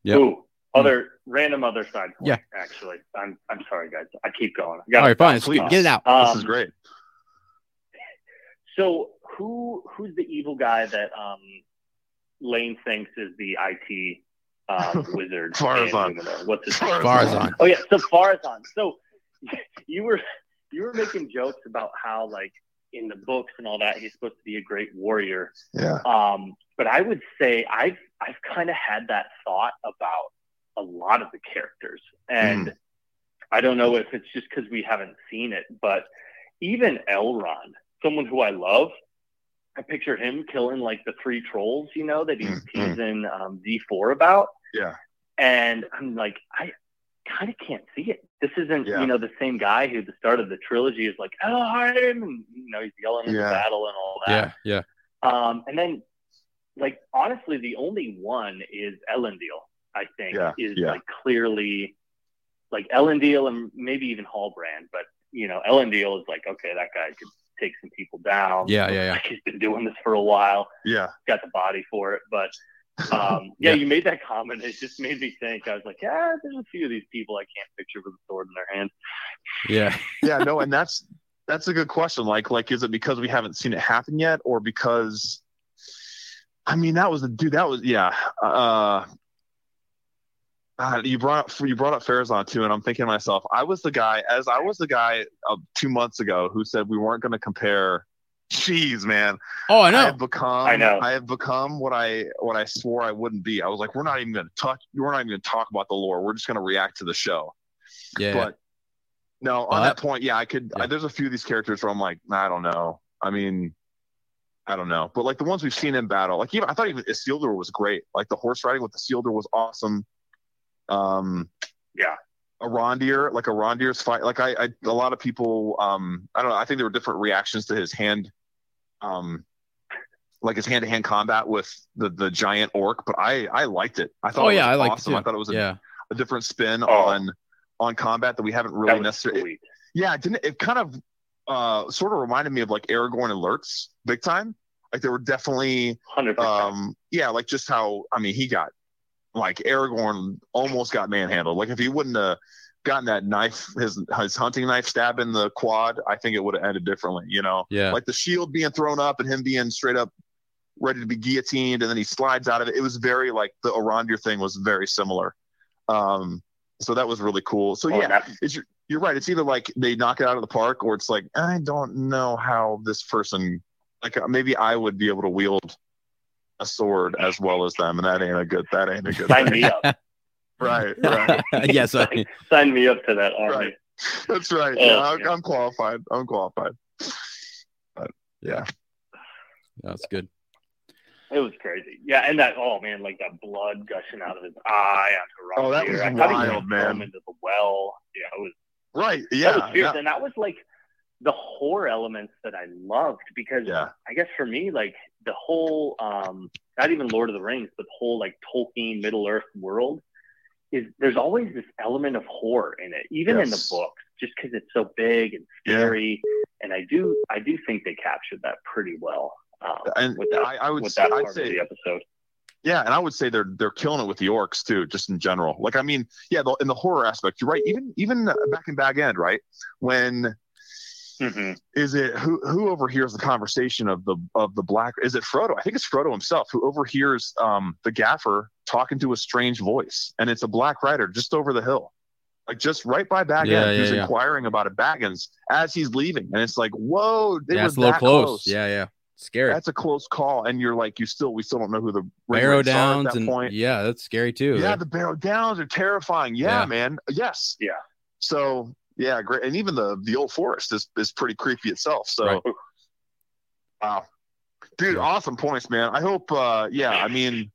Speaker 2: Yep.
Speaker 6: Ooh, other random other side point.
Speaker 2: Hmm. Yeah.
Speaker 6: Actually, I'm I'm sorry, guys. I keep going. I
Speaker 2: All
Speaker 6: gotta-
Speaker 2: right, fine.
Speaker 1: please.
Speaker 2: Get it out.
Speaker 6: Um,
Speaker 1: this is great.
Speaker 6: So who who's the evil guy that um, Lane thinks is the IT uh, wizard? in
Speaker 1: Farazan.
Speaker 6: Numenor? What's his name?
Speaker 2: Farazan.
Speaker 6: Oh yeah, so Farazan. So you were you were making jokes about how like in the books and all that he's supposed to be a great warrior.
Speaker 1: Yeah.
Speaker 6: Um, but I would say I've I've kind of had that thought about a lot of the characters, and
Speaker 1: Hmm.
Speaker 6: I don't know if it's just because we haven't seen it, but even Elrond, someone who I love, I picture him killing like the three trolls, you know, that he's
Speaker 1: Mm, mm.
Speaker 6: teasing um, D4 about,
Speaker 1: Yeah.
Speaker 6: and I'm like I kind of can't see it. This isn't
Speaker 1: Yeah.
Speaker 6: you know the same guy who at the start of the trilogy is like Elheim, and you know he's yelling in
Speaker 1: Yeah.
Speaker 6: the battle and all that.
Speaker 2: Yeah. Yeah.
Speaker 6: Um, and then, like honestly, the only one is Ellendale. I think
Speaker 1: Yeah,
Speaker 6: is
Speaker 1: yeah.
Speaker 6: like clearly like Ellendale and maybe even Hallbrand, but you know Ellendale is like okay, that guy could take some people down.
Speaker 2: Yeah. Yeah. Yeah.
Speaker 6: He's been doing this for a while.
Speaker 1: Yeah.
Speaker 6: Got the body for it, but um, yeah,
Speaker 2: Yeah.
Speaker 6: you made that comment. It just made me think. I was like, yeah, there's a few of these people I can't picture with a sword in their hand.
Speaker 2: Yeah.
Speaker 1: yeah no and that's that's a good question like like is it because we haven't seen it happen yet or because I mean, that was the dude. That was yeah. Uh, God, you brought up you brought up Farazan too, and I'm thinking to myself, I was the guy as I was the guy uh, two months ago who said we weren't going to compare. Jeez, man.
Speaker 2: Oh, I know.
Speaker 1: have become.
Speaker 6: I know.
Speaker 1: I have become what I what I swore I wouldn't be. I was like, we're not even going to touch. We're not even going to talk about the lore. We're just going to react to the show.
Speaker 2: Yeah.
Speaker 1: But no, on
Speaker 2: But-
Speaker 1: that point, yeah, I could.
Speaker 2: Yeah.
Speaker 1: I, there's a few of these characters where I'm like, nah, I don't know. I mean, I don't know. But like the ones we've seen in battle, like even I thought even Isildur was great. Like the horse riding with Isildur was awesome. Um, yeah, a Rondier, like a Rondier's fight. Like I, I, a lot of people, um, I don't know. I think there were different reactions to his hand, um, like his hand to hand combat with the the giant orc. But I, I liked it. I thought,
Speaker 2: oh
Speaker 1: it
Speaker 2: yeah,
Speaker 1: was
Speaker 2: I like
Speaker 1: awesome. I thought it was a
Speaker 2: yeah.
Speaker 1: a different spin
Speaker 6: Oh.
Speaker 1: on on combat that we haven't really
Speaker 6: that was
Speaker 1: necessarily.
Speaker 6: sweet.
Speaker 1: yeah, it didn't it kind of uh sort of reminded me of like Aragorn and Lurtz big time. Like they were definitely
Speaker 6: Hundred percent.
Speaker 1: um yeah, like just how I mean he got like Aragorn almost got manhandled. Like if he wouldn't have gotten that knife, his his hunting knife stab in the quad, I think it would have ended differently, you know?
Speaker 2: Yeah.
Speaker 1: Like the shield being thrown up and him being straight up ready to be guillotined, and then he slides out of it. It was very like the Arondir thing was very similar. Um, so that was really cool. So
Speaker 6: Oh,
Speaker 1: yeah,
Speaker 6: that-
Speaker 1: it's, you're right. It's either like they knock it out of the park, or it's like I don't know how this person. Like uh, maybe I would be able to wield a sword as well as them, and that ain't a good. That ain't a good.
Speaker 6: sign
Speaker 1: thing.
Speaker 6: me up.
Speaker 1: Right, right.
Speaker 2: yes, I,
Speaker 6: sign me up to that army.
Speaker 1: Right. That's right.
Speaker 6: Oh,
Speaker 1: yeah, I'm,
Speaker 6: yeah.
Speaker 1: I'm qualified. I'm qualified. But yeah,
Speaker 2: that's good.
Speaker 6: It was crazy. Yeah, and that oh man, like that blood gushing out of his eye on Harambe.
Speaker 1: Oh, that was
Speaker 6: I thought he
Speaker 1: wild,
Speaker 6: was gonna
Speaker 1: man.
Speaker 6: throw him into the well. Yeah, it was
Speaker 1: right.
Speaker 6: that
Speaker 1: Yeah,
Speaker 6: was fierce.
Speaker 1: yeah,
Speaker 6: And that was like the horror elements that I loved because
Speaker 1: yeah.
Speaker 6: I guess for me, like the whole um not even Lord of the Rings, but the whole like Tolkien Middle Earth world is there's always this element of horror in it, even in the
Speaker 1: Yes.
Speaker 6: books, just because it's so big and
Speaker 1: Yeah.
Speaker 6: scary. And I do I do think they captured that pretty well. Um,
Speaker 1: And
Speaker 6: with that,
Speaker 1: I, I would,
Speaker 6: with
Speaker 1: say,
Speaker 6: that
Speaker 1: I'd
Speaker 6: part of
Speaker 1: say
Speaker 6: the episode.
Speaker 1: Yeah, and I would say they're they're killing it with the orcs too, just in general. Like I mean, yeah, the, in the horror aspect, you're right. Even even back in Bag End, right? When
Speaker 6: Mm-hmm.
Speaker 1: is it who who overhears the conversation of the of the black? Is it Frodo? I think it's Frodo himself who overhears um, the Gaffer talking to a strange voice, and it's a black rider just over the hill, like just right by Bag
Speaker 2: Yeah,
Speaker 1: End,
Speaker 2: yeah,
Speaker 1: who's
Speaker 2: yeah.
Speaker 1: inquiring about it. Baggins as he's leaving, and it's like, whoa, they
Speaker 2: yeah,
Speaker 1: were
Speaker 2: it's a little
Speaker 1: that
Speaker 2: close.
Speaker 1: close.
Speaker 2: Yeah, yeah. Scary.
Speaker 1: That's a close call, and you're like, you still, we still don't know who the
Speaker 2: Barrow
Speaker 1: Ringwraiths are
Speaker 2: downs
Speaker 1: at that
Speaker 2: and
Speaker 1: point.
Speaker 2: yeah, that's scary too.
Speaker 1: Yeah,
Speaker 2: They're-
Speaker 1: the barrel downs are terrifying. Yeah,
Speaker 2: Yeah.
Speaker 1: man. Yes.
Speaker 6: Yeah.
Speaker 1: So yeah, great. And even the the old forest is is pretty creepy itself. So
Speaker 2: Right.
Speaker 1: wow. Dude,
Speaker 2: Yeah.
Speaker 1: awesome points, man. I hope uh yeah, I mean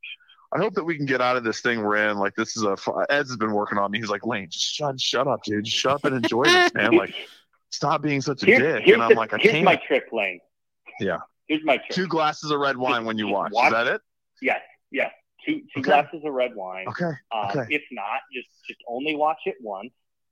Speaker 1: I hope that we can get out of this thing we're in. Like this is a fu- Ed's been working on me. He's like, Lane, just shut shut up, dude. Shut up and enjoy this, man. Like stop being such a
Speaker 6: Here's-
Speaker 1: dick.
Speaker 6: here's
Speaker 1: And I'm
Speaker 6: the-
Speaker 1: like, I
Speaker 6: here's
Speaker 1: can't
Speaker 6: my trick, Lane.
Speaker 1: Yeah.
Speaker 6: Here's my trick.
Speaker 1: two glasses of red wine when you
Speaker 6: Just
Speaker 1: watch. Is
Speaker 6: watch-
Speaker 1: that it?
Speaker 6: Yes, yes. Two, two
Speaker 1: Okay.
Speaker 6: glasses of red wine.
Speaker 1: Okay.
Speaker 6: Um,
Speaker 1: okay.
Speaker 6: If not, just just only watch it once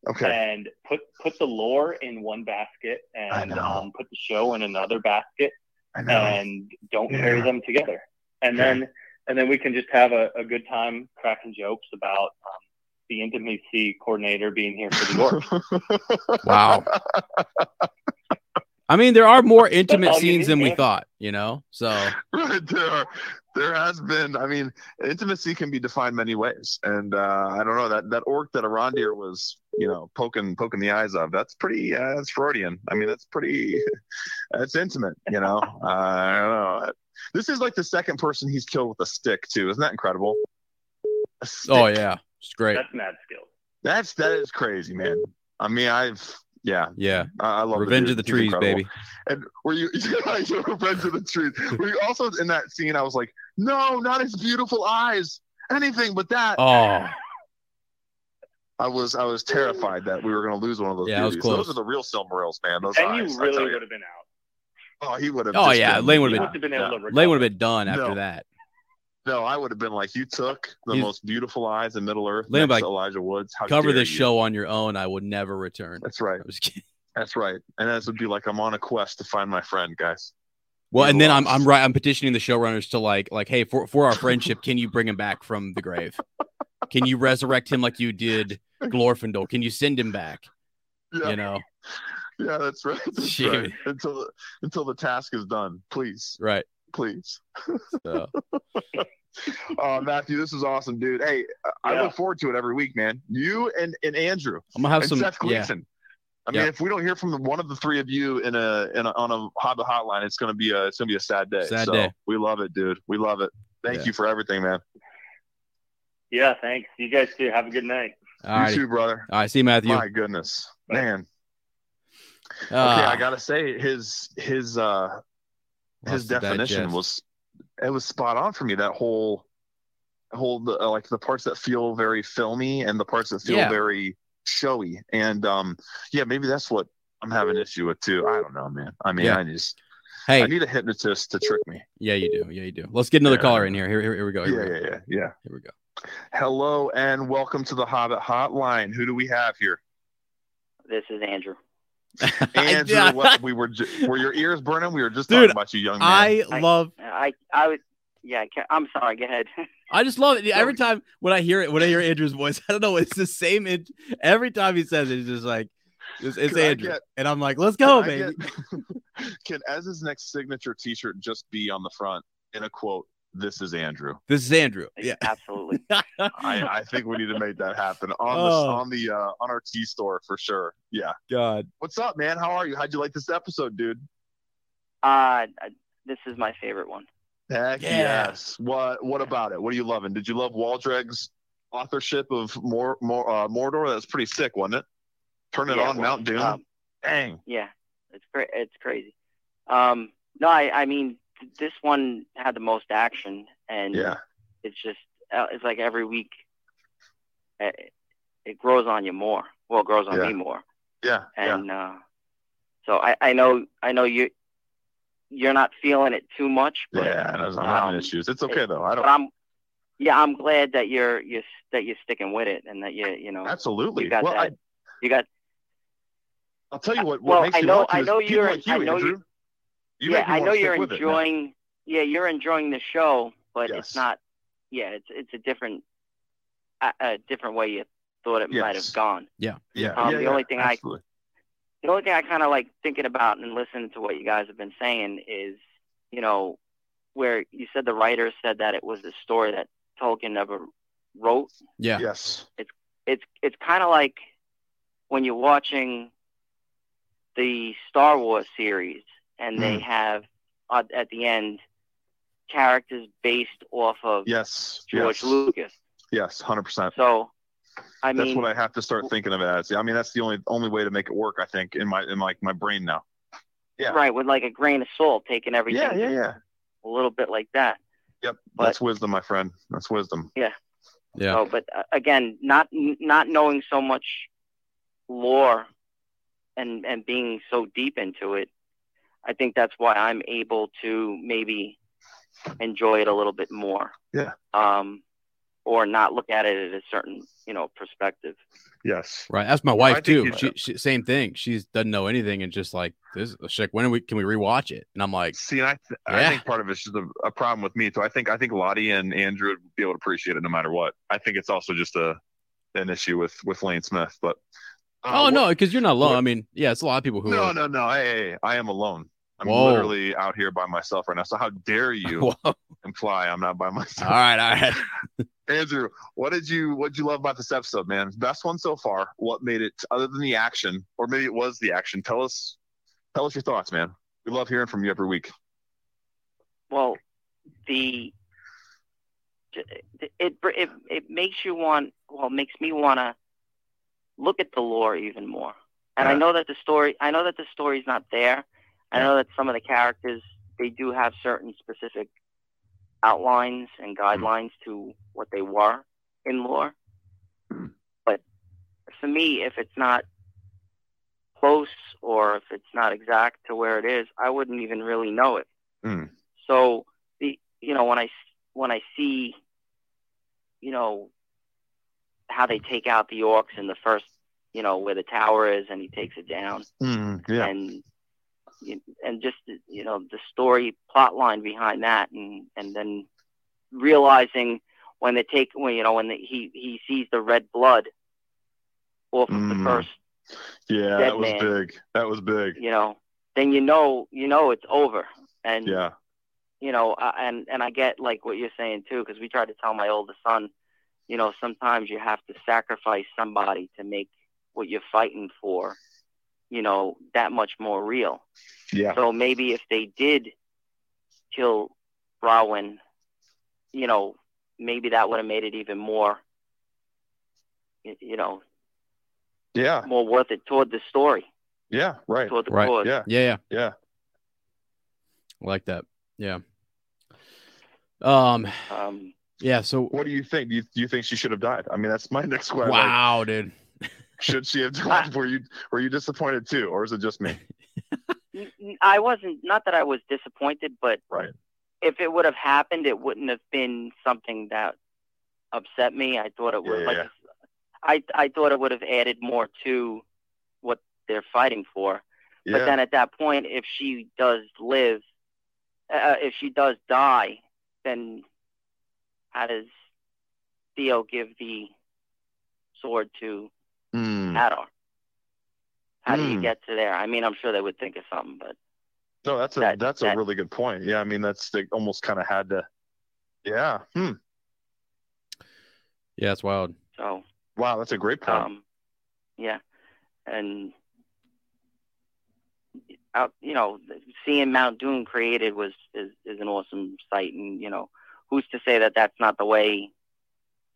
Speaker 1: Okay.
Speaker 6: and put put the lore in one basket
Speaker 1: I
Speaker 6: and
Speaker 1: know.
Speaker 6: um, put the show in another basket
Speaker 1: I know.
Speaker 6: and don't
Speaker 1: Yeah.
Speaker 6: marry them together. And
Speaker 1: Okay.
Speaker 6: then and then we can just have a, a good time cracking jokes about um, the intimacy coordinator being here for the orc.
Speaker 2: Wow. I mean, there are more
Speaker 6: That's
Speaker 2: intimate
Speaker 6: all you
Speaker 2: scenes
Speaker 6: need,
Speaker 2: than we
Speaker 6: man.
Speaker 2: thought, you know? So
Speaker 1: right there there has been i mean intimacy can be defined many ways and uh i don't know that that orc that arondir was you know poking poking the eyes of that's pretty uh, that's freudian i mean that's pretty that's intimate you know uh, i don't know this is like the second person he's killed with a stick too isn't that incredible A stick.
Speaker 2: oh yeah. It's great.
Speaker 6: That's mad skill.
Speaker 1: that's that is crazy man i mean i've yeah
Speaker 2: Yeah.
Speaker 1: i, I love
Speaker 2: Revenge
Speaker 1: dude.
Speaker 2: of the
Speaker 1: He's
Speaker 2: trees,
Speaker 1: incredible.
Speaker 2: baby.
Speaker 1: And were you you're Revenge of the Trees? Were you also in that scene? I was like, no, not his beautiful eyes. Anything but that.
Speaker 2: Oh.
Speaker 1: I was I was terrified that we were gonna lose one of those.
Speaker 2: Yeah, that was
Speaker 1: beauties.
Speaker 2: close.
Speaker 1: Those are the real Silmarils, man. Those
Speaker 6: And
Speaker 1: eyes.
Speaker 6: you
Speaker 1: I tell
Speaker 6: really
Speaker 1: you.
Speaker 6: would have been out.
Speaker 1: Oh, he would have.
Speaker 2: Oh, yeah, Lane would've
Speaker 6: You
Speaker 2: been-
Speaker 6: wouldn't have been able to recover.
Speaker 2: Lane would have been done after
Speaker 1: No.
Speaker 2: that.
Speaker 1: No, I would have been like, you took the
Speaker 2: He's-
Speaker 1: most beautiful eyes in Middle Earth.
Speaker 2: Lane
Speaker 1: Next
Speaker 2: would've
Speaker 1: to
Speaker 2: like,
Speaker 1: Elijah Woods. How
Speaker 2: Cover
Speaker 1: dare
Speaker 2: this
Speaker 1: you.
Speaker 2: show on your own. I would never return.
Speaker 1: That's right.
Speaker 2: I was kidding.
Speaker 1: That's right. And this would be like, I'm on a quest to find my friend, guys.
Speaker 2: Well,
Speaker 1: You
Speaker 2: and then I'm
Speaker 1: lost.
Speaker 2: I'm right. I'm petitioning the showrunners to like like, hey, for for our friendship, can you bring him back from the grave? Can you resurrect him like you did Glorfindel? Can you send him back?
Speaker 1: Yeah,
Speaker 2: You know,
Speaker 1: yeah, that's right. That's
Speaker 2: Shoot.
Speaker 1: right. Until the, until the task is done, please.
Speaker 2: right?
Speaker 1: please. Uh, Matthew, this is awesome, dude. Hey, I I
Speaker 6: Yeah.
Speaker 1: look forward to it every week, man. You and, and Andrew.
Speaker 2: I'm gonna have
Speaker 1: and
Speaker 2: some-
Speaker 1: Seth
Speaker 2: yeah.
Speaker 1: Gleason. I mean,
Speaker 2: Yeah.
Speaker 1: if we don't hear from the, one of the three of you in a, in a on a hobby hotline, it's gonna be a it's gonna be a sad day.
Speaker 2: Sad
Speaker 1: so
Speaker 2: day.
Speaker 1: we love it, dude. We love it. Thank
Speaker 2: Yeah.
Speaker 1: you for everything, man.
Speaker 6: Yeah, thanks. You guys too. Have a good night.
Speaker 2: All right.
Speaker 1: You too, brother.
Speaker 2: All right. See you, Matthew.
Speaker 1: My goodness, man. okay,
Speaker 2: Ah.
Speaker 1: I gotta say his his uh his
Speaker 2: Lots to
Speaker 1: definition
Speaker 2: digest.
Speaker 1: was it was spot on for me. That whole whole the, uh, like the parts that feel very filmy and the parts that feel
Speaker 2: Yeah.
Speaker 1: very showy. And um yeah, maybe that's what I'm having issue with too. I don't know, man. I mean,
Speaker 2: Yeah.
Speaker 1: I just
Speaker 2: Hey.
Speaker 1: I need a hypnotist to trick me.
Speaker 2: Yeah, you do. Yeah, you do. Let's get another
Speaker 1: Yeah.
Speaker 2: caller in here. Here, here, here we go. Here
Speaker 1: Yeah,
Speaker 2: we go.
Speaker 1: yeah, yeah, yeah.
Speaker 2: Here we go.
Speaker 1: Hello and welcome to the Hobbit Hotline. Who do we have here?
Speaker 9: This is Andrew.
Speaker 1: Andrew,
Speaker 9: Yeah.
Speaker 1: what, we were ju- were your ears burning? We were just
Speaker 2: Dude,
Speaker 1: talking about you, young man.
Speaker 2: love.
Speaker 9: I I was yeah. I ca- I'm sorry. Go ahead.
Speaker 2: I just love it. Every time when I hear it, when I hear Andrew's voice, I don't know. It's the same. It, every time he says it, it's just like, it's, it's
Speaker 1: Can I
Speaker 2: Andrew.
Speaker 1: get-
Speaker 2: and I'm like, let's go,
Speaker 1: Can I
Speaker 2: baby.
Speaker 1: get- can Ez's next signature T-shirt just be on the front in a quote? This is Andrew.
Speaker 2: This is Andrew. Yeah.
Speaker 9: Absolutely.
Speaker 1: I, I think we need to make that happen on
Speaker 2: Oh.
Speaker 1: the on the uh, on our T store for sure. Yeah.
Speaker 2: God.
Speaker 1: What's up, man? How are you? How'd you like this episode, dude?
Speaker 9: Uh, I- this is my favorite one.
Speaker 1: Heck
Speaker 2: Yeah.
Speaker 1: yes. What What about it? What are you loving? Did you love Waldreg's authorship of more more uh, Mordor? That's pretty sick, wasn't it? Turn it
Speaker 9: Yeah,
Speaker 1: on,
Speaker 9: well,
Speaker 1: Mount Doom.
Speaker 9: um,
Speaker 1: Dang.
Speaker 9: Yeah, it's great. It's crazy. Um, no, I I mean th- this one had the most action, and
Speaker 1: Yeah.
Speaker 9: it's just uh, it's like every week, uh, it grows on you more. Well, it grows on
Speaker 1: Yeah.
Speaker 9: me more.
Speaker 1: Yeah. Yeah.
Speaker 9: and uh, so I, I know I know you you're not feeling it too much, but
Speaker 1: Yeah. I'm having
Speaker 9: um,
Speaker 1: issues. It's okay
Speaker 9: it-
Speaker 1: though. I
Speaker 9: but
Speaker 1: don't.
Speaker 9: I'm yeah I'm glad that you're you that you're sticking with it and that you you know
Speaker 1: absolutely.
Speaker 9: you got
Speaker 1: well,
Speaker 9: that
Speaker 1: I,
Speaker 9: you got
Speaker 1: I'll tell you what. what
Speaker 9: well
Speaker 1: makes
Speaker 9: I
Speaker 1: me
Speaker 9: know
Speaker 1: want to
Speaker 9: I
Speaker 1: is
Speaker 9: know
Speaker 1: people
Speaker 9: you're
Speaker 1: like you,
Speaker 9: I know
Speaker 1: Andrew.
Speaker 9: you,
Speaker 1: You
Speaker 9: yeah
Speaker 1: make me
Speaker 9: I
Speaker 1: wanna
Speaker 9: know
Speaker 1: stick
Speaker 9: you're
Speaker 1: with it, man.
Speaker 9: enjoying yeah you're enjoying the show but
Speaker 1: Yes.
Speaker 9: it's not yeah it's it's a different a, a different way you thought it might
Speaker 1: Yes.
Speaker 9: have gone
Speaker 1: Yeah.
Speaker 9: Um,
Speaker 1: yeah,
Speaker 9: the
Speaker 1: yeah,
Speaker 9: only thing I-
Speaker 1: absolutely.
Speaker 9: the only thing I kind of like thinking about and listening to what you guys have been saying is, you know, where you said the writer said that it was a story that Tolkien never wrote.
Speaker 2: Yeah.
Speaker 1: Yes.
Speaker 9: It's it's kind of like when you're watching the Star Wars series and
Speaker 1: Mm.
Speaker 9: they have uh, at the end characters based off of
Speaker 1: Yes.
Speaker 9: George
Speaker 1: yes.
Speaker 9: Lucas.
Speaker 1: Yes. Hundred percent.
Speaker 9: So, I
Speaker 1: That's
Speaker 9: mean,
Speaker 1: what I have to start thinking of it as. I mean, that's the only only way to make it work. I think in my in like my brain now. yeah.
Speaker 9: right with like a grain of salt, taking everything
Speaker 1: Yeah. Yeah. Yeah.
Speaker 9: a little bit like that.
Speaker 1: Yep.
Speaker 9: But-
Speaker 1: that's wisdom, my friend. That's wisdom.
Speaker 2: Yeah.
Speaker 9: So, but uh, again, not n- not knowing so much lore and and being so deep into it, I think that's why I'm able to maybe enjoy it a little bit more.
Speaker 1: Yeah.
Speaker 9: Um, or not look at it at a certain you know perspective.
Speaker 1: Yes.
Speaker 2: Right. That's my wife
Speaker 1: I think
Speaker 2: too.
Speaker 1: you
Speaker 2: She,
Speaker 1: should-
Speaker 2: she same thing. She doesn't know anything and just like this. She's like, when are we can we rewatch it? And I'm like,
Speaker 1: See, and I th-
Speaker 2: Yeah.
Speaker 1: I think part of it's just a, a problem with me too. I think I think Lottie and Andrew would be able to appreciate it no matter what. I think it's also just a an issue with with Lane Smith, but uh,
Speaker 2: oh
Speaker 1: what-
Speaker 2: no, because you're not alone.
Speaker 1: what-
Speaker 2: I mean, yeah, it's a lot of people who.
Speaker 1: No,
Speaker 2: are,
Speaker 1: no, no. Hey, hey, I am alone. I'm
Speaker 2: Whoa.
Speaker 1: literally out here by myself right now. So how dare you
Speaker 2: Whoa. All
Speaker 1: imply I'm not by myself?
Speaker 2: right. All right.
Speaker 1: Andrew, what did you what did you love about this episode, man? Best one so far. What made it other than the action, or maybe it was the action? Tell us, tell us your thoughts, man. We love hearing from you every week.
Speaker 9: Well, the it br- it it makes you want well makes me want to look at the lore even more. And I
Speaker 1: Yeah.
Speaker 9: know that the story I know that the story's not there. I know that some of the characters they do have certain specific outlines and guidelines to what they were in lore. But for me, if it's not close or if it's not exact to where it is, I wouldn't even really know it.
Speaker 1: Mm.
Speaker 9: So the you know when I s- when I see you know how they take out the orcs in the first you know where the tower is and he takes it down
Speaker 1: Mm-hmm, yeah,
Speaker 9: and and just you know the story plot line behind that and and then realizing when they take when you know when the, he he sees the red blood off of
Speaker 1: Mm.
Speaker 9: the first
Speaker 1: yeah,
Speaker 9: Dead
Speaker 1: that was
Speaker 9: man.
Speaker 1: big. That was big.
Speaker 9: you know then you know you know it's over and
Speaker 1: Yeah,
Speaker 9: you know, I- and and I get like what you're saying too, because we tried to tell my oldest son, you know, sometimes you have to sacrifice somebody to make what you're fighting for, you know, that much more real.
Speaker 1: Yeah.
Speaker 9: So maybe if they did kill Rowan, you know, maybe that would have made it even more, y- you know,
Speaker 1: yeah,
Speaker 9: more worth it toward the story.
Speaker 1: yeah, right,
Speaker 9: Toward the Right. cause.
Speaker 1: yeah,
Speaker 2: yeah,
Speaker 1: yeah.
Speaker 2: I like that. Yeah. Um.
Speaker 9: Um.
Speaker 2: Yeah. So
Speaker 1: What do you think? Do you, do you think she should have died? I mean, that's my next question. Like,
Speaker 2: wow, dude.
Speaker 1: should she have
Speaker 2: Ah.
Speaker 1: died? Were you were you disappointed too, or is it just me?
Speaker 9: N- n- I wasn't not that I was disappointed, but
Speaker 1: Right.
Speaker 9: if it would have happened, it wouldn't have been something that upset me. I thought it would
Speaker 1: Yeah,
Speaker 9: like
Speaker 1: yeah.
Speaker 9: I I thought it would have added more to what they're fighting for. But
Speaker 1: Yeah.
Speaker 9: then at that point, if she does live, uh, if she does die, then how does Theo give the sword to
Speaker 1: Hmm.
Speaker 9: Adar? How do you
Speaker 1: Hmm.
Speaker 9: get to there? I mean, I'm sure they would think of something, but
Speaker 1: No, that's a that's a really good point. Yeah, I mean, that's they almost kind of had to. Yeah. Hmm.
Speaker 2: Yeah, it's wild.
Speaker 9: so
Speaker 1: Wow, that's a great point.
Speaker 9: um, yeah, and out, you know, seeing Mount Doom created was is, is an awesome sight, and you know, who's to say that that's not the way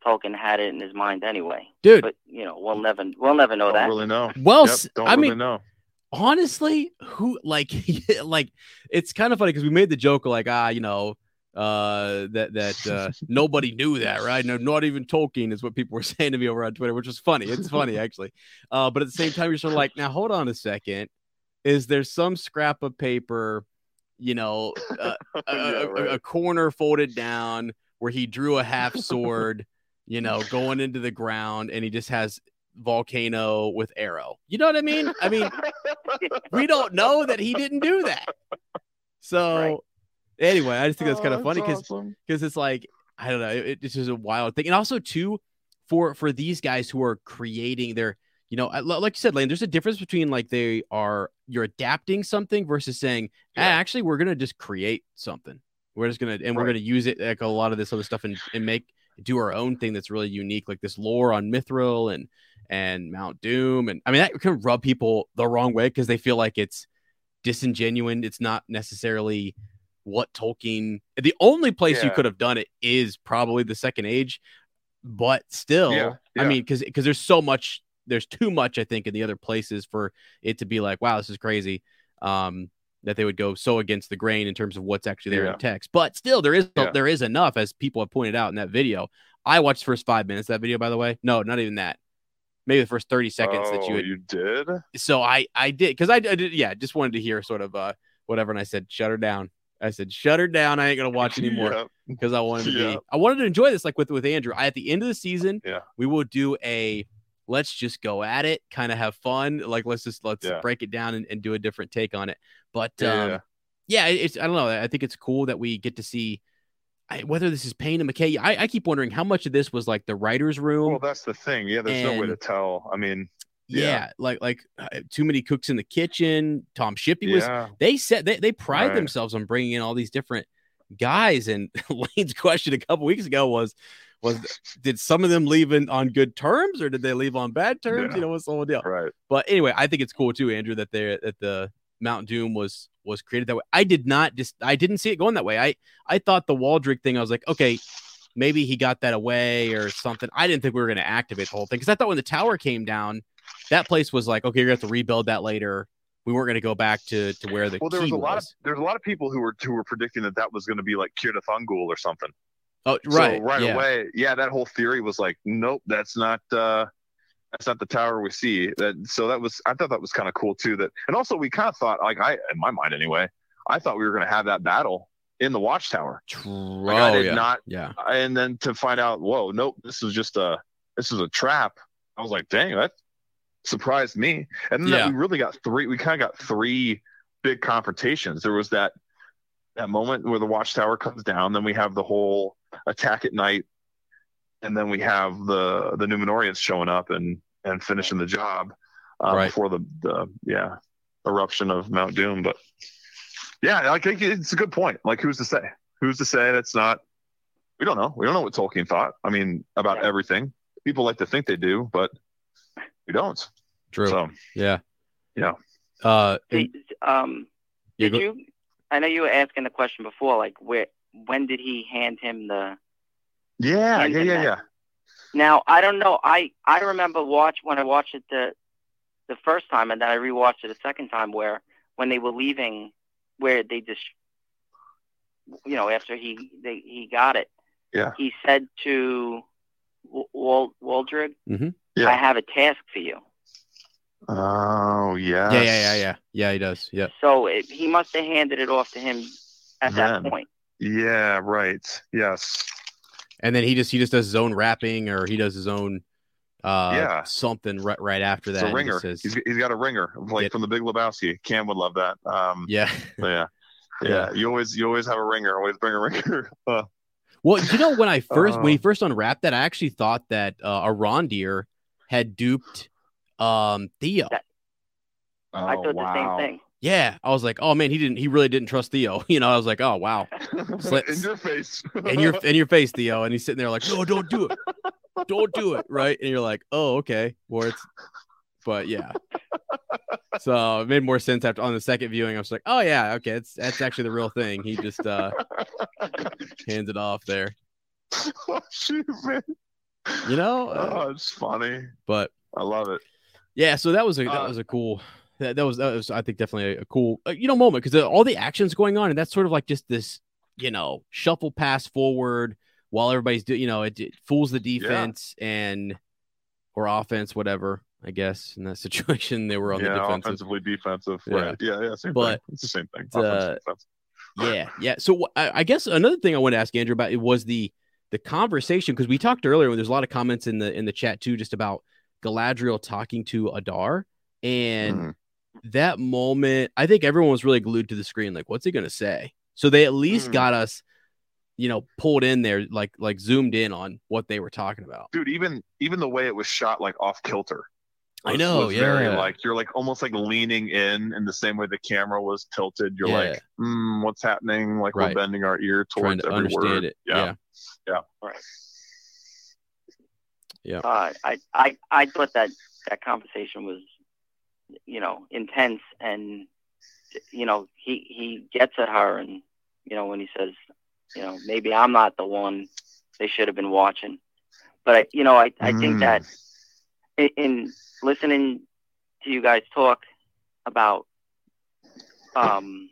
Speaker 9: Tolkien had it in his mind anyway,
Speaker 2: Dude.
Speaker 9: But you know, we'll never we'll never know
Speaker 1: don't
Speaker 9: that.
Speaker 1: really know.
Speaker 2: Well,
Speaker 1: Yep,
Speaker 2: s-
Speaker 1: don't
Speaker 2: I
Speaker 1: really
Speaker 2: mean-
Speaker 1: know.
Speaker 2: honestly who like like it's kind of funny because we made the joke like ah you know uh that that uh nobody knew that right no not even tolkien is what people were saying to me over on twitter which is funny it's funny actually uh but at the same time you're sort of like now hold on a second is there some scrap of paper you know uh, a, a-
Speaker 1: right.
Speaker 2: a corner folded down where he drew a half sword you know going into the ground and he just has volcano with arrow you know what i mean i mean we don't know that he didn't do that. So
Speaker 9: Right.
Speaker 2: anyway, I just think that's
Speaker 1: Oh,
Speaker 2: kind of funny because
Speaker 1: awesome.
Speaker 2: it's like I don't know, it, it's just a wild thing, and also too for for these guys who are creating their you know I- li- like you said lane there's a difference between like they are you're adapting something versus saying "Ah,
Speaker 1: Yeah.
Speaker 2: actually we're gonna just create something we're just gonna and we're
Speaker 1: Right.
Speaker 2: gonna use it like a lot of this other stuff and, and make do our own thing that's really unique like this lore on mithril and and mount doom and i mean that can rub people the wrong way because they feel like it's disingenuine it's not necessarily what tolkien the only place you
Speaker 1: Yeah.
Speaker 2: could have done it is probably the second age but still
Speaker 1: Yeah,
Speaker 2: i
Speaker 1: yeah.
Speaker 2: mean because because there's so much there's too much i think in the other places for it to be like wow this is crazy um that they would go so against the grain in terms of what's actually there
Speaker 1: Yeah.
Speaker 2: in text but still there is
Speaker 1: Yeah.
Speaker 2: there is enough as people have pointed out in that video i watched the first five minutes of that video by the way no not even that maybe the first 30 seconds that you
Speaker 1: Oh,
Speaker 2: had
Speaker 1: did.
Speaker 2: so I I did because I, I did yeah just wanted to hear sort of uh whatever and I said shut her down I said shut her down I ain't gonna watch anymore
Speaker 1: Yep.
Speaker 2: because I wanted to
Speaker 1: Yeah.
Speaker 2: be I wanted to enjoy this like with with Andrew I at the end of the season
Speaker 1: Yeah.
Speaker 2: we will do a let's just go at it kind of have fun like let's just let's
Speaker 1: Yeah.
Speaker 2: break it down and, and do a different take on it but
Speaker 1: Yeah,
Speaker 2: um
Speaker 1: yeah.
Speaker 2: yeah it- it's I don't know I think it's cool that we get to see I, whether this is Payne and McKay I, I keep wondering how much of this was like the writers room
Speaker 1: Well, that's the thing. Yeah, there's no way to
Speaker 2: And-
Speaker 1: tell. I mean,
Speaker 2: yeah.
Speaker 1: Yeah.
Speaker 2: like like uh, too many cooks in the kitchen. Tom Shippey was.
Speaker 1: yeah,
Speaker 2: They said they they pride
Speaker 1: Right.
Speaker 2: themselves on bringing in all these different guys. And Lane's question a couple weeks ago was was did some of them leave in, on good terms or did they leave on bad terms?
Speaker 1: Yeah.
Speaker 2: You know what's the whole deal?
Speaker 1: right.
Speaker 2: But anyway, I think it's cool too, Andrew, that they that the Mount Doom was was created that way. I did not just I didn't see it going that way. I I thought the Waldrick thing. I was like, okay, maybe he got that away or something. I didn't think we were going to activate the whole thing because I thought when the tower came down, that place was like, okay, you're going to have to rebuild that later. We weren't going to go back to to where the
Speaker 1: Well, there
Speaker 2: key
Speaker 1: was a
Speaker 2: was.
Speaker 1: lot of there's a lot of people who were who were predicting that that was going to be like Kir Thungul or something.
Speaker 2: oh, right,
Speaker 1: So right
Speaker 2: yeah.
Speaker 1: away, yeah, that whole theory was like, nope, that's not uh that's not the tower we see. That so that was I thought that was kind of cool too. That and also we kind of thought like I in my mind anyway, I thought we were going to have that battle in the watchtower.
Speaker 2: Tr-
Speaker 1: Like, I
Speaker 2: oh,
Speaker 1: did
Speaker 2: yeah.
Speaker 1: not
Speaker 2: yeah.
Speaker 1: and then to find out, whoa, nope, this was just a this was a trap. I was like, dang, that surprised me. And then
Speaker 2: Yeah.
Speaker 1: we really got three. We kind of got three big confrontations. There was that that moment where the watchtower comes down. Then we have the whole attack at night, and then we have the the Numenorians showing up and and finishing the job uh,
Speaker 2: Right.
Speaker 1: before the the yeah eruption of Mount Doom. But Yeah, I think it's a good point. Like, who's to say? Who's to say that's not? We don't know. We don't know what Tolkien thought. I mean, about everything. People like to think they do, but we don't.
Speaker 2: True.
Speaker 1: So,
Speaker 2: yeah.
Speaker 1: Yeah.
Speaker 2: Uh,
Speaker 9: Did, um,
Speaker 2: Yeah,
Speaker 9: did
Speaker 2: go-
Speaker 9: you? I know you were asking the question before, like where, when did he hand him the?
Speaker 1: yeah, yeah, yeah, yeah.
Speaker 9: Now I don't know. I I remember watch when I watched it the the first time, and then I rewatched it a second time, where when they were leaving, where they just, you know, after he they, he got it,
Speaker 1: Yeah.
Speaker 9: he said to Wa- Wal- Waldrig,
Speaker 2: Mm-hmm.
Speaker 1: Yeah.
Speaker 9: "I have a task for you."
Speaker 1: Oh yeah.
Speaker 2: Yeah, yeah, yeah, yeah. Yeah, he does. Yeah.
Speaker 9: So it, he must have handed it off to him at that
Speaker 2: Then.
Speaker 9: point.
Speaker 1: Yeah, right. Yes.
Speaker 2: And then he just he just does his own rapping or he does his own uh
Speaker 1: Yeah.
Speaker 2: something right right after
Speaker 1: It's
Speaker 2: that.
Speaker 1: a
Speaker 2: and he
Speaker 1: ringer.
Speaker 2: says-
Speaker 1: he's, he's got a ringer, like from the Big Lebowski. Cam would love that. Um,
Speaker 2: yeah.
Speaker 1: but yeah, yeah, You always, you always have a ringer. Always bring a ringer. Uh,
Speaker 2: Well, you know when I first when he
Speaker 1: Uh.
Speaker 2: first unwrapped that, I actually thought that uh Arondir had duped um Theo.
Speaker 9: I
Speaker 10: Oh,
Speaker 9: thought
Speaker 6: Oh,
Speaker 9: the same thing.
Speaker 2: Yeah. I was like, oh man, he didn't he really didn't trust Theo. You know, I was like, oh wow. Sla-
Speaker 1: in your face.
Speaker 2: in your in your face, Theo, and he's sitting there like, no, don't do it, don't do it, right? And you're like, oh, okay, or it's, but yeah. So it made more sense after on the second viewing. I was like, oh yeah, okay, it's that's actually the real thing. He just uh hands it off there,
Speaker 1: oh, shoot, man.
Speaker 2: you know. uh,
Speaker 1: Oh, it's funny.
Speaker 2: but
Speaker 1: I love it.
Speaker 2: yeah, so that was a that
Speaker 1: Uh,
Speaker 2: was a cool. That, that was that was I think definitely a, a cool uh, you know moment because all the actions going on and that's sort of like just this you know shuffle pass forward while everybody's do you know it, it fools the defense and or offense whatever I guess in that situation they were on
Speaker 1: yeah,
Speaker 2: the defensive
Speaker 1: offensively defensive.
Speaker 2: Yeah.
Speaker 1: Right. Yeah, yeah, same
Speaker 2: But,
Speaker 1: thing. It's the same thing.
Speaker 2: uh,
Speaker 1: Offensive, defensive.
Speaker 2: yeah, yeah. So wh- I, I guess another thing I wanted to ask Andrew about it was the the conversation because we talked earlier when there's a lot of comments in the in the chat too, just about Galadriel talking to Adar and
Speaker 1: Mm-hmm.
Speaker 2: that moment. I think everyone was really glued to the screen, like, what's he gonna say? So they at least
Speaker 1: Mhm.
Speaker 2: got us, you know, pulled in there, like like zoomed in on what they were talking about.
Speaker 1: dude even even the way it was shot like off kilter
Speaker 2: I
Speaker 1: was-
Speaker 2: know,
Speaker 1: was very,
Speaker 2: yeah.
Speaker 1: like you're like almost like leaning in in the same way the camera was tilted you're
Speaker 2: Yeah.
Speaker 1: like mm, what's happening like
Speaker 2: Right.
Speaker 1: we're bending our ear
Speaker 2: Trying
Speaker 1: towards
Speaker 2: to
Speaker 1: every
Speaker 2: understand
Speaker 1: word
Speaker 2: it.
Speaker 1: yeah
Speaker 2: Yeah.
Speaker 1: yeah,
Speaker 2: Yeah.
Speaker 9: Uh, I, I I thought that that conversation was, you know, intense, and you know, he he gets at her, and you know, when he says, you know, maybe I'm not the one they should have been watching, but I, you know, I I think
Speaker 1: Mm.
Speaker 9: that in, in listening to you guys talk about um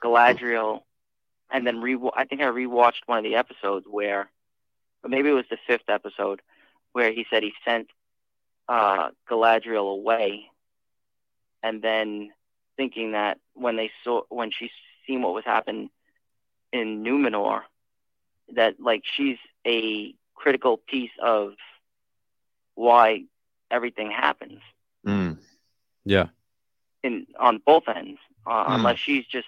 Speaker 9: Galadriel, and then re I think I rewatched one of the episodes where, or maybe it was the fifth episode where he said he sent uh, Galadriel away, and then thinking that when they saw when she seen what was happening in Numenor, that like she's a critical piece of why everything happens
Speaker 1: Mm.
Speaker 2: Yeah.
Speaker 9: in on both ends, uh,
Speaker 1: Hmm.
Speaker 9: unless she's just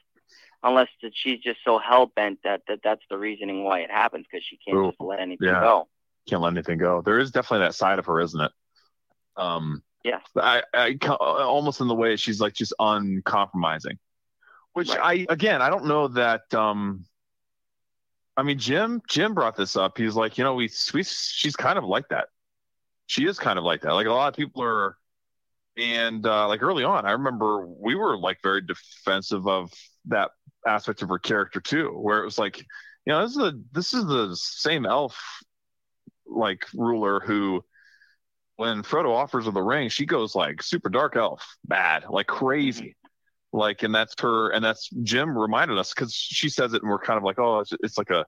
Speaker 9: unless that she's just so hell bent that, that that's the reasoning why it happens because she can't
Speaker 1: Ooh,
Speaker 9: just let anything
Speaker 1: yeah.
Speaker 9: go.
Speaker 1: can't let anything go there is definitely that side of her isn't it um
Speaker 9: Yeah.
Speaker 1: i i ca- almost in the way she's like just uncompromising which i again i don't know that um i mean jim jim brought this up he's like you know we, we she's kind of like that she is kind of like that like a lot of people are and uh like early on i remember we were like very defensive of that aspect of her character too where it was like you know this is the this is the same elf like ruler who when Frodo offers her the ring, she goes like super dark elf, bad, like crazy. Like, and that's her, and that's Jim reminded us because she says it, and we're kind of like, oh, it's, it's like a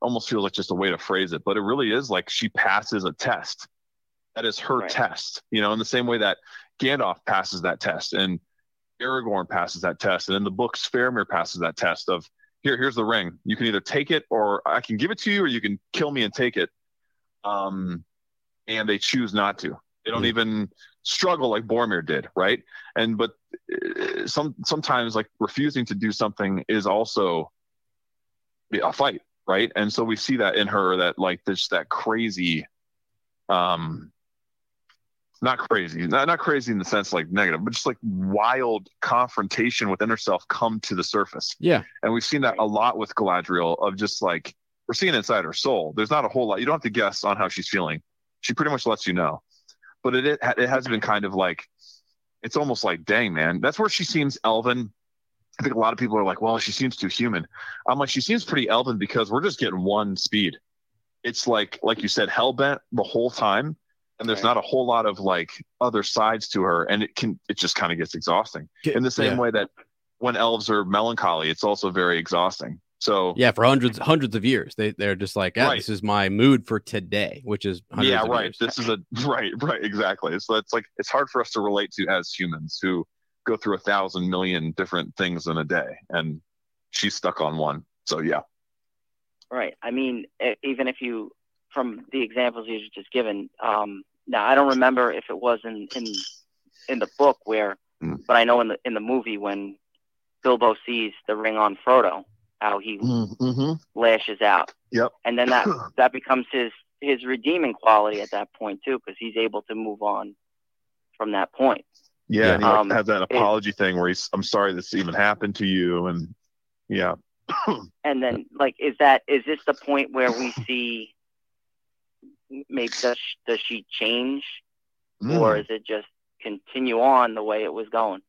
Speaker 1: almost feels like just a way to phrase it, but it really is like she passes a test. That is her
Speaker 9: Right.
Speaker 1: test, you know, in the same way that Gandalf passes that test and Aragorn passes that test, and in the book, Faramir passes that test of here, here's the ring. You can either take it, or I can give it to you, or you can kill me and take it. Um, and they choose not to. They don't even struggle like Boromir did, right? And but uh, some sometimes like refusing to do something is also a fight, right? And so we see that in her that like this that crazy, um, not crazy, not, not crazy in the sense like negative, but just like wild confrontation within herself come to the surface.
Speaker 2: Yeah.
Speaker 1: And we've seen that a lot with Galadriel of just like we're seeing inside her soul. There's not a whole lot. You don't have to guess on how she's feeling. She pretty much lets you know. But it it, it has been kind of like it's almost like dang man. That's where she seems elven. I think a lot of people are like, well, she seems too human. I'm like, she seems pretty elven because we're just getting one speed. It's like like you said, hell bent the whole time. And there's not a whole lot of like other sides to her, and it can it just kind of gets exhausting. In the same
Speaker 2: yeah.
Speaker 1: way that when elves are melancholy, it's also very exhausting. So
Speaker 2: Yeah, for hundreds hundreds of years, they they're just like, ah,
Speaker 1: Right.
Speaker 2: this is my mood for today, which is hundreds
Speaker 1: yeah
Speaker 2: of
Speaker 1: right
Speaker 2: years.
Speaker 1: this is a right right exactly so it's like it's hard for us to relate to as humans who go through a thousand million different things in a day and she's stuck on one so yeah
Speaker 9: Right. I mean, e- even if you, from the examples you just given, um, now I don't remember if it was in in, in the book where, but I know in the in the movie when Bilbo sees the ring on Frodo, how he
Speaker 1: mm-hmm.
Speaker 9: lashes out,
Speaker 1: yep
Speaker 9: and then that that becomes his his redeeming quality at that point too, because he's able to move on from that point.
Speaker 1: yeah, and he
Speaker 9: Um,
Speaker 1: has that
Speaker 9: it-
Speaker 1: apology thing where he's i'm sorry this even happened to you and yeah
Speaker 9: and then like is that is this the point where we see maybe does she, does she change or
Speaker 1: Mm.
Speaker 9: is it just continue on the way it was going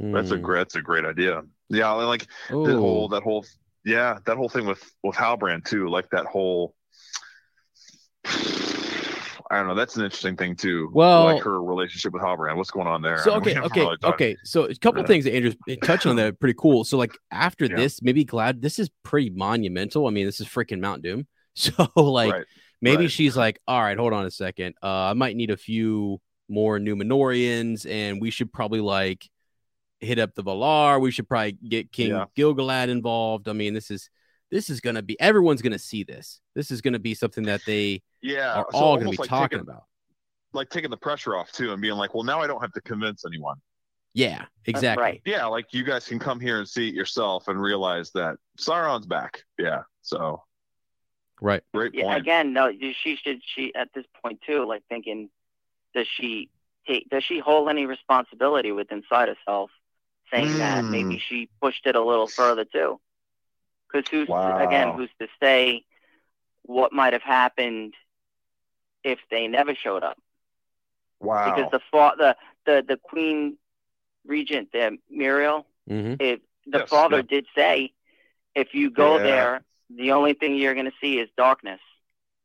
Speaker 2: Hmm.
Speaker 1: That's a
Speaker 2: Mm.
Speaker 1: great. That's a great idea. Yeah, I like the whole that whole yeah that whole thing with with Halbrand too. Like that whole. I don't know. That's an interesting thing too.
Speaker 2: Well-
Speaker 1: like her relationship with Halbrand. What's going on there?
Speaker 2: So
Speaker 1: I mean, we
Speaker 2: okay,
Speaker 1: haven't
Speaker 2: okay,
Speaker 1: really talked-
Speaker 2: okay. So a couple
Speaker 1: Yeah.
Speaker 2: things that Andrew's touching on that are pretty cool. So like after
Speaker 1: Yeah.
Speaker 2: this, maybe glad this is pretty monumental. I mean, this is freaking Mount Doom. So like
Speaker 1: Right,
Speaker 2: maybe
Speaker 1: right.
Speaker 2: she's like, all right, hold on a second. Uh, I might need a few more Numenorians, and we should probably like hit up the Valar. We should probably get King
Speaker 10: Yeah.
Speaker 2: Gilgalad involved. I mean, this is this is gonna be everyone's gonna see this. This is gonna be something that they
Speaker 1: Yeah,
Speaker 2: are
Speaker 1: so
Speaker 2: all gonna be
Speaker 1: almost like
Speaker 2: talking
Speaker 1: taking-
Speaker 2: about.
Speaker 1: Like taking the pressure off too, and being like, well, now I don't have to convince anyone.
Speaker 2: Yeah, exactly.
Speaker 1: Yeah, like you guys can come here and see it yourself and realize that Sauron's back. Yeah. So
Speaker 2: Right.
Speaker 1: great
Speaker 9: yeah,
Speaker 1: point.
Speaker 9: again no you- she should she at this point too like thinking does she take does she hold any responsibility with inside herself saying that maybe
Speaker 10: Mm.
Speaker 9: she pushed it a little further too because who's to,
Speaker 10: Wow.
Speaker 9: again who's to say what might have happened if they never showed up
Speaker 1: Wow.
Speaker 9: because the fa- the the the queen regent there Muriel
Speaker 2: Mm-hmm.
Speaker 9: it, the
Speaker 10: Yes,
Speaker 9: father
Speaker 10: yeah.
Speaker 9: did say if you go
Speaker 10: Yeah.
Speaker 9: there the only thing you're going to see is darkness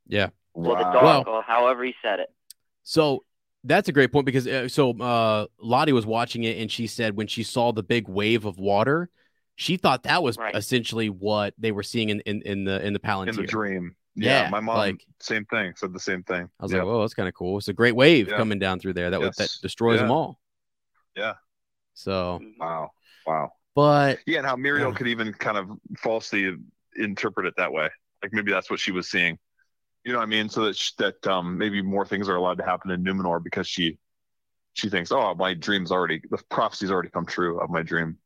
Speaker 2: Yeah.
Speaker 9: or the dark or however he said it
Speaker 2: So that's a great point because uh, so uh, Lottie was watching it and she said when she saw the big wave of water, she thought that was essentially what they were seeing in in, in the in the Palantir.
Speaker 1: in the dream. Yeah,
Speaker 2: Yeah,
Speaker 1: my mom
Speaker 2: like-
Speaker 1: same thing said the same thing.
Speaker 2: I was
Speaker 1: yeah.
Speaker 2: like, "Whoa, that's kind of cool. It's a great wave
Speaker 1: Yeah.
Speaker 2: coming down through there. That was that
Speaker 1: Yes.
Speaker 2: destroys them
Speaker 1: Yeah.
Speaker 2: all."
Speaker 1: Yeah.
Speaker 2: So
Speaker 1: wow, wow.
Speaker 2: But
Speaker 1: Yeah, and how Muriel could even kind of falsely interpret it that way. Like maybe that's what she was seeing. You know what I mean? So that sh that um, maybe more things are allowed to happen in Numenor because she she thinks, oh, my dream's already the prophecy's already come true of my dream.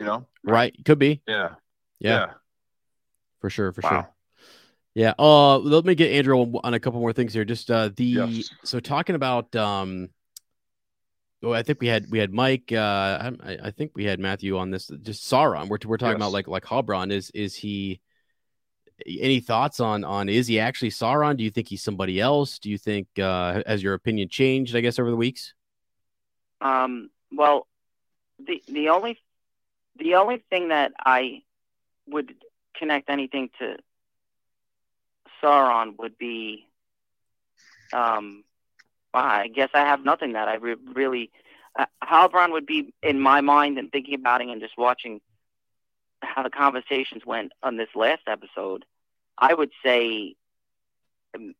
Speaker 1: You know?
Speaker 2: right, could be.
Speaker 1: Yeah.
Speaker 2: Yeah. For sure, for
Speaker 1: Wow.
Speaker 2: sure. Yeah. Uh, let me get Andrew on, on a couple more things here. Just uh, the so talking about um, well, I think we had we had Mike. Uh, I, I think we had Matthew on this. Just Sauron. We're we're talking about
Speaker 10: Yes.
Speaker 2: like like Halbron. Is is he? Any thoughts on on is he actually Sauron? Do you think he's somebody else? Do you think uh, has your opinion changed? I guess over the weeks.
Speaker 9: Um, well, the the only the only thing that I would connect anything to Sauron would be, um, wow, I guess I have nothing that I re- really. Uh, Halbron would be in my mind and thinking about it and just watching how the conversations went on this last episode. I would say um,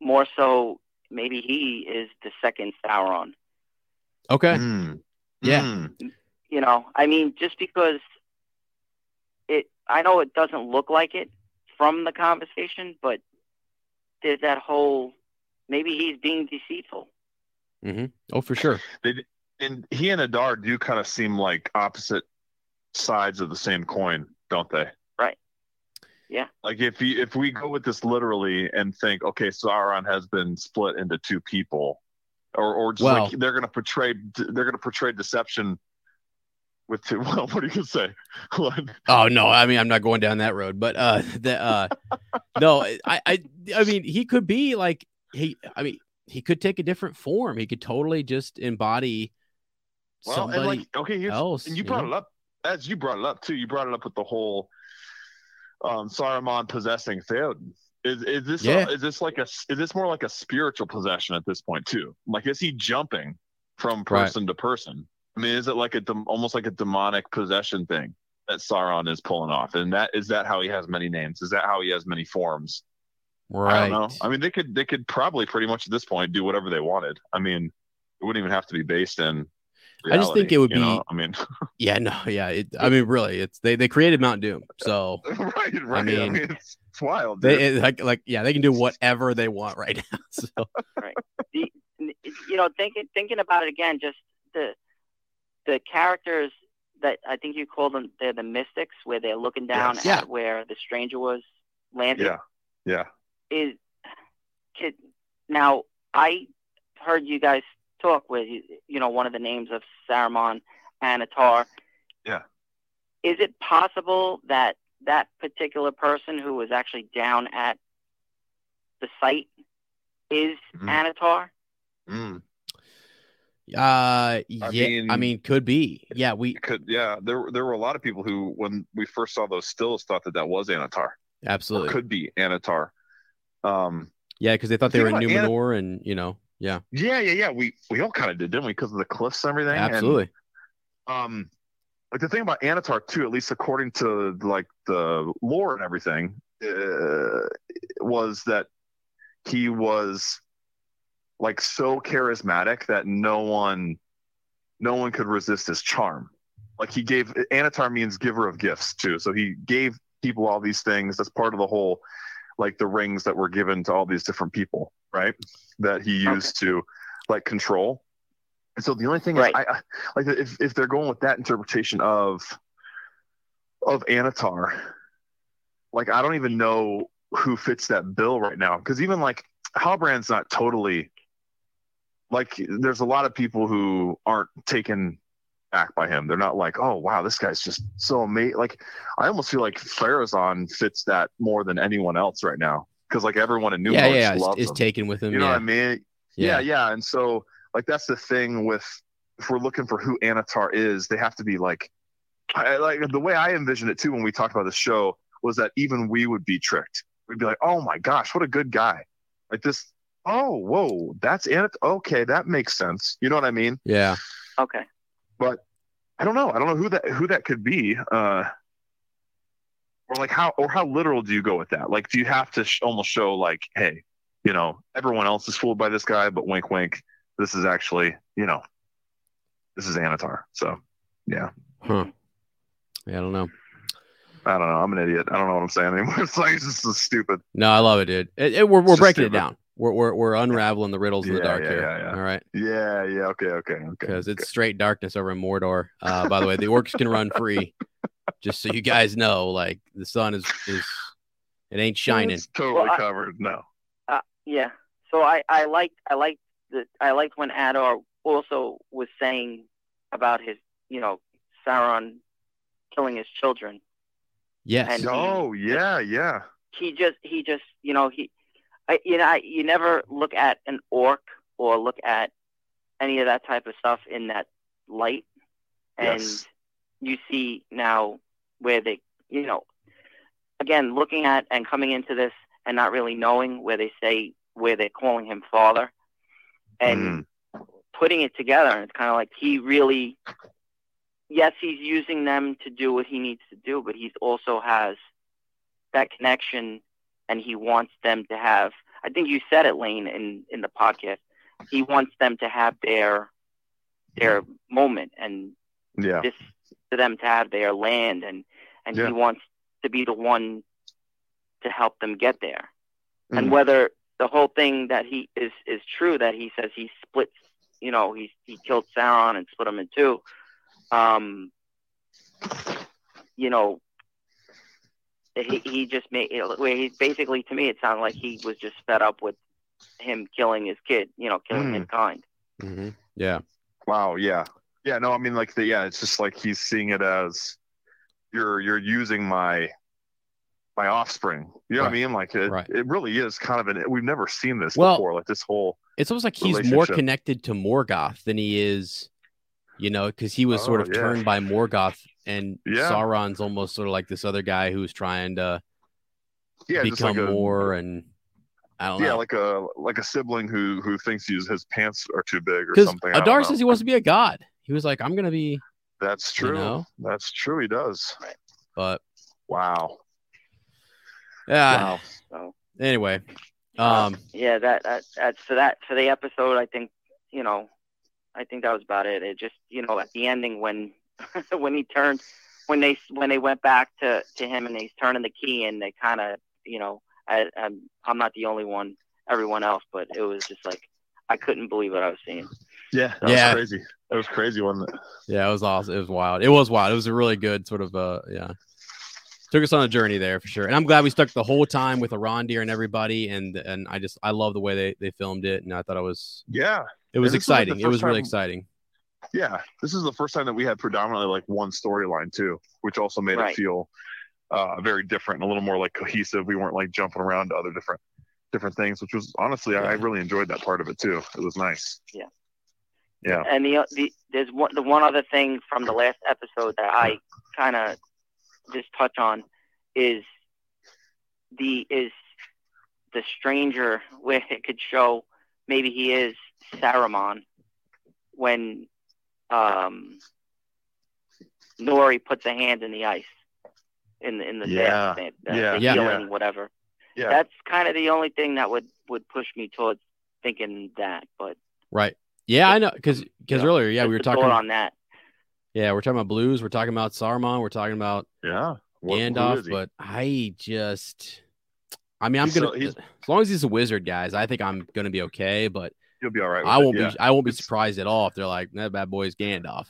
Speaker 9: more so maybe he is the second Sauron.
Speaker 1: Mm-hmm.
Speaker 2: Okay.
Speaker 1: Hmm. Yeah.
Speaker 9: you know i mean just because it i know it doesn't look like it from the conversation but there's that whole maybe he's being deceitful
Speaker 2: Mm-hmm. Oh, for sure.
Speaker 1: They, and he and Adar do kind of seem like opposite sides of the same coin, don't they?
Speaker 9: right Yeah.
Speaker 1: Like if you if we go with this literally and think, okay, Sauron has been split into two people, or or just
Speaker 2: Well-
Speaker 1: like they're gonna portray they're gonna portray deception with two. Well, what are you gonna say? What?
Speaker 2: Oh no, I mean I'm not going down that road, but uh the uh no, I I I mean he could be like he I mean he could take a different form. He could totally just embody
Speaker 1: Well,
Speaker 2: somebody
Speaker 1: and like okay, here's,
Speaker 2: else.
Speaker 1: and you brought
Speaker 2: know?
Speaker 1: it up as you brought it up too. You brought it up with the whole um, Saruman possessing Theoden. Is is this a-
Speaker 2: Yeah.
Speaker 1: is this like a is this more like a spiritual possession at this point too? Like is he jumping from
Speaker 2: Right.
Speaker 1: person to person? I mean, is it like a dem- almost like a demonic possession thing that Sauron is pulling off? And that is that how he has many names? Is that how he has many forms? I
Speaker 2: Right.
Speaker 1: don't know. I mean, they could they could probably pretty much at this point do whatever they wanted. I mean, it wouldn't even have to be based in.
Speaker 2: I just think it would
Speaker 1: reality, you know?
Speaker 2: be-
Speaker 1: I mean,
Speaker 2: Yeah, no, yeah. It, I mean really, it's they they created Mount Doom. So
Speaker 1: right, right. I mean,
Speaker 2: mean,
Speaker 1: it's, it's wild. dude.
Speaker 2: they it- like like yeah, they can do whatever they want right now. So uh,
Speaker 9: n- you know, thinking thinking about it again, just the the characters that I think you call them they're the mystics, where they're looking down
Speaker 1: Yes.
Speaker 9: at
Speaker 1: Yeah.
Speaker 9: where the stranger was landing.
Speaker 1: yeah, yeah.
Speaker 9: Is kid, now I heard you guys talk with you know one of the names of Saruman and Atar.
Speaker 1: Yeah.
Speaker 9: Is it possible that that particular person who was actually down at the site is
Speaker 1: Mhm.
Speaker 9: Anatar?
Speaker 1: Mm.
Speaker 2: uh yeah, I mean,
Speaker 1: mean-
Speaker 2: could be. Yeah, we
Speaker 1: It Could, yeah, there there were a lot of people who, when we first saw those stills, thought that that was Anatar.
Speaker 2: absolutely.
Speaker 1: Could be Anatar. Um.
Speaker 2: yeah, cuz they thought they
Speaker 1: Think
Speaker 2: were in
Speaker 1: about Anna-
Speaker 2: Numenor and you know, yeah.
Speaker 1: Yeah, yeah, yeah. We we all kind of did, didn't we? Because of the cliffs and everything. and,
Speaker 2: Absolutely.
Speaker 1: um, like the thing about Anatar too, at least according to like the lore and everything, uh, was that he was like so charismatic that no one no one could resist his charm. Like he gave Anatar means giver of gifts too. So he gave people all these things. That's part of the whole like the rings that were given to all these different people, right? That he used to like control. And so the only thing
Speaker 9: Right.
Speaker 1: is I, I like if, if they're going with that interpretation of of Anatar, like I don't even know who fits that bill right now. Because even like Halbrand's not totally like there's a lot of people who aren't taken back by him. They're not like, oh wow, this guy's just so amazing. Like I almost feel like Farazan fits that more than anyone else right now. Because like everyone in New
Speaker 2: yeah,
Speaker 1: York
Speaker 2: yeah,
Speaker 1: just
Speaker 2: is-
Speaker 1: loves
Speaker 2: is
Speaker 1: him.
Speaker 2: taken with him.
Speaker 1: You know
Speaker 2: yeah.
Speaker 1: what I mean? Yeah. yeah, And so like that's the thing with if we're looking for who Anatar is, they have to be like I, like the way I envisioned it too when we talked about the show was that even we would be tricked. We'd be like, "Oh my gosh, what a good guy!" Like this. Oh, whoa, that's Anatar. Okay, that makes sense. You know what I mean?
Speaker 2: Yeah.
Speaker 9: Okay.
Speaker 1: but I don't know. I don't know who that who that could be. Uh, or like how or how literal do you go with that? Like, do you have to sh- almost show like, hey, you know, everyone else is fooled by this guy, but wink, wink, this is actually, you know, this is Anatar. So, yeah,
Speaker 2: Huh. Yeah, I don't know.
Speaker 1: I don't know. I'm an idiot. I don't know what I'm saying anymore. It's like it's just stupid.
Speaker 2: No, I love it, dude. It, it- we're we're
Speaker 1: just
Speaker 2: breaking it
Speaker 1: stupid.
Speaker 2: down. We're we're we're unraveling the riddles in the
Speaker 1: Yeah,
Speaker 2: dark
Speaker 1: yeah,
Speaker 2: here.
Speaker 1: yeah, yeah.
Speaker 2: All right.
Speaker 1: Yeah, yeah. Okay, okay, okay.
Speaker 2: Because it's straight darkness over in Mordor. Uh, by the way, the orcs can run free. Just so you guys know, like the sun is is it ain't shining.
Speaker 1: It's totally
Speaker 9: Well, I-
Speaker 1: covered. No.
Speaker 9: Yeah. So I I liked I liked the I liked when Adar also was saying about his you know Sauron killing his children.
Speaker 2: Yes.
Speaker 9: And-
Speaker 1: Oh, yeah, yeah.
Speaker 9: He just he just you know he I you know I, you never look at an orc or look at any of that type of stuff in that light, and
Speaker 1: Yes.
Speaker 9: you see now where they you know again looking at and coming into this and not really knowing where they say where they're calling him father and
Speaker 1: Mm,
Speaker 9: putting it together and it's kind of like he really yes he's using them to do what he needs to do but he also has that connection and he wants them to have i think you said it lane in in the podcast he wants them to have their their moment and
Speaker 1: yeah.
Speaker 9: this for them to have their land and and
Speaker 1: Yeah.
Speaker 9: he wants to be the one to help them get there and
Speaker 1: Mm.
Speaker 9: whether the whole thing that he is is true that he says he splits you know he he killed Sauron and split him in two um you know he he just made it, where he basically to me it sounded like he was just fed up with him killing his kid, you know, killing
Speaker 1: Mm.
Speaker 9: his kind.
Speaker 1: Mm-hmm.
Speaker 2: Yeah.
Speaker 1: Wow. Yeah. Yeah. No, I mean, like the yeah, it's just like he's seeing it as you're you're using my my offspring. You know what I
Speaker 2: Right.
Speaker 1: mean? Like it,
Speaker 2: Right.
Speaker 1: it really is kind of an we've never seen this
Speaker 2: Well,
Speaker 1: before. Like this whole
Speaker 2: It's almost like he's more
Speaker 1: relationship.
Speaker 2: connected to Morgoth than he is, you know, because he was sort
Speaker 1: Oh,
Speaker 2: of
Speaker 1: yeah.
Speaker 2: turned by Morgoth, and
Speaker 1: Yeah.
Speaker 2: Sauron's almost sort of like this other guy who's trying to
Speaker 1: Yeah, just like
Speaker 2: become
Speaker 1: a-
Speaker 2: more and I don't
Speaker 1: yeah,
Speaker 2: know.
Speaker 1: like a like a sibling who who thinks his his pants are too big or
Speaker 2: Because
Speaker 1: something. I don't
Speaker 2: Adar
Speaker 1: know.
Speaker 2: says he wants to be a god. He was like, I'm gonna be,
Speaker 1: That's true.
Speaker 2: know?
Speaker 1: That's true. He does.
Speaker 2: but
Speaker 1: Wow.
Speaker 2: yeah.
Speaker 9: So
Speaker 2: Anyway, um,
Speaker 9: yeah, that that that's for that for the episode. I think you know, I think that was about it. It just you know at the ending when when he turned when they when they went back to to him and he's turning the key and they kind of you know I I'm, I'm not the only one everyone else but it was just like I couldn't believe what I was seeing.
Speaker 1: Yeah. That
Speaker 2: Yeah.
Speaker 1: was crazy. That was crazy, wasn't it?
Speaker 2: yeah, it was awesome. It was wild. It was wild. It was a really good sort of, uh, yeah. Took us on a journey there for sure, and I'm glad we stuck the whole time with a Arondir and everybody, and and I just I love the way they they filmed it, and I thought it was
Speaker 1: Yeah.
Speaker 2: It was
Speaker 1: And this like the
Speaker 2: exciting. It was
Speaker 1: first
Speaker 2: really
Speaker 1: time-
Speaker 2: exciting.
Speaker 1: Yeah, this is the first time that we had predominantly like one storyline too, which also made
Speaker 9: Right.
Speaker 1: it feel uh, very different and a little more like cohesive. We weren't like jumping around to other different different things, which was honestly I, I really enjoyed that part of it too. It was nice.
Speaker 9: Yeah.
Speaker 1: Yeah.
Speaker 9: And the the there's one the one other thing from the last episode that I kind of just touch on is the is the stranger where it could show maybe he is Saruman when um Nori puts a hand in the ice in the in the
Speaker 1: Yeah.
Speaker 9: sand, uh,
Speaker 1: Yeah.
Speaker 9: the
Speaker 1: Yeah.
Speaker 9: healing,
Speaker 1: Yeah.
Speaker 9: whatever.
Speaker 1: Yeah.
Speaker 9: That's kind of the only thing that would would push me towards thinking that, but
Speaker 2: Right. Yeah, I know. Because because earlier, yeah, we were
Speaker 9: the
Speaker 2: talking.
Speaker 9: thought on that.
Speaker 2: Yeah, we're talking about blues. We're talking about Saruman. We're talking about
Speaker 1: yeah
Speaker 9: What- who is
Speaker 2: Gandalf.
Speaker 9: he?
Speaker 2: But I just, I mean, I'm
Speaker 1: He's so-
Speaker 2: gonna
Speaker 1: he's-
Speaker 2: as long as he's a wizard, guys. I think I'm gonna be okay. But
Speaker 1: You'll be all right. With
Speaker 2: I
Speaker 1: it,
Speaker 2: won't
Speaker 1: yeah.
Speaker 2: be. I won't be surprised at all if they're like that bad boy's Gandalf.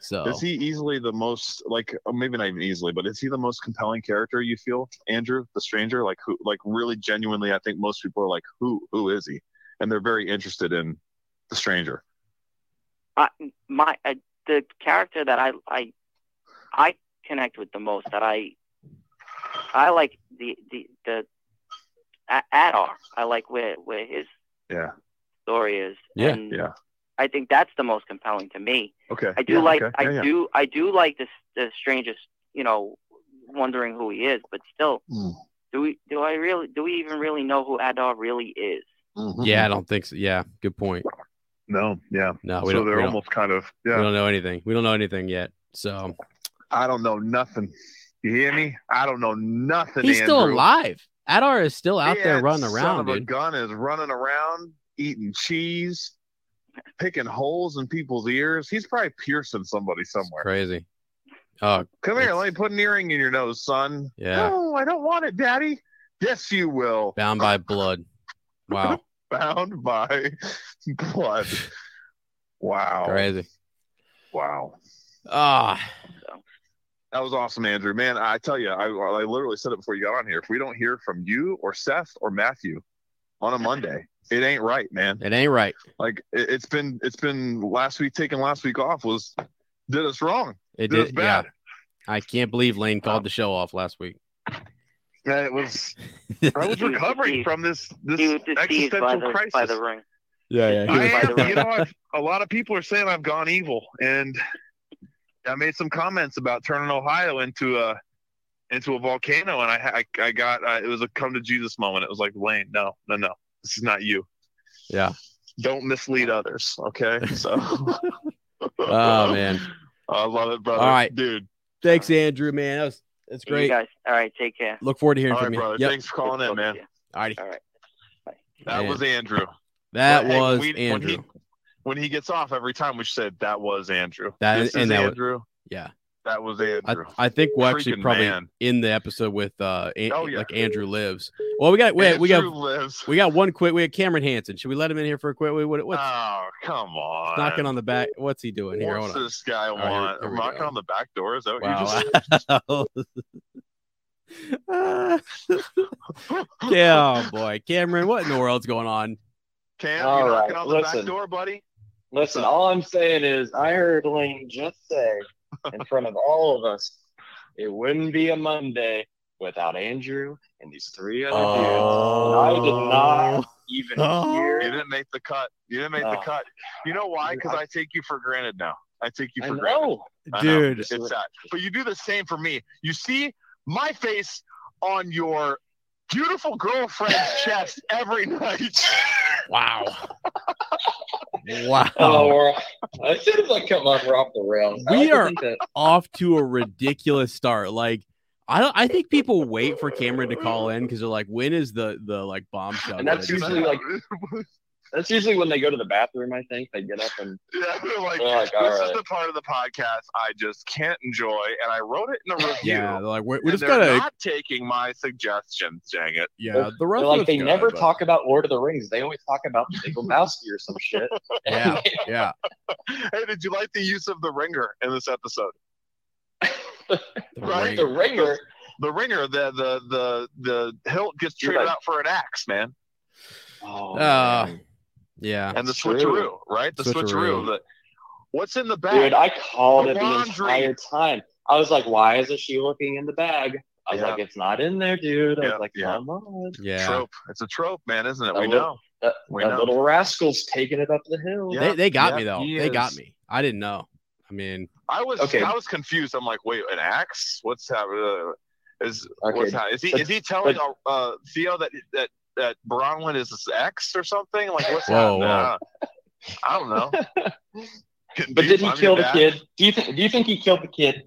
Speaker 2: So
Speaker 1: Is he easily the most like oh, maybe not even easily, but is he the most compelling character you feel, Andrew, the stranger? Like who like really genuinely I think most people are like, Who who is he? And they're very interested in the stranger.
Speaker 9: I, my uh, the character that I I I connect with the most that I I like the the the A- Adar. I like where where his
Speaker 1: Yeah.
Speaker 9: story is.
Speaker 1: Yeah.
Speaker 9: And
Speaker 1: yeah.
Speaker 9: I think that's the most compelling to me.
Speaker 1: Okay.
Speaker 9: I do
Speaker 1: yeah,
Speaker 9: like
Speaker 1: okay,
Speaker 9: I
Speaker 1: yeah, yeah.
Speaker 9: do I do like this the strangest you know wondering who he is, but still
Speaker 1: Mm.
Speaker 9: do we do I really do we even really know who Adar really is? Mm-hmm.
Speaker 2: yeah, I don't think so. Yeah, good point.
Speaker 1: No, yeah,
Speaker 2: no.
Speaker 1: so
Speaker 2: We don't,
Speaker 1: they're
Speaker 2: we don't-
Speaker 1: almost kind of
Speaker 2: We
Speaker 1: yeah.
Speaker 2: don't know anything. We don't know anything yet. So
Speaker 1: I don't know nothing. You hear me? I don't know nothing.
Speaker 2: he's still
Speaker 1: Andrew.
Speaker 2: alive. Adar is still out
Speaker 1: Yeah,
Speaker 2: there running
Speaker 1: Son
Speaker 2: around,
Speaker 1: of a
Speaker 2: dude.
Speaker 1: gun is running around, eating cheese, picking holes in people's ears. He's probably piercing somebody somewhere.
Speaker 2: Crazy. Oh,
Speaker 1: Come here, let me put an earring in your nose, son.
Speaker 2: Yeah.
Speaker 1: No, I don't want it, Daddy. Yes, you will.
Speaker 2: bound by blood. Wow.
Speaker 1: Bound by blood. Wow.
Speaker 2: Crazy.
Speaker 1: Wow.
Speaker 2: Ah.
Speaker 1: That was awesome, Andrew. Man, I tell you, I, I literally said it before you got on here. If we don't hear from you or Seth or Matthew on a Monday, it ain't right, man.
Speaker 2: It ain't right.
Speaker 1: Like it, it's been, it's been last week taking last week off was did us wrong.
Speaker 2: It
Speaker 1: did us
Speaker 2: did, yeah.
Speaker 1: bad.
Speaker 2: I can't believe Lane called the show off last week.
Speaker 1: Yeah. It was. I was recovering from this this
Speaker 9: He was deceived
Speaker 1: existential
Speaker 9: by the
Speaker 1: crisis.
Speaker 9: by the ring.
Speaker 2: Yeah,
Speaker 1: I am, you know, I've, a lot of people are saying I've gone evil, and I made some comments about turning Ohio into a into a volcano, and I ha- I, I got uh, it was a come to Jesus moment. It was like Lane, no, no, no, this is not you.
Speaker 2: Yeah.
Speaker 1: Don't mislead others. Okay, so
Speaker 2: Oh man.
Speaker 1: I love it, brother.
Speaker 2: All right.
Speaker 1: dude.
Speaker 2: Thanks, Andrew, man. That was that's
Speaker 9: See you
Speaker 2: great.
Speaker 9: guys. All right, take care.
Speaker 2: Look forward to hearing
Speaker 1: All right,
Speaker 2: from you.
Speaker 1: brother.
Speaker 2: Yep.
Speaker 1: Thanks for calling in, man.
Speaker 2: All righty.
Speaker 9: All right.
Speaker 1: That
Speaker 2: Man.
Speaker 1: was Andrew.
Speaker 2: That
Speaker 1: But, hey,
Speaker 2: was
Speaker 1: when we- when
Speaker 2: Andrew.
Speaker 1: he- When he gets off every time, we should say that was Andrew.
Speaker 2: That-
Speaker 1: this
Speaker 2: and
Speaker 1: is
Speaker 2: that was-
Speaker 1: Andrew.
Speaker 2: yeah.
Speaker 1: That was
Speaker 2: I,
Speaker 1: Andrew.
Speaker 2: I think we'll actually
Speaker 1: Freaking
Speaker 2: probably
Speaker 1: man.
Speaker 2: end the episode with uh An-
Speaker 1: Oh, yeah.
Speaker 2: like Andrew lives. Well, we got wait, we got
Speaker 1: Andrew lives.
Speaker 2: we got one quick. We got Cameron Hansen. Should we let him in here for a quick? Wait, what, what's
Speaker 1: Oh, come on.
Speaker 2: knocking on the back? What's he doing here?
Speaker 1: What's
Speaker 2: Hold on. Oh,
Speaker 1: this guy
Speaker 2: here-
Speaker 1: want?
Speaker 2: here we
Speaker 1: Knocking
Speaker 2: go.
Speaker 1: on the back door? Is that what you
Speaker 2: Wow.
Speaker 1: just
Speaker 2: yeah, oh boy, Cameron, what in the world's going on?
Speaker 1: Cam,
Speaker 10: All
Speaker 1: you
Speaker 10: right,
Speaker 1: knocking on the
Speaker 10: listen.
Speaker 1: back door, buddy.
Speaker 10: Listen, all I'm saying is I heard Lane just say in front of all of us, it wouldn't be a Monday without Andrew and these three other dudes. And
Speaker 2: Oh.
Speaker 10: I did not even hear.
Speaker 1: You didn't make the cut. You didn't make the
Speaker 10: Oh.
Speaker 1: cut. You know why? Because I take you for granted now. I take you
Speaker 10: I
Speaker 1: for granted.
Speaker 10: know.
Speaker 1: I know.
Speaker 2: Dude.
Speaker 1: it's that. But you do the same for me. You see my face on your beautiful girlfriend's chest every night.
Speaker 2: Wow. Wow.
Speaker 10: Oh, we're- as soon as I come up, we're off the rails. I
Speaker 2: we
Speaker 10: also
Speaker 2: are
Speaker 10: think that-
Speaker 2: off to a ridiculous start. Like I don't, I think people wait for Cameron to call in because they're like, when is the the like
Speaker 1: Oh,
Speaker 2: bombshell?
Speaker 10: and that's
Speaker 2: gonna
Speaker 10: usually
Speaker 2: drop?
Speaker 10: like that's usually when they go to the bathroom. I think they get up and
Speaker 1: Yeah, they're like,
Speaker 10: They're like, all
Speaker 1: this is
Speaker 10: right.
Speaker 1: the part of the podcast I just can't enjoy, and I wrote it in a review.
Speaker 2: yeah, they're like we're,
Speaker 1: and
Speaker 2: we're just
Speaker 1: they're
Speaker 2: gonna
Speaker 1: not taking my suggestions. Dang it!
Speaker 2: yeah. The
Speaker 10: they're
Speaker 2: rest
Speaker 10: like
Speaker 2: of
Speaker 10: they
Speaker 2: it's good,
Speaker 10: never
Speaker 2: but-
Speaker 10: talk about Lord of the Rings. They always talk about the Big Lebowski or some shit.
Speaker 2: Yeah, yeah.
Speaker 1: Hey, did you like the use of the ringer in this episode?
Speaker 10: right? The ringer.
Speaker 1: The ringer, the the the the hilt gets
Speaker 10: You're
Speaker 1: traded
Speaker 10: right.
Speaker 1: out for an axe, man.
Speaker 10: Oh,
Speaker 2: Uh,
Speaker 10: man.
Speaker 2: yeah.
Speaker 1: and the
Speaker 10: That's true.
Speaker 1: switcheroo, right? The switcheroo.
Speaker 2: Switcheroo.
Speaker 1: the- what's in the bag?
Speaker 10: dude, I called
Speaker 1: The
Speaker 10: it the
Speaker 1: laundry.
Speaker 10: entire time. I was like, why isn't she looking in the bag? I was
Speaker 1: Yeah.
Speaker 10: like, it's not in there, dude. I
Speaker 1: Yeah,
Speaker 10: was like,
Speaker 1: yeah.
Speaker 10: come on.
Speaker 2: Yeah.
Speaker 1: Trope. It's a trope, man, isn't it?
Speaker 10: That
Speaker 1: We
Speaker 10: little-
Speaker 1: know.
Speaker 10: That,
Speaker 1: We
Speaker 10: that
Speaker 1: know.
Speaker 10: little rascal's taking it up the hill.
Speaker 1: Yeah.
Speaker 2: They, they got
Speaker 1: yeah,
Speaker 2: me though.
Speaker 10: he
Speaker 2: They got
Speaker 10: is.
Speaker 2: me. I didn't know. I mean,
Speaker 1: I was
Speaker 10: Okay.
Speaker 1: I was confused. I'm like, wait, an axe? What's happening? Uh, is
Speaker 10: Okay.
Speaker 1: what's happening? Is he
Speaker 10: But-
Speaker 1: is he telling
Speaker 10: but-
Speaker 1: uh, Theo that that that Bronwyn is his ex or something? Like what's happening?
Speaker 2: Whoa, whoa.
Speaker 1: Uh, I don't know. Can- do
Speaker 10: But
Speaker 1: you
Speaker 10: did he
Speaker 1: find me
Speaker 10: kill the
Speaker 1: back?
Speaker 10: kid? Do you think? Do you think he killed the kid?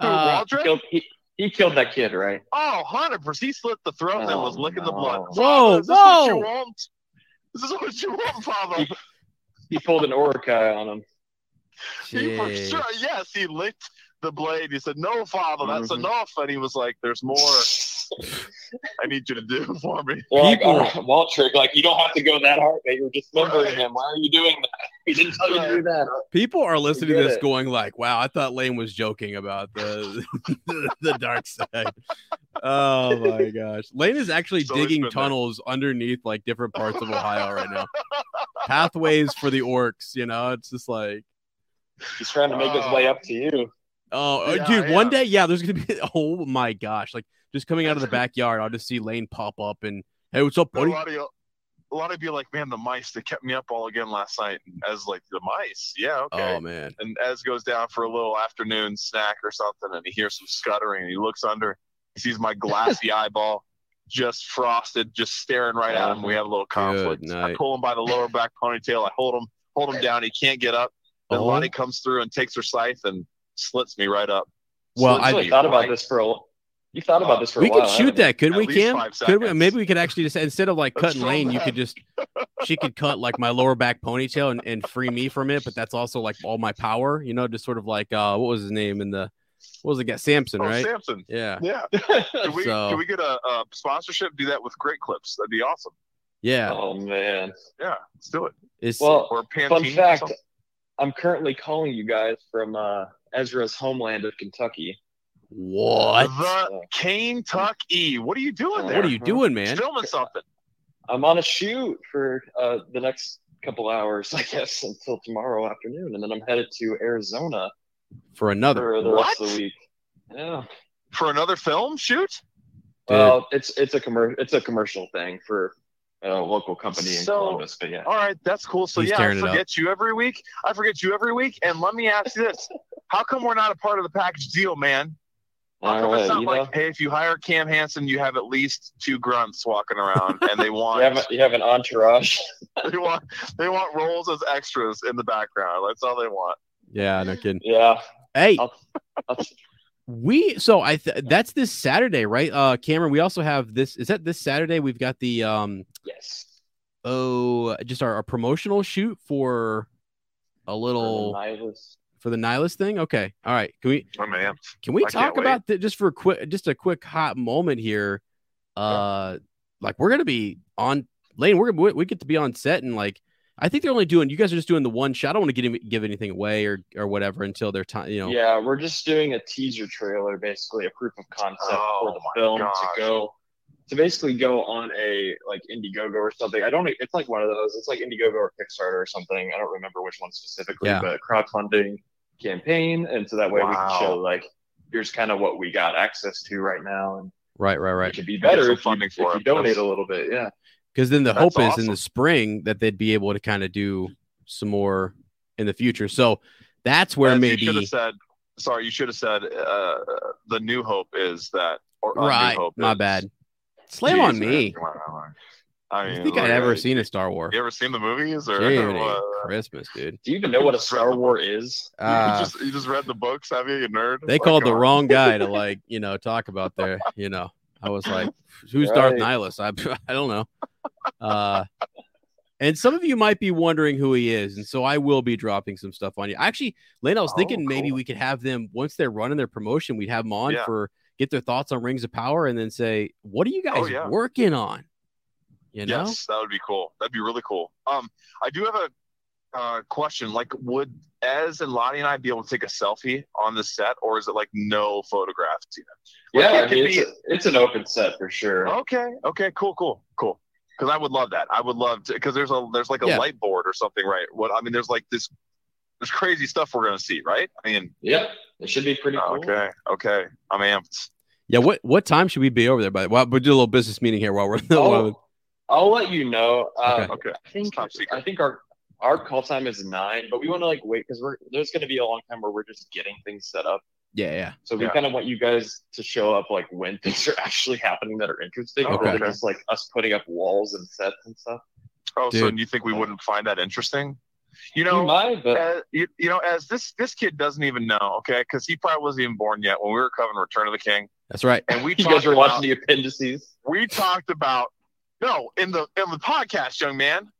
Speaker 1: Who,
Speaker 2: uh,
Speaker 1: Waldron?
Speaker 10: Killed- he, he killed that kid, right?
Speaker 1: Oh, 100%. He slit the throat and
Speaker 10: Oh,
Speaker 1: was licking the blood.
Speaker 10: no.
Speaker 1: Father,
Speaker 2: Whoa,
Speaker 1: is this what you
Speaker 2: whoa.
Speaker 1: want? This is what you want, Father.
Speaker 10: He pulled an orca on him.
Speaker 1: He for
Speaker 2: jeez.
Speaker 1: sure, yes, he licked the blade. He said, "No, father, that's
Speaker 10: Mhm.
Speaker 1: enough." And he was like, "There's more. I need you to do for me."
Speaker 10: They're like,
Speaker 2: People-
Speaker 10: all right, Waltrick, like you don't have to go that hard, but you're dismembering him. Why are you doing that? He didn't tell you to do that.
Speaker 2: people are listening to
Speaker 10: get
Speaker 2: this
Speaker 10: it.
Speaker 2: going like, "Wow, I thought Lane was joking about the the, dark side." Oh my gosh, Lane is actually
Speaker 1: It's always
Speaker 2: digging
Speaker 1: been there.
Speaker 2: tunnels underneath like different parts of Ohio right now, pathways for the orcs. You know, it's just like.
Speaker 10: He's trying to make his
Speaker 1: Uh,
Speaker 10: way up to you.
Speaker 2: Oh, uh,
Speaker 1: Yeah,
Speaker 2: dude, one
Speaker 1: yeah.
Speaker 2: day, yeah, there's gonna be. Oh my gosh, like just coming out of the backyard, I'll just see Lane pop up and hey, what's up,
Speaker 1: A
Speaker 2: buddy?
Speaker 1: lot of you, a lot of you, like, man, the mice. They kept me up all again last night. And as like the mice, yeah, okay.
Speaker 2: Oh man,
Speaker 1: and Ez goes down for a little afternoon snack or something, and he hears some scuttering, and he looks under, he sees my glassy eyeball, just frosted, just staring right at him. We have a little conflict.
Speaker 2: Oh, Good
Speaker 1: I
Speaker 2: night.
Speaker 1: pull him by the lower back ponytail. I hold him, hold him down. He can't get up. Then
Speaker 2: Oh.
Speaker 1: Lonnie comes through and takes her scythe and slits me right up.
Speaker 2: Well,
Speaker 10: You
Speaker 1: Slits
Speaker 2: I-
Speaker 10: really
Speaker 1: me
Speaker 10: thought about
Speaker 1: right-
Speaker 10: this for a. You thought about this for a
Speaker 2: we
Speaker 10: while.
Speaker 2: could shoot
Speaker 10: haven't you?
Speaker 2: that, could
Speaker 1: At
Speaker 2: we,
Speaker 1: least
Speaker 2: Cam?
Speaker 1: five
Speaker 2: Could we?
Speaker 1: seconds.
Speaker 2: Maybe we could actually just instead of like
Speaker 1: That's
Speaker 2: cutting
Speaker 1: so
Speaker 2: Lane, you
Speaker 1: bad.
Speaker 2: could just she could cut like my lower back ponytail and, and free me from it, but that's also like all my power, you know, just sort of like uh, what was his name in the what was it? Got Samson,
Speaker 1: Oh,
Speaker 2: right?
Speaker 1: Samson.
Speaker 2: Yeah,
Speaker 1: Yeah. Can we,
Speaker 2: So-
Speaker 1: can we get a, a sponsorship? Do that with great clips. That'd be awesome.
Speaker 2: yeah.
Speaker 10: Oh man.
Speaker 1: Yeah, let's do it.
Speaker 2: It's
Speaker 10: Well,
Speaker 1: Or Pantene.
Speaker 10: Fun
Speaker 1: or
Speaker 10: fact:
Speaker 1: something.
Speaker 10: I'm currently calling you guys from uh, Ezra's homeland of Kentucky.
Speaker 2: what?
Speaker 1: The Kane Tuck E. What are you doing there?
Speaker 2: What are you doing, man?
Speaker 1: He's filming something.
Speaker 10: I'm on a shoot for uh, the next couple hours, I guess, until tomorrow afternoon, and then I'm headed to Arizona
Speaker 2: For another.
Speaker 10: for the rest of
Speaker 1: What?
Speaker 10: the week. Yeah.
Speaker 1: for another film shoot?
Speaker 2: Dude.
Speaker 10: Well, it's it's a commer- it's a commercial thing for a local company in
Speaker 1: So- oh,
Speaker 10: Columbus, but yeah.
Speaker 1: All right, that's cool. So
Speaker 2: He's
Speaker 1: yeah, I
Speaker 2: tearing it up.
Speaker 1: forget you every week. I forget you every week. And let me ask you this: How come we're not a part of the package deal, man? How
Speaker 10: All
Speaker 1: come it's
Speaker 10: right,
Speaker 1: not
Speaker 10: you
Speaker 1: like,
Speaker 10: know,
Speaker 1: hey, if you hire Cam Hansen, you have at least two grunts walking around, and they
Speaker 10: you
Speaker 1: want
Speaker 10: have, a, you have an entourage.
Speaker 1: they want they want roles as extras in the background. That's all they want.
Speaker 2: Yeah, no kidding.
Speaker 10: Yeah.
Speaker 2: Hey,
Speaker 10: I'll- I'll-
Speaker 2: we so I th- that's this Saturday, right? Uh, Cameron, we also have this. Is that this Saturday? We've got the um
Speaker 10: yes.
Speaker 2: oh just our, our promotional shoot for a little
Speaker 10: Nice.
Speaker 2: for the Nihilist thing. Okay, all right. Can we
Speaker 1: Oh man,
Speaker 2: can we
Speaker 1: I can't
Speaker 2: talk
Speaker 1: wait.
Speaker 2: about that just for a quick just a quick hot moment here? Uh, like we're gonna be on Lane. We're gonna we- we get to be on set and like I think they're only doing. You guys are just doing the one shot. I don't want to get give anything away or or whatever until their time. You know.
Speaker 10: Yeah, we're just doing a teaser trailer, basically a proof of concept
Speaker 1: Oh
Speaker 10: for the film to go to basically go on a like Indiegogo or something. I don't. e, It's like one of those. It's like Indiegogo or Kickstarter or something. I don't remember which one specifically,
Speaker 2: Yeah.
Speaker 10: but crowdfunding campaign, and so that way we
Speaker 2: Wow.
Speaker 10: can show like here's kind of what we got access to right now, and
Speaker 2: Right. Right. Right.
Speaker 10: it could be better
Speaker 2: some
Speaker 10: if you,
Speaker 2: funding
Speaker 10: if
Speaker 2: for
Speaker 10: you
Speaker 2: it.
Speaker 10: donate
Speaker 2: That's-
Speaker 10: a little bit. Yeah.
Speaker 2: Because then the
Speaker 10: That's
Speaker 2: hope is in
Speaker 10: awesome.
Speaker 2: the spring that they'd be able to kind of do some more in the future. So that's where
Speaker 1: As
Speaker 2: maybe
Speaker 1: you should have said. Sorry, you should have said. Uh, the new hope is that. Or uh,
Speaker 2: right.
Speaker 1: New hope
Speaker 2: My
Speaker 1: is-
Speaker 2: bad. Slam
Speaker 1: Jeez,
Speaker 2: on
Speaker 1: man.
Speaker 2: me.
Speaker 1: I
Speaker 2: I
Speaker 1: mean,
Speaker 2: think
Speaker 1: look
Speaker 2: I'd
Speaker 1: at
Speaker 2: ever
Speaker 1: it.
Speaker 2: seen a Star Wars.
Speaker 1: You ever seen the movies or,
Speaker 2: Jiminy
Speaker 1: what?
Speaker 2: Christmas, dude.
Speaker 10: Do you even know what a Star War is?
Speaker 2: Uh,
Speaker 1: you, just, you just read the books, have you, you nerd? Oh
Speaker 2: They
Speaker 1: Like, uh,
Speaker 2: called the
Speaker 1: come on.
Speaker 2: wrong guy to like, you know, talk about their, you know. I was like, who's Darth
Speaker 1: Right.
Speaker 2: Nihilus? I I don't know. Uh and some of you might be wondering who he is, and so I will be dropping some stuff on you. Actually, Lane,
Speaker 1: Oh,
Speaker 2: I was thinking maybe we could have them once they're running their promotion, we'd have them on
Speaker 1: Yeah.
Speaker 2: for get their thoughts on Rings of Power, and then say, "What are you guys
Speaker 1: Oh, yeah.
Speaker 2: working on?" You know,
Speaker 1: Yes, that would be cool. That'd be really cool. Um, I do have a uh, question. Like, would Ez and Lonnie and I be able to take a selfie on the set, or is it like no photographs? You know? Like,
Speaker 10: Yeah,
Speaker 1: it
Speaker 10: I
Speaker 1: could
Speaker 10: mean, it's,
Speaker 1: be-
Speaker 10: a- it's an open set for sure.
Speaker 1: Okay. Okay. Cool. Cool. Cool. Because I would love that. I would love to. Because there's a there's like a
Speaker 10: Yeah.
Speaker 1: light board or something, right? What I mean, there's like this. There's crazy stuff we're gonna see, right? I mean.
Speaker 10: Yep. It should be pretty
Speaker 1: cool. Okay. Okay. I'm amped.
Speaker 2: yeah. What what time should we be over there? By the way, we'll do a little business meeting here while we're.
Speaker 10: Oh, I'll let you know. Um,
Speaker 2: Okay.
Speaker 1: okay.
Speaker 10: I think I think our our call time is nine, but we want to like wait because we're there's going to be a long time where we're just getting things set up.
Speaker 2: yeah, yeah.
Speaker 10: So we
Speaker 2: Yeah.
Speaker 10: kind of want you guys to show up like when things are actually happening that are interesting,
Speaker 2: Okay.
Speaker 10: rather than just like us putting up walls and sets and stuff.
Speaker 1: Oh, so
Speaker 10: Dude.
Speaker 1: you think we wouldn't find that interesting? You know,
Speaker 10: might, but-
Speaker 1: as- you, you know, as this this kid doesn't even know, okay, because he probably wasn't even born yet when we were covering Return of the King,
Speaker 2: That's right.
Speaker 1: and we
Speaker 10: you
Speaker 1: talked
Speaker 10: guys are
Speaker 1: about
Speaker 10: watching the appendices.
Speaker 1: we talked about no in the in the podcast, young man.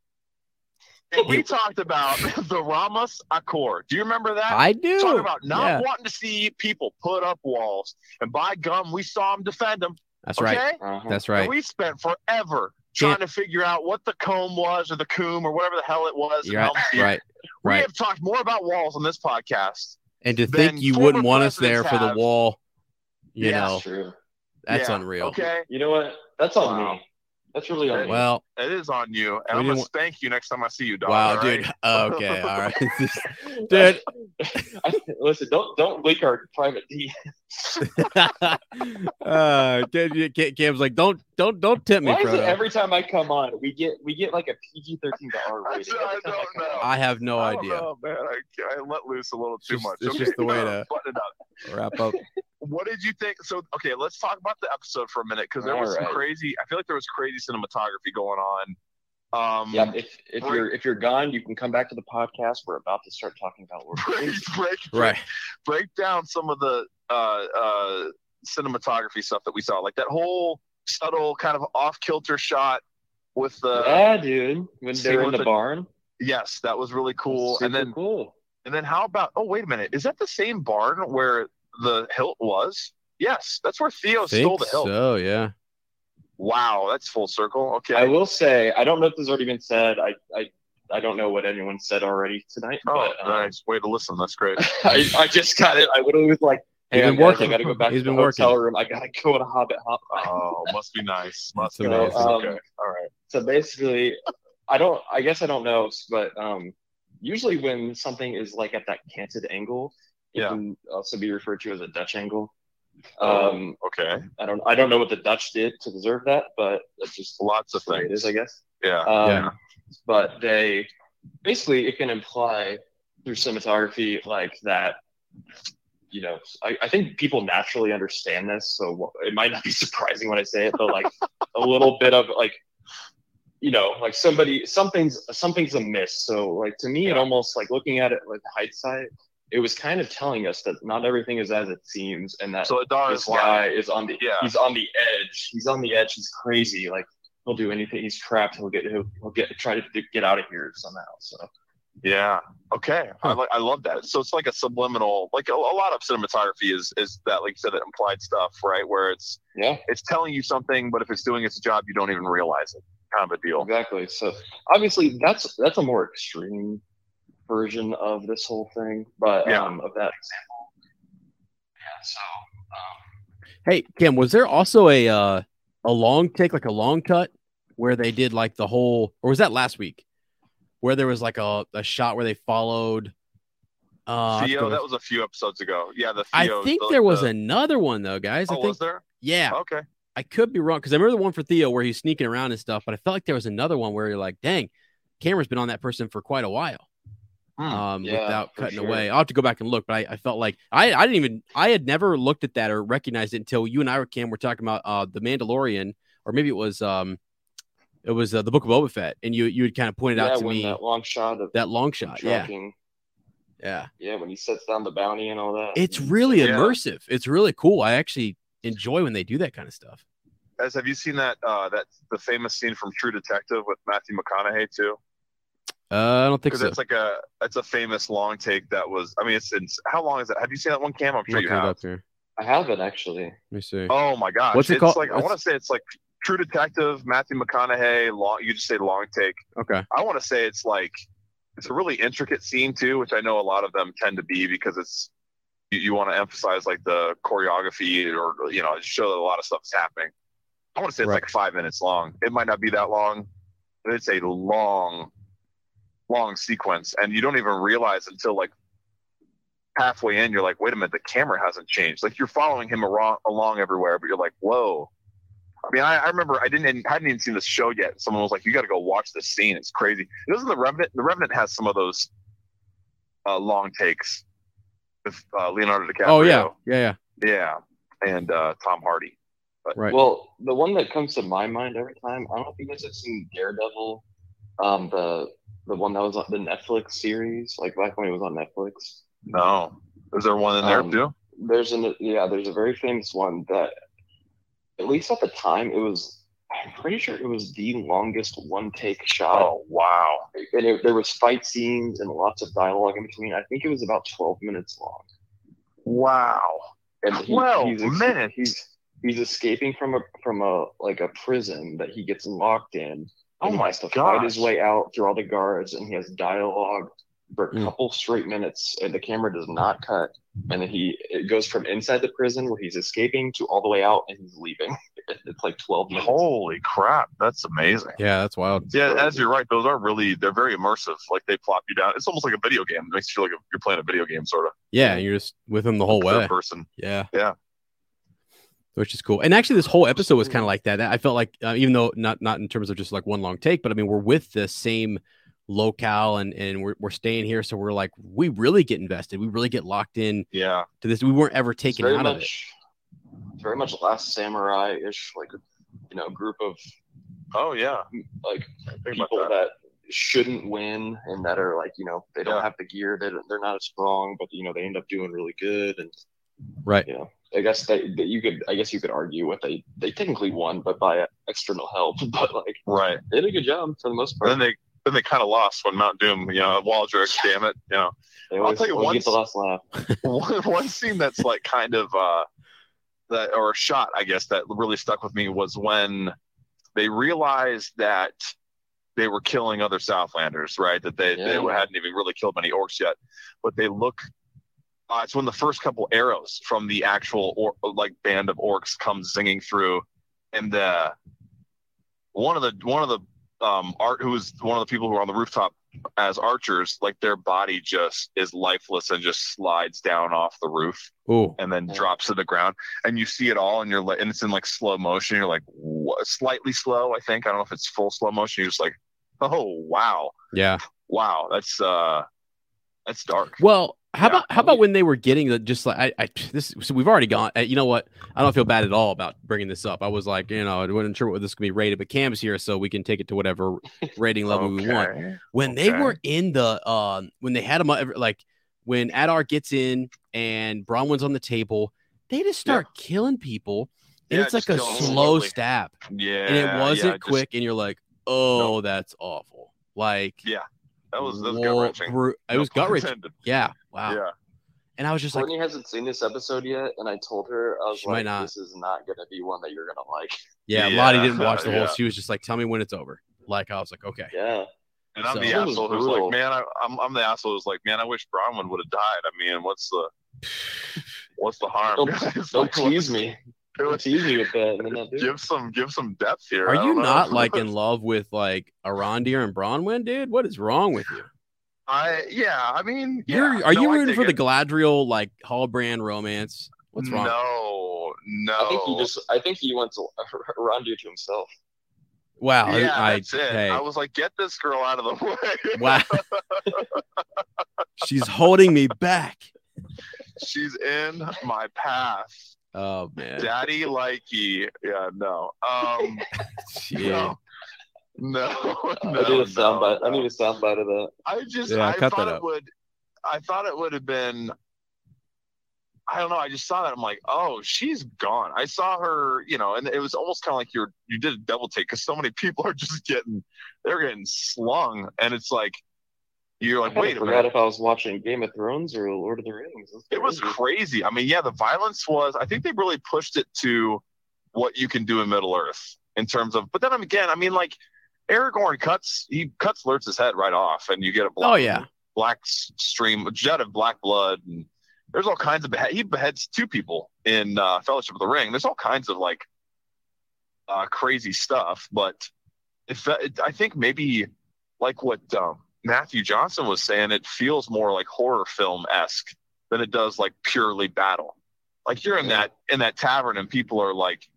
Speaker 1: And we talked about the Ramos Accord. Do you remember that?
Speaker 2: I do.
Speaker 1: Talking about not
Speaker 2: Yeah.
Speaker 1: wanting to see people put up walls, and by gum, we saw him defend them.
Speaker 2: That's right.
Speaker 1: okay?
Speaker 2: Uh-huh. That's
Speaker 1: And
Speaker 2: right.
Speaker 1: we spent forever
Speaker 2: Can't-
Speaker 1: trying to figure out what the comb was, or the coom, or whatever the hell it was. and
Speaker 2: You're right,
Speaker 1: how much-
Speaker 2: right,
Speaker 1: We
Speaker 2: right.
Speaker 1: have talked more about walls on this podcast.
Speaker 2: And to
Speaker 1: then
Speaker 2: think you
Speaker 1: former
Speaker 2: wouldn't want us there
Speaker 1: presidents
Speaker 2: for the
Speaker 1: have-
Speaker 2: wall, you
Speaker 1: Yeah.
Speaker 2: know,
Speaker 1: That's
Speaker 10: true.
Speaker 2: that's
Speaker 1: Yeah,
Speaker 2: unreal.
Speaker 1: Okay.
Speaker 10: You know what? That's on me. That's really on me.
Speaker 2: Well,
Speaker 1: It is on you, and
Speaker 2: we
Speaker 1: I'm
Speaker 2: didn't
Speaker 1: gonna
Speaker 2: wa-
Speaker 1: spank you next time I see you, dog.
Speaker 2: wow,
Speaker 1: all
Speaker 2: dude.
Speaker 1: right?
Speaker 2: Okay, all right, dude.
Speaker 10: I, listen, don't don't leak our private D.
Speaker 2: Uh, Cam- Cam- Cam's like, don't, don't, don't tempt me,
Speaker 10: Why is
Speaker 2: Frodo.
Speaker 10: it every time I come on, we get we get like a PG thirteen to R rating? Every time I come on.
Speaker 2: I have no
Speaker 1: I don't
Speaker 2: idea.
Speaker 1: know, man. I, I let loose a little too
Speaker 2: just-
Speaker 1: much.
Speaker 2: it's just the way
Speaker 1: no,
Speaker 2: to-
Speaker 1: button it up.
Speaker 2: Wrap up.
Speaker 1: What did you think? So, okay, let's talk about the episode for a minute because there
Speaker 10: All
Speaker 1: was some
Speaker 10: right.
Speaker 1: crazy. I feel like there was crazy cinematography going on. Um,
Speaker 10: Yep. If if
Speaker 1: break-
Speaker 10: you're if you're gone, you can come back to the podcast. We're about to start talking about Lord of the
Speaker 1: break,
Speaker 10: Rings.
Speaker 1: break,
Speaker 2: Right.
Speaker 1: break down some of the uh, uh, cinematography stuff that we saw, like that whole subtle kind of off kilter shot with the
Speaker 10: yeah, dude. When
Speaker 1: see
Speaker 10: they're in
Speaker 1: what
Speaker 10: the,
Speaker 1: the-
Speaker 10: barn,
Speaker 1: Yes, that was really cool. and
Speaker 10: super
Speaker 1: then
Speaker 10: cool.
Speaker 1: And then how about? Oh wait a minute, is that the same barn where the hilt was? Yes, that's where Theo stole
Speaker 2: Think
Speaker 1: the hilt.
Speaker 2: so, yeah.
Speaker 1: Wow, that's full circle. Okay.
Speaker 10: I will say, I don't know if this has already been said. I I, I don't know what anyone said already tonight.
Speaker 1: Oh,
Speaker 10: but, um,
Speaker 1: nice way to listen. That's great.
Speaker 10: I, I just got it. I literally was like,
Speaker 2: He's
Speaker 10: "Hey, I
Speaker 2: been
Speaker 10: gotta-
Speaker 2: working.
Speaker 10: I gotta go back
Speaker 2: He's
Speaker 10: to the
Speaker 2: been working.
Speaker 10: hotel room. I gotta go to Hobbit Hop."
Speaker 1: Oh, must be nice. Must
Speaker 2: That's
Speaker 1: be
Speaker 2: amazing.
Speaker 1: nice.
Speaker 10: So, um,
Speaker 1: okay. All right.
Speaker 10: So basically, I don't. I guess I don't know, but um, usually when something is like at that canted angle, it
Speaker 1: Yeah.
Speaker 10: can also be referred to as a Dutch angle.
Speaker 1: Um,
Speaker 10: Um,
Speaker 1: okay.
Speaker 10: I don't. I don't know what the Dutch did to deserve that, but that's just
Speaker 1: lots of
Speaker 10: the way it
Speaker 1: things.
Speaker 10: is, I guess.
Speaker 1: Yeah.
Speaker 10: Um,
Speaker 1: yeah.
Speaker 10: But they basically it can imply through cinematography like that. You know, I, I think people naturally understand this, so it might not be surprising when I say it, but like a little bit of like, you know, like somebody something's something's amiss. So like to me, it almost like looking at it like hindsight, it was kind of telling us that not everything is as it seems, and that
Speaker 1: So Adar
Speaker 10: this
Speaker 1: is
Speaker 10: guy
Speaker 1: lying.
Speaker 10: is on the
Speaker 1: Yeah.
Speaker 10: he's on the edge. He's on the edge. He's crazy. Like he'll do anything. He's trapped. He'll get he'll, he'll get try to get out of here somehow. So
Speaker 1: Yeah. Okay. I, like, I love that. So it's like a subliminal, like a, a lot of cinematography is is that, like you said, that implied stuff, right? Where it's
Speaker 10: yeah,
Speaker 1: it's telling you something, but if it's doing its job, you don't even realize it. kind of a deal.
Speaker 10: Exactly. So obviously that's that's a more extreme version of this whole thing, but
Speaker 2: Yeah.
Speaker 10: um, of that example. Yeah. So
Speaker 2: Hey, Kim, was there also a uh, a long take, like a long cut, where they did like the whole, or was that last week, where there was like a, a shot where they followed? Uh, I think
Speaker 1: Theo,
Speaker 2: there
Speaker 1: E that was E a few episodes ago. Yeah, the
Speaker 2: I
Speaker 1: Theo.
Speaker 2: think
Speaker 1: the-
Speaker 2: there was
Speaker 1: the-
Speaker 2: another one though, guys. I
Speaker 1: Oh,
Speaker 2: think,
Speaker 1: was there?
Speaker 2: Yeah.
Speaker 1: Okay.
Speaker 2: I could be wrong because I remember the one for Theo where he's sneaking around and stuff, but I felt like there was another one where you're like, dang, camera's been on that person for quite a while. um,
Speaker 10: Hmm, yeah,
Speaker 2: without
Speaker 10: for
Speaker 2: cutting
Speaker 10: sure.
Speaker 2: away. I'll have to go back and look, but I, I felt like I, I didn't even I had never looked at that or recognized it until you and I were Cam were talking about uh the Mandalorian, or maybe it was um it was uh, the Book of Boba Fett, and you you had kind of pointed
Speaker 10: yeah,
Speaker 2: out to
Speaker 10: when
Speaker 2: me
Speaker 10: that long shot of
Speaker 2: that long shot. Yeah,
Speaker 10: tracking.
Speaker 2: yeah,
Speaker 10: Yeah, when he sets down the bounty and all that.
Speaker 2: it's really
Speaker 1: Yeah.
Speaker 2: immersive. It's really cool. I actually enjoy when they do that kind of stuff.
Speaker 1: As have you seen that uh, that the famous scene from True Detective with Matthew McConaughey too?
Speaker 2: Uh, I don't think
Speaker 1: Because
Speaker 2: so.
Speaker 1: it's like a it's a famous long take that was. I mean, it's, it's how long is that? Have you seen that one, Cam? I'm
Speaker 2: I'm
Speaker 1: sure you
Speaker 2: looking it
Speaker 1: have.
Speaker 2: up here.
Speaker 10: I haven't actually.
Speaker 2: Let me see.
Speaker 1: Oh my gosh!
Speaker 2: What's it
Speaker 1: it's
Speaker 2: called?
Speaker 1: Like I
Speaker 2: What's-
Speaker 1: want to say it's like True Detective, Matthew McConaughey. Long, you just say long take.
Speaker 2: Okay.
Speaker 1: I want to say it's like it's a really intricate scene too, which I know a lot of them tend to be because it's you, you want to emphasize like the choreography or you know show that a lot of stuff's happening. I want to say it's
Speaker 2: Right.
Speaker 1: like five minutes long. It might not be that long, but it's a long, long sequence, and you don't even realize until like halfway in, you're like, wait a minute, the camera hasn't changed. Like you're following him along, along everywhere, but you're like, whoa. I mean, I, I remember I didn't hadn't even seen the show yet. Someone was like, you got to go watch this scene. It's crazy. It was the Revenant. The Revenant has some of those uh, long takes with uh, Leonardo DiCaprio.
Speaker 2: Oh yeah, yeah, yeah.
Speaker 1: yeah, and uh, Tom Hardy. But,
Speaker 2: Right.
Speaker 10: Well, the one that comes to my mind every time, I don't know if you guys have seen Daredevil, um, the the one that was on the Netflix series, like back when it was on Netflix.
Speaker 1: no, is there one in there
Speaker 10: Um,
Speaker 1: too?
Speaker 10: There's an yeah, there's a very famous one that, at least at the time, it was I'm pretty sure it was the longest one take shot.
Speaker 1: Oh wow!
Speaker 10: And it, there was fight scenes and lots of dialogue in between. I think it was about 12 minutes long.
Speaker 1: Wow.
Speaker 10: And he-
Speaker 1: 12
Speaker 10: he's ex-
Speaker 1: minutes?
Speaker 10: He's he's escaping from a from a like a prison that he gets locked in.
Speaker 1: Oh
Speaker 10: and he
Speaker 1: my
Speaker 10: has to fight his
Speaker 1: gosh.
Speaker 10: way out through all the guards, and he has dialogue for
Speaker 2: Mm.
Speaker 10: a couple straight minutes, and the camera does not cut. And then he it goes from inside the prison where he's escaping to all the way out, and he's leaving. It's like 12 minutes.
Speaker 1: Holy crap! That's amazing.
Speaker 2: Yeah, that's wild.
Speaker 1: Yeah, as you're right, those are really they're very immersive. Like they plop you down. It's almost like a video game. It makes you feel like you're playing a video game, sort of.
Speaker 2: Yeah, and you're just with him the whole
Speaker 1: Third
Speaker 2: way.
Speaker 1: person.
Speaker 2: Yeah.
Speaker 1: Yeah.
Speaker 2: Which is cool. And actually, this whole episode was kind of like that. I felt like, uh, even though not not in terms of just like one long take, but I mean, we're with the same locale and and we're, we're staying here, so we're like, we really get invested. We really get locked in
Speaker 1: Yeah.
Speaker 2: to this. We weren't ever taken
Speaker 10: very
Speaker 2: out of it.
Speaker 10: much, It's very much Last Samurai ish, like you know, group of
Speaker 1: Oh yeah.
Speaker 10: like
Speaker 1: about
Speaker 10: people that. shouldn't win and that are like you know they don't
Speaker 1: Yeah.
Speaker 10: have the gear they don't, they're not as strong but you know they end up doing really good and
Speaker 2: Right.
Speaker 10: you know I guess they, that you could I guess you could argue what they they technically won but by external help but like
Speaker 1: Right.
Speaker 10: they did a good job for the most
Speaker 1: And
Speaker 10: part
Speaker 1: then they then they kind of lost when Mount Doom, you know, Waldrick, damn it, you know.
Speaker 10: they
Speaker 1: I'll
Speaker 10: always,
Speaker 1: tell you
Speaker 10: always
Speaker 1: one
Speaker 10: get the last laugh
Speaker 1: one, one scene that's like kind of uh that or a shot i guess that really stuck with me was when they realized that they were killing other southlanders right that they, they
Speaker 10: Yeah.
Speaker 1: hadn't even really killed many orcs yet but they look uh, it's when the first couple arrows from the actual or, like band of orcs come zinging through and the one of the one of the um art who was one of the people who were on the rooftop as archers like their body just is lifeless and just slides down off the roof
Speaker 2: Oh,
Speaker 1: and then
Speaker 10: Yeah.
Speaker 1: drops to the ground and you see it all and you're like and it's in like slow motion you're like what? slightly slow i think i don't know if it's full slow motion you're just like oh wow
Speaker 2: yeah.
Speaker 1: wow that's uh that's dark
Speaker 2: Well, how
Speaker 1: Yeah.
Speaker 2: about how about when they were getting the just like I, I this so we've already gone. uh, You know what? I don't feel bad at all about bringing this up. I was like, you know, I wasn't sure what this could be rated, but Cam's here, so we can take it to whatever rating level we want.
Speaker 1: Okay.
Speaker 2: when they
Speaker 1: Okay.
Speaker 2: were in the um when they had them ever- like when Adar gets in and Bronwyn's on the table, they just
Speaker 1: Yeah.
Speaker 2: start killing people. And
Speaker 1: Yeah,
Speaker 2: it's like
Speaker 1: just
Speaker 2: a
Speaker 1: killing them
Speaker 2: slow
Speaker 1: slowly.
Speaker 2: stab.
Speaker 1: yeah
Speaker 2: and it wasn't
Speaker 1: yeah, just-
Speaker 2: quick, and you're like, oh, that's awful. Like
Speaker 1: yeah that was that was
Speaker 2: whoa,
Speaker 1: gut wrenching
Speaker 2: bru- It was gut wrenching. Yeah. Wow.
Speaker 1: yeah
Speaker 2: And I was just like,
Speaker 10: Courtney hasn't seen this episode yet, and I told her I was
Speaker 2: She might
Speaker 10: like,
Speaker 2: not.
Speaker 10: "This is not gonna be one that you're gonna like."
Speaker 2: yeah, Lottie didn't
Speaker 10: Yeah,
Speaker 2: watch the whole.
Speaker 10: yeah.
Speaker 2: She was just like, tell me when it's over. Like I was like, okay.
Speaker 10: Yeah.
Speaker 1: And I'm
Speaker 2: So-
Speaker 1: the asshole who's like, man, I, I'm I'm the asshole who's like, man, I wish Bronwyn would have died. I mean, what's the what's the harm?
Speaker 10: Don't-
Speaker 1: It's
Speaker 10: don't
Speaker 1: like, what's-
Speaker 10: tease me. Don't tease me with that. and then I'll do it.
Speaker 1: Give some give some depth here.
Speaker 2: Are
Speaker 1: I
Speaker 2: you
Speaker 1: don't know.
Speaker 2: not like in love with like Arondir and Bronwyn, dude? What is wrong with you?
Speaker 1: I yeah. I mean,
Speaker 2: You're,
Speaker 1: yeah,
Speaker 2: are
Speaker 1: no,
Speaker 2: you
Speaker 1: I
Speaker 2: rooting
Speaker 1: dig
Speaker 2: for the
Speaker 1: it.
Speaker 2: Galadriel like Hallbrand romance? What's wrong?
Speaker 1: No, no.
Speaker 10: I think he just. I think he wants to around you to himself.
Speaker 2: Wow. I-
Speaker 1: yeah,
Speaker 2: I,
Speaker 1: that's it.
Speaker 2: hey,
Speaker 1: I was like, get this girl out of the way.
Speaker 2: wow. She's holding me back.
Speaker 1: She's in my path.
Speaker 2: Oh man.
Speaker 1: Daddy likey. Yeah, no. Um
Speaker 2: Yeah.
Speaker 1: no, no,
Speaker 10: I need
Speaker 1: no,
Speaker 10: a soundbite. I need a soundbite of that.
Speaker 1: I just
Speaker 10: Yeah,
Speaker 1: I
Speaker 10: cut that
Speaker 1: thought it
Speaker 10: out.
Speaker 1: would I thought it would have been I don't know, I just saw that I'm like, "Oh, she's gone." I saw her, you know, and it was almost kind of like you're you did a double take cuz so many people are just getting they're getting slung and it's like you're like,
Speaker 10: I
Speaker 1: "Wait a
Speaker 10: forgot
Speaker 1: minute."
Speaker 10: if I was watching Game of Thrones or Lord of the Rings. That's
Speaker 1: It was crazy. I mean, yeah, the violence was. I think they really pushed it to what you can do in Middle Earth in terms of. But then again, I mean, like Aragorn cuts he cuts Lurtz's head right off, and you get a black,
Speaker 2: Oh yeah.
Speaker 1: black s- stream, a jet of black blood, and there's all kinds of behe- he beheads two people in uh, Fellowship of the Ring. There's all kinds of like uh, crazy stuff, but it, fe- it, I think maybe like what um, Matthew Johnson was saying, it feels more like horror film esque than it does like purely battle. Like you're in that in that tavern and people are like,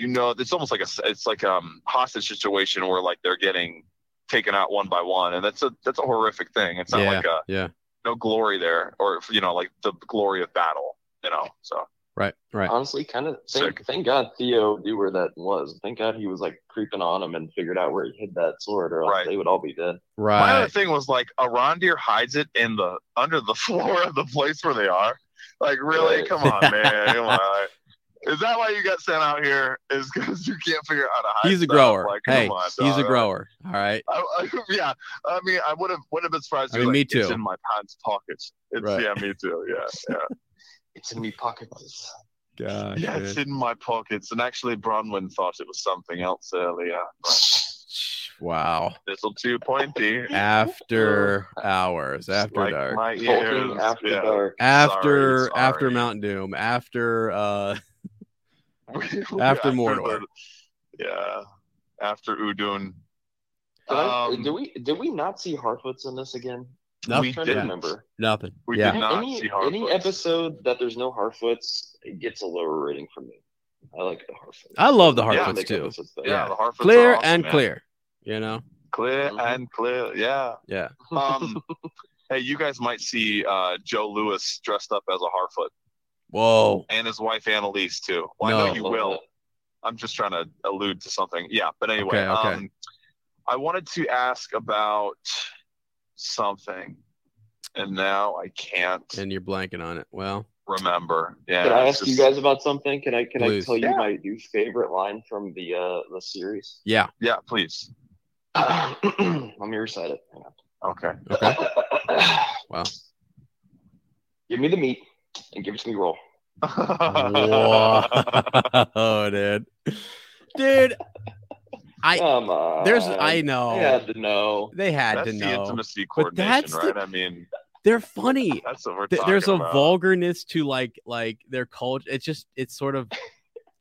Speaker 1: you know, it's almost like a s- it's like um hostage situation where like they're getting taken out one by one, and that's a that's a horrific thing. It's not
Speaker 2: yeah.
Speaker 1: like a
Speaker 2: yeah.
Speaker 1: no glory there, or you know, like the glory of battle, you know. So
Speaker 2: Right. Right.
Speaker 1: Uh,
Speaker 10: Honestly, kind of. Thank, thank God Theo knew where that was. Thank God he was like creeping on him and figured out where he hid that sword, or else
Speaker 1: Right.
Speaker 10: they would all be dead.
Speaker 1: My other thing was like a reindeer hides it in the under the floor of the place where they are. Like really,
Speaker 10: Right.
Speaker 1: come on, man, come on. Is that why you got sent out here? Is because you can't figure out how to hide?
Speaker 2: He's a
Speaker 1: stuff?
Speaker 2: grower.
Speaker 1: Like, come
Speaker 2: hey,
Speaker 1: on,
Speaker 2: he's a
Speaker 1: dog.
Speaker 2: grower. All right.
Speaker 1: I, I, yeah, I mean, I would have would have been surprised.
Speaker 2: I
Speaker 1: if you're
Speaker 2: mean, me
Speaker 1: like, It's
Speaker 2: too.
Speaker 1: in my pants pockets. It's
Speaker 2: Right.
Speaker 1: yeah, me too. Yeah, yeah.
Speaker 10: it's in me pockets.
Speaker 2: God.
Speaker 1: yeah, it's in my pockets. And actually, Bronwyn thought it was something else earlier.
Speaker 2: Wow.
Speaker 1: This will too pointy.
Speaker 2: After hours, after
Speaker 1: like
Speaker 2: dark,
Speaker 1: my ears, Talking after yeah. dark.
Speaker 2: after
Speaker 1: Sorry,
Speaker 2: after
Speaker 1: sorry.
Speaker 2: Mount Doom, after uh,
Speaker 1: after
Speaker 2: after Mordor.
Speaker 1: the- yeah, after Udun.
Speaker 10: Did, I,
Speaker 1: Um,
Speaker 10: did we did we not see Harfoots in this again?
Speaker 2: Nope.
Speaker 10: I'm trying to remember.
Speaker 2: Nothing.
Speaker 1: We
Speaker 2: yeah.
Speaker 1: did not
Speaker 10: any,
Speaker 1: see
Speaker 10: any
Speaker 1: Harfoots.
Speaker 10: episode that there's no Harfoots it gets a lower rating from me. I like the Harfoots.
Speaker 2: I love the
Speaker 10: Yeah,
Speaker 2: Harfoots
Speaker 10: they
Speaker 2: too.
Speaker 10: come with it,
Speaker 1: yeah, the Harfoots are
Speaker 2: clear
Speaker 1: awesome,
Speaker 2: and
Speaker 1: man.
Speaker 2: clear. You know.
Speaker 1: Clear and clear. Yeah.
Speaker 2: Yeah.
Speaker 1: Um, hey, you guys might see uh, Joe Lewis dressed up as a Harfoot
Speaker 2: Whoa.
Speaker 1: and his wife Annalise too. Well, I
Speaker 2: No.
Speaker 1: know you will. I'm just trying to allude to something. Yeah, but anyway,
Speaker 2: Okay, okay.
Speaker 1: Um, I wanted to ask about something, and now I can't
Speaker 2: And you're blanking on it. Well,
Speaker 1: remember. Yeah,
Speaker 10: Can I
Speaker 1: it's
Speaker 10: ask you
Speaker 1: just-
Speaker 10: guys about something? Can I can
Speaker 2: Please.
Speaker 10: I tell you
Speaker 2: Yeah.
Speaker 10: my new favorite line from the uh the series?
Speaker 2: yeah.
Speaker 1: Yeah, please.
Speaker 10: Let me recite it. Hang
Speaker 1: Okay.
Speaker 2: Okay.
Speaker 10: on.
Speaker 2: wow.
Speaker 10: Give me the meat and give it to me raw.
Speaker 2: Whoa, dude. Dude, I
Speaker 10: Come on.
Speaker 2: there's
Speaker 1: Uh,
Speaker 2: I know.
Speaker 10: They had to know.
Speaker 2: They had
Speaker 1: That's
Speaker 2: to
Speaker 1: the
Speaker 2: know.
Speaker 1: intimacy
Speaker 2: But
Speaker 1: coordination,
Speaker 2: that's the-
Speaker 1: right? I mean,
Speaker 2: they're funny.
Speaker 1: that's what we're
Speaker 2: Th-
Speaker 1: talking
Speaker 2: there's a
Speaker 1: about.
Speaker 2: vulgarness to like like their culture. It's just it's sort of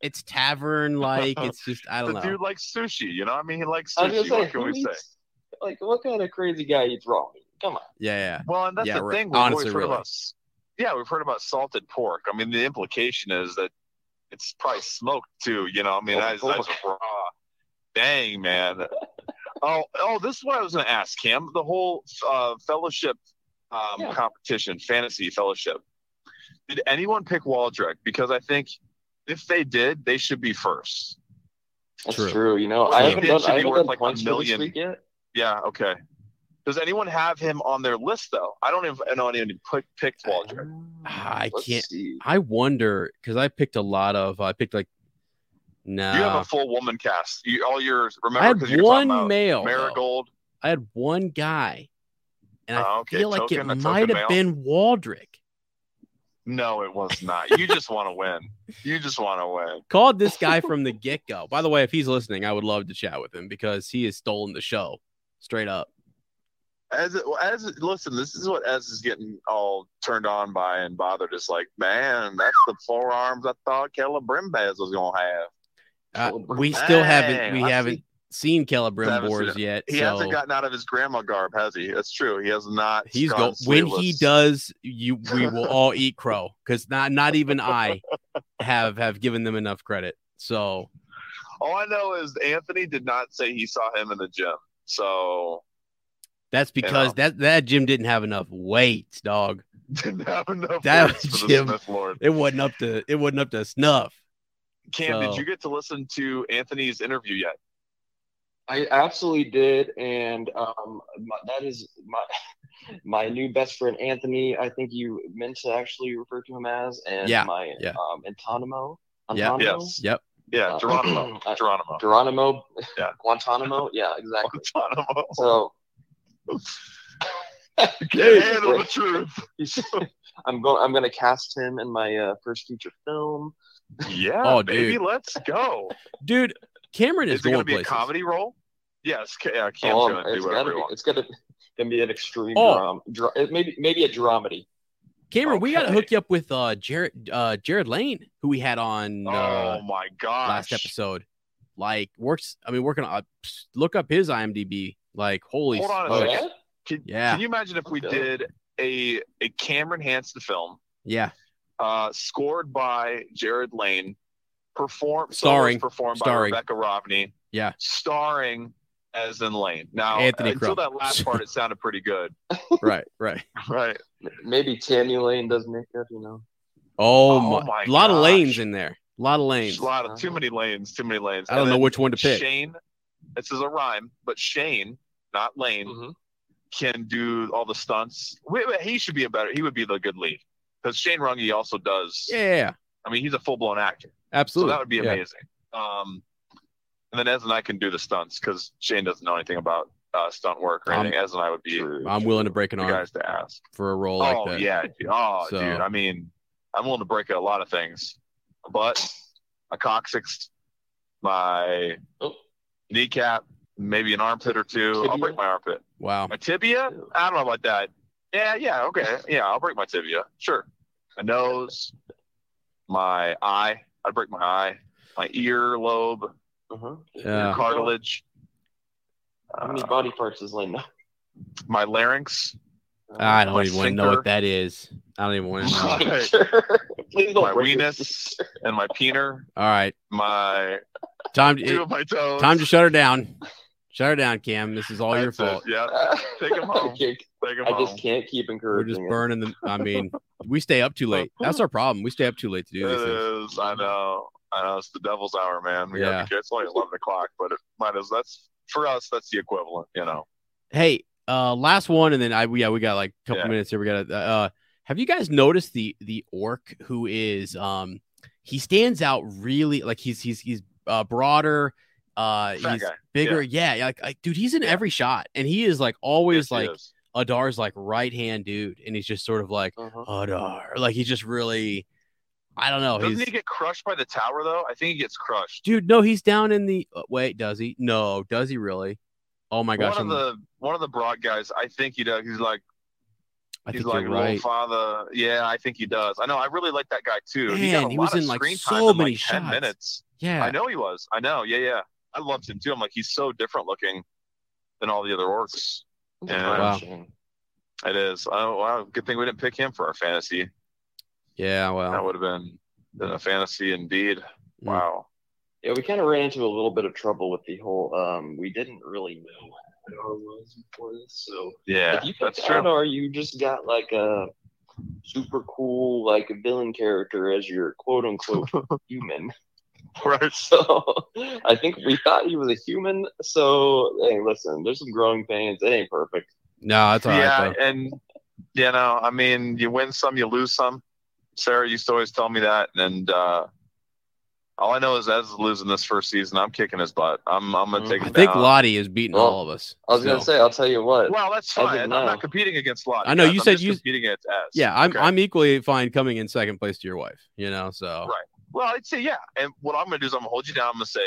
Speaker 2: it's tavern like. It's just I don't
Speaker 1: the
Speaker 2: know.
Speaker 1: dude likes sushi. You know, I mean, he likes
Speaker 10: I was
Speaker 1: sushi.
Speaker 10: gonna say,
Speaker 1: what can
Speaker 10: who
Speaker 1: we say?
Speaker 10: eats- Like, what kind of crazy guy eats raw meat? Come on.
Speaker 2: Yeah, yeah.
Speaker 1: Well, and that's
Speaker 2: Yeah,
Speaker 1: the
Speaker 2: re-
Speaker 1: thing. We've always
Speaker 2: honestly,
Speaker 1: heard
Speaker 2: really.
Speaker 1: about, s- yeah, we've heard about salted pork. I mean, the implication is that it's probably smoked too. You know, I mean,
Speaker 10: Oh,
Speaker 1: that's,
Speaker 10: pork.
Speaker 1: that's raw. Dang, man. oh, oh, this is what I was going to ask Cam. The whole uh, fellowship um,
Speaker 10: Yeah.
Speaker 1: competition, fantasy fellowship. Did anyone pick Waldrek? Because I think if they did, they should be first.
Speaker 10: That's
Speaker 2: True.
Speaker 10: true. You know,
Speaker 1: Well,
Speaker 10: I
Speaker 1: he
Speaker 10: haven't
Speaker 1: did
Speaker 10: done,
Speaker 1: should
Speaker 10: I
Speaker 1: be
Speaker 10: haven't
Speaker 1: worth
Speaker 10: done
Speaker 1: like a
Speaker 10: points for this
Speaker 1: million.
Speaker 10: week yet.
Speaker 1: Yeah. Okay. Does anyone have him on their list though? I don't even know anyone who put, picked Waldrek.
Speaker 2: I
Speaker 10: Let's
Speaker 2: can't.
Speaker 10: see.
Speaker 2: I wonder because I picked a lot of. uh, I picked like. Nah.
Speaker 1: You have a full woman cast. You, all yours.
Speaker 2: Uh, I
Speaker 1: Remember,
Speaker 2: had
Speaker 1: because you're
Speaker 2: one
Speaker 1: talking about
Speaker 2: male, though.
Speaker 1: Marigold.
Speaker 2: I had one guy, and I
Speaker 1: Oh, okay,
Speaker 2: feel like
Speaker 1: token, a
Speaker 2: it
Speaker 1: token
Speaker 2: might
Speaker 1: male.
Speaker 2: have been Waldrick.
Speaker 1: No, it was not. You just want to win. You just want to win.
Speaker 2: Called this guy from the get go. By the way, if he's listening, I would love to chat with him because he has stolen the show straight up.
Speaker 1: As it, as it, listen, this is what Ez is getting all turned on by and bothered. It's like, man, that's the forearms I thought Calabrimbas was gonna have.
Speaker 2: Uh, we still haven't
Speaker 1: Dang,
Speaker 2: we
Speaker 1: I
Speaker 2: haven't seen Calabrim
Speaker 1: Haven't seen
Speaker 2: Boars
Speaker 1: it.
Speaker 2: yet.
Speaker 1: He
Speaker 2: so
Speaker 1: hasn't gotten out of his grandma garb, has he? That's true. He has not.
Speaker 2: he's
Speaker 1: gone
Speaker 2: go- when he
Speaker 1: sleeveless.
Speaker 2: does, you we will all eat crow because not not even I have have given them enough credit. So
Speaker 1: All I know is Anthony did not say he saw him in the gym. So
Speaker 2: that's because that that gym didn't have enough weight, dog.
Speaker 1: didn't have enough
Speaker 2: That
Speaker 1: words for the
Speaker 2: gym,
Speaker 1: Smith Lord.
Speaker 2: it wasn't up to it wasn't up to snuff.
Speaker 1: Cam,
Speaker 2: So-
Speaker 1: did you get to listen to Anthony's interview yet?
Speaker 10: I absolutely did, and um, my, that is my my new best friend Anthony. I think you meant to actually refer to him as, and
Speaker 2: Yeah,
Speaker 10: my
Speaker 2: yeah.
Speaker 10: um, Antonimo.
Speaker 2: Yeah.
Speaker 10: Antonimo?
Speaker 2: Yep.
Speaker 1: Yeah,
Speaker 10: Uh,
Speaker 1: Geronimo.
Speaker 10: uh,
Speaker 1: Geronimo.
Speaker 10: Geronimo.
Speaker 1: Yeah.
Speaker 10: Guantanamo. Yeah, exactly.
Speaker 1: Guantanamo.
Speaker 10: So.
Speaker 1: Can't handle the truth.
Speaker 10: I'm going. I'm going to cast him in my uh, first feature film.
Speaker 1: Yeah,
Speaker 10: Oh,
Speaker 1: baby,
Speaker 10: dude.
Speaker 1: let's go.
Speaker 2: Dude, Cameron
Speaker 1: Is,
Speaker 2: is,
Speaker 1: it going to
Speaker 2: going
Speaker 1: be
Speaker 2: places.
Speaker 1: a comedy role? Yes, Ca- yeah, Cam's
Speaker 10: Oh,
Speaker 1: going to
Speaker 10: it's
Speaker 1: do whatever
Speaker 10: gotta
Speaker 1: he
Speaker 10: be-
Speaker 1: wants.
Speaker 10: It's gonna, gonna be an extreme
Speaker 2: Oh.
Speaker 10: dram, dra- it maybe maybe a dramedy.
Speaker 2: Cameron, we got to hook you up with uh Jared uh Jared Lane, who we had on. uh,
Speaker 1: Oh my gosh!
Speaker 2: last episode. Like works. I mean, working on. psst, Look up his IMDb. Like holy.
Speaker 1: Hold on a
Speaker 2: smokes.
Speaker 1: second. Can,
Speaker 2: Oh, Yeah.
Speaker 1: can you imagine if we did a a Cameron Hanson film
Speaker 2: Yeah.
Speaker 1: uh, scored by Jared Lane, performed
Speaker 2: Starring.
Speaker 1: performed
Speaker 2: Starring.
Speaker 1: by Rebecca Romney,
Speaker 2: Yeah.
Speaker 1: starring as in Lane. Now
Speaker 2: Anthony
Speaker 1: until
Speaker 2: Crump.
Speaker 1: that last part, it sounded pretty good,
Speaker 2: Right. Right.
Speaker 1: right?
Speaker 10: Maybe Tammy Lane does makeup. You know.
Speaker 2: Oh,
Speaker 1: Oh my
Speaker 2: my. lot of
Speaker 1: gosh.
Speaker 2: lanes in there. A lot of lanes.
Speaker 1: A lot of too many lanes, too many lanes.
Speaker 2: I don't
Speaker 1: And
Speaker 2: know
Speaker 1: then
Speaker 2: which one to pick.
Speaker 1: Shane, this is a rhyme, but Shane, not Lane,
Speaker 10: Mm-hmm.
Speaker 1: can do all the stunts. Wait, wait, he should be a better. He would be the good lead because Shane Runge also does.
Speaker 2: Yeah, yeah, yeah.
Speaker 1: I mean, he's a full blown actor.
Speaker 2: Absolutely.
Speaker 1: So that would be
Speaker 2: Yeah.
Speaker 1: amazing. Um, and then Ez and I can do the stunts because Shane doesn't know anything about uh, stunt work or
Speaker 2: I'm-
Speaker 1: anything. Ez and I would be
Speaker 2: I'm willing to break an
Speaker 1: the
Speaker 2: arm
Speaker 1: guys to ask.
Speaker 2: for a role
Speaker 1: oh
Speaker 2: like that.
Speaker 1: yeah, dude. oh
Speaker 2: So-
Speaker 1: dude. I mean, I'm willing to break a lot of things, but a coccyx, my
Speaker 2: Oh.
Speaker 1: kneecap, maybe an armpit or two. I'll break my armpit.
Speaker 2: Wow.
Speaker 1: My tibia? I don't know about that. Yeah, yeah, okay, yeah. I'll break my tibia. Sure. My nose, my eye. I'd break my eye. My ear lobe,
Speaker 2: Yeah.
Speaker 1: cartilage,
Speaker 10: Uh-huh. How
Speaker 1: Uh,
Speaker 10: many body parts is Lane? know?
Speaker 1: my larynx.
Speaker 2: I don't
Speaker 1: my
Speaker 2: even want to know
Speaker 1: sinker.
Speaker 2: what that is. I don't even want to know.
Speaker 1: my,
Speaker 10: Please
Speaker 1: my weenus and my peener,
Speaker 2: All right.
Speaker 1: my
Speaker 2: Time.
Speaker 1: two of my toes.
Speaker 2: Time to shut her down. Shut her down, Cam. This is all your
Speaker 1: That's it,
Speaker 2: fault.
Speaker 1: Yeah, take them home.
Speaker 10: I
Speaker 1: Take 'em
Speaker 10: just
Speaker 1: home.
Speaker 10: can't keep
Speaker 2: We're
Speaker 10: encouraging.
Speaker 2: just
Speaker 10: it.
Speaker 2: burning the. I mean, we stay up too late. That's our problem. We stay up too late to do these things.
Speaker 1: It is. I know. I know. It's the devil's hour, man. We
Speaker 2: Yeah.
Speaker 1: gotta be careful. It's only eleven o'clock, but it might as that's for us. That's the equivalent, you know.
Speaker 2: Hey, uh, last one, and then I yeah, we got like a couple
Speaker 1: Yeah.
Speaker 2: minutes here. We got to. Uh, have you guys noticed the the orc who is um he stands out really like he's he's he's uh, broader, uh
Speaker 11: Fat
Speaker 2: he's
Speaker 11: guy.
Speaker 2: bigger. Yeah, yeah, like, like dude, he's in every shot, and he is like
Speaker 11: Yes,
Speaker 2: always
Speaker 11: he
Speaker 2: like Adar's like right hand dude, and he's just sort of like
Speaker 1: Uh-huh.
Speaker 2: Adar, like he's just really. I don't know.
Speaker 1: Doesn't
Speaker 2: oh, he's,
Speaker 1: he get crushed by the tower though? I think he gets crushed.
Speaker 2: Dude, no, he's down in the. uh, wait, does he? No, does he really? Oh my gosh!
Speaker 1: one of
Speaker 2: I'm-
Speaker 1: the one of the broad guys, I think he does. He's like.
Speaker 2: I
Speaker 1: He's
Speaker 2: think you're
Speaker 1: like
Speaker 2: right.
Speaker 1: little father. Yeah, I think he does. I know. I really like that guy too. he, got
Speaker 2: Man,
Speaker 1: a
Speaker 2: he
Speaker 1: lot
Speaker 2: was
Speaker 1: of
Speaker 2: in, like,
Speaker 1: screen
Speaker 2: so
Speaker 1: time in,
Speaker 2: many
Speaker 1: like, 10
Speaker 2: shots.
Speaker 1: minutes.
Speaker 2: Yeah.
Speaker 1: I know he was. I know. Yeah, yeah. I loved him too. I'm like, he's so different looking than all the other orcs.
Speaker 2: Wow.
Speaker 1: Yeah, it is. Oh, wow. Good thing we didn't pick him for our fantasy.
Speaker 2: Yeah, well,
Speaker 1: that would have been, been a fantasy indeed.
Speaker 2: Mm.
Speaker 1: Wow.
Speaker 10: Yeah, we kind of ran into a little bit of trouble with the whole. Um, we didn't really know what Adar was before this, so
Speaker 1: Yeah,
Speaker 10: if you picked
Speaker 1: that's true.
Speaker 10: Adar, you just got like a super cool like villain character as your quote unquote human.
Speaker 1: Right.
Speaker 10: So I think we thought he was a human. So hey, listen, there's some growing pains. It ain't perfect.
Speaker 2: No, that's all right.
Speaker 1: yeah,
Speaker 2: though.
Speaker 1: and you know, I mean, you win some, you lose some. Sarah used to always tell me that, and uh, All I know is Ez is losing this first season. I'm kicking his butt. I'm I'm gonna take.
Speaker 2: Mm-hmm. I
Speaker 1: him
Speaker 2: think
Speaker 1: down.
Speaker 2: Lottie is beating
Speaker 1: Well,
Speaker 2: all of us.
Speaker 1: I was gonna
Speaker 2: so.
Speaker 1: say,
Speaker 10: I'll tell you what.
Speaker 1: Well, that's
Speaker 10: As of
Speaker 1: fine. I'm
Speaker 10: now-
Speaker 1: not competing against Lottie.
Speaker 2: I know,
Speaker 1: guys.
Speaker 2: you
Speaker 1: I'm
Speaker 2: said
Speaker 1: just
Speaker 2: you-
Speaker 1: competing against Ez.
Speaker 2: Yeah, I'm
Speaker 1: Okay.
Speaker 2: I'm equally fine coming in second place to your wife. You know, so
Speaker 1: Right. Well, I'd say yeah. And what I'm gonna do is I'm gonna hold you down. I'm gonna say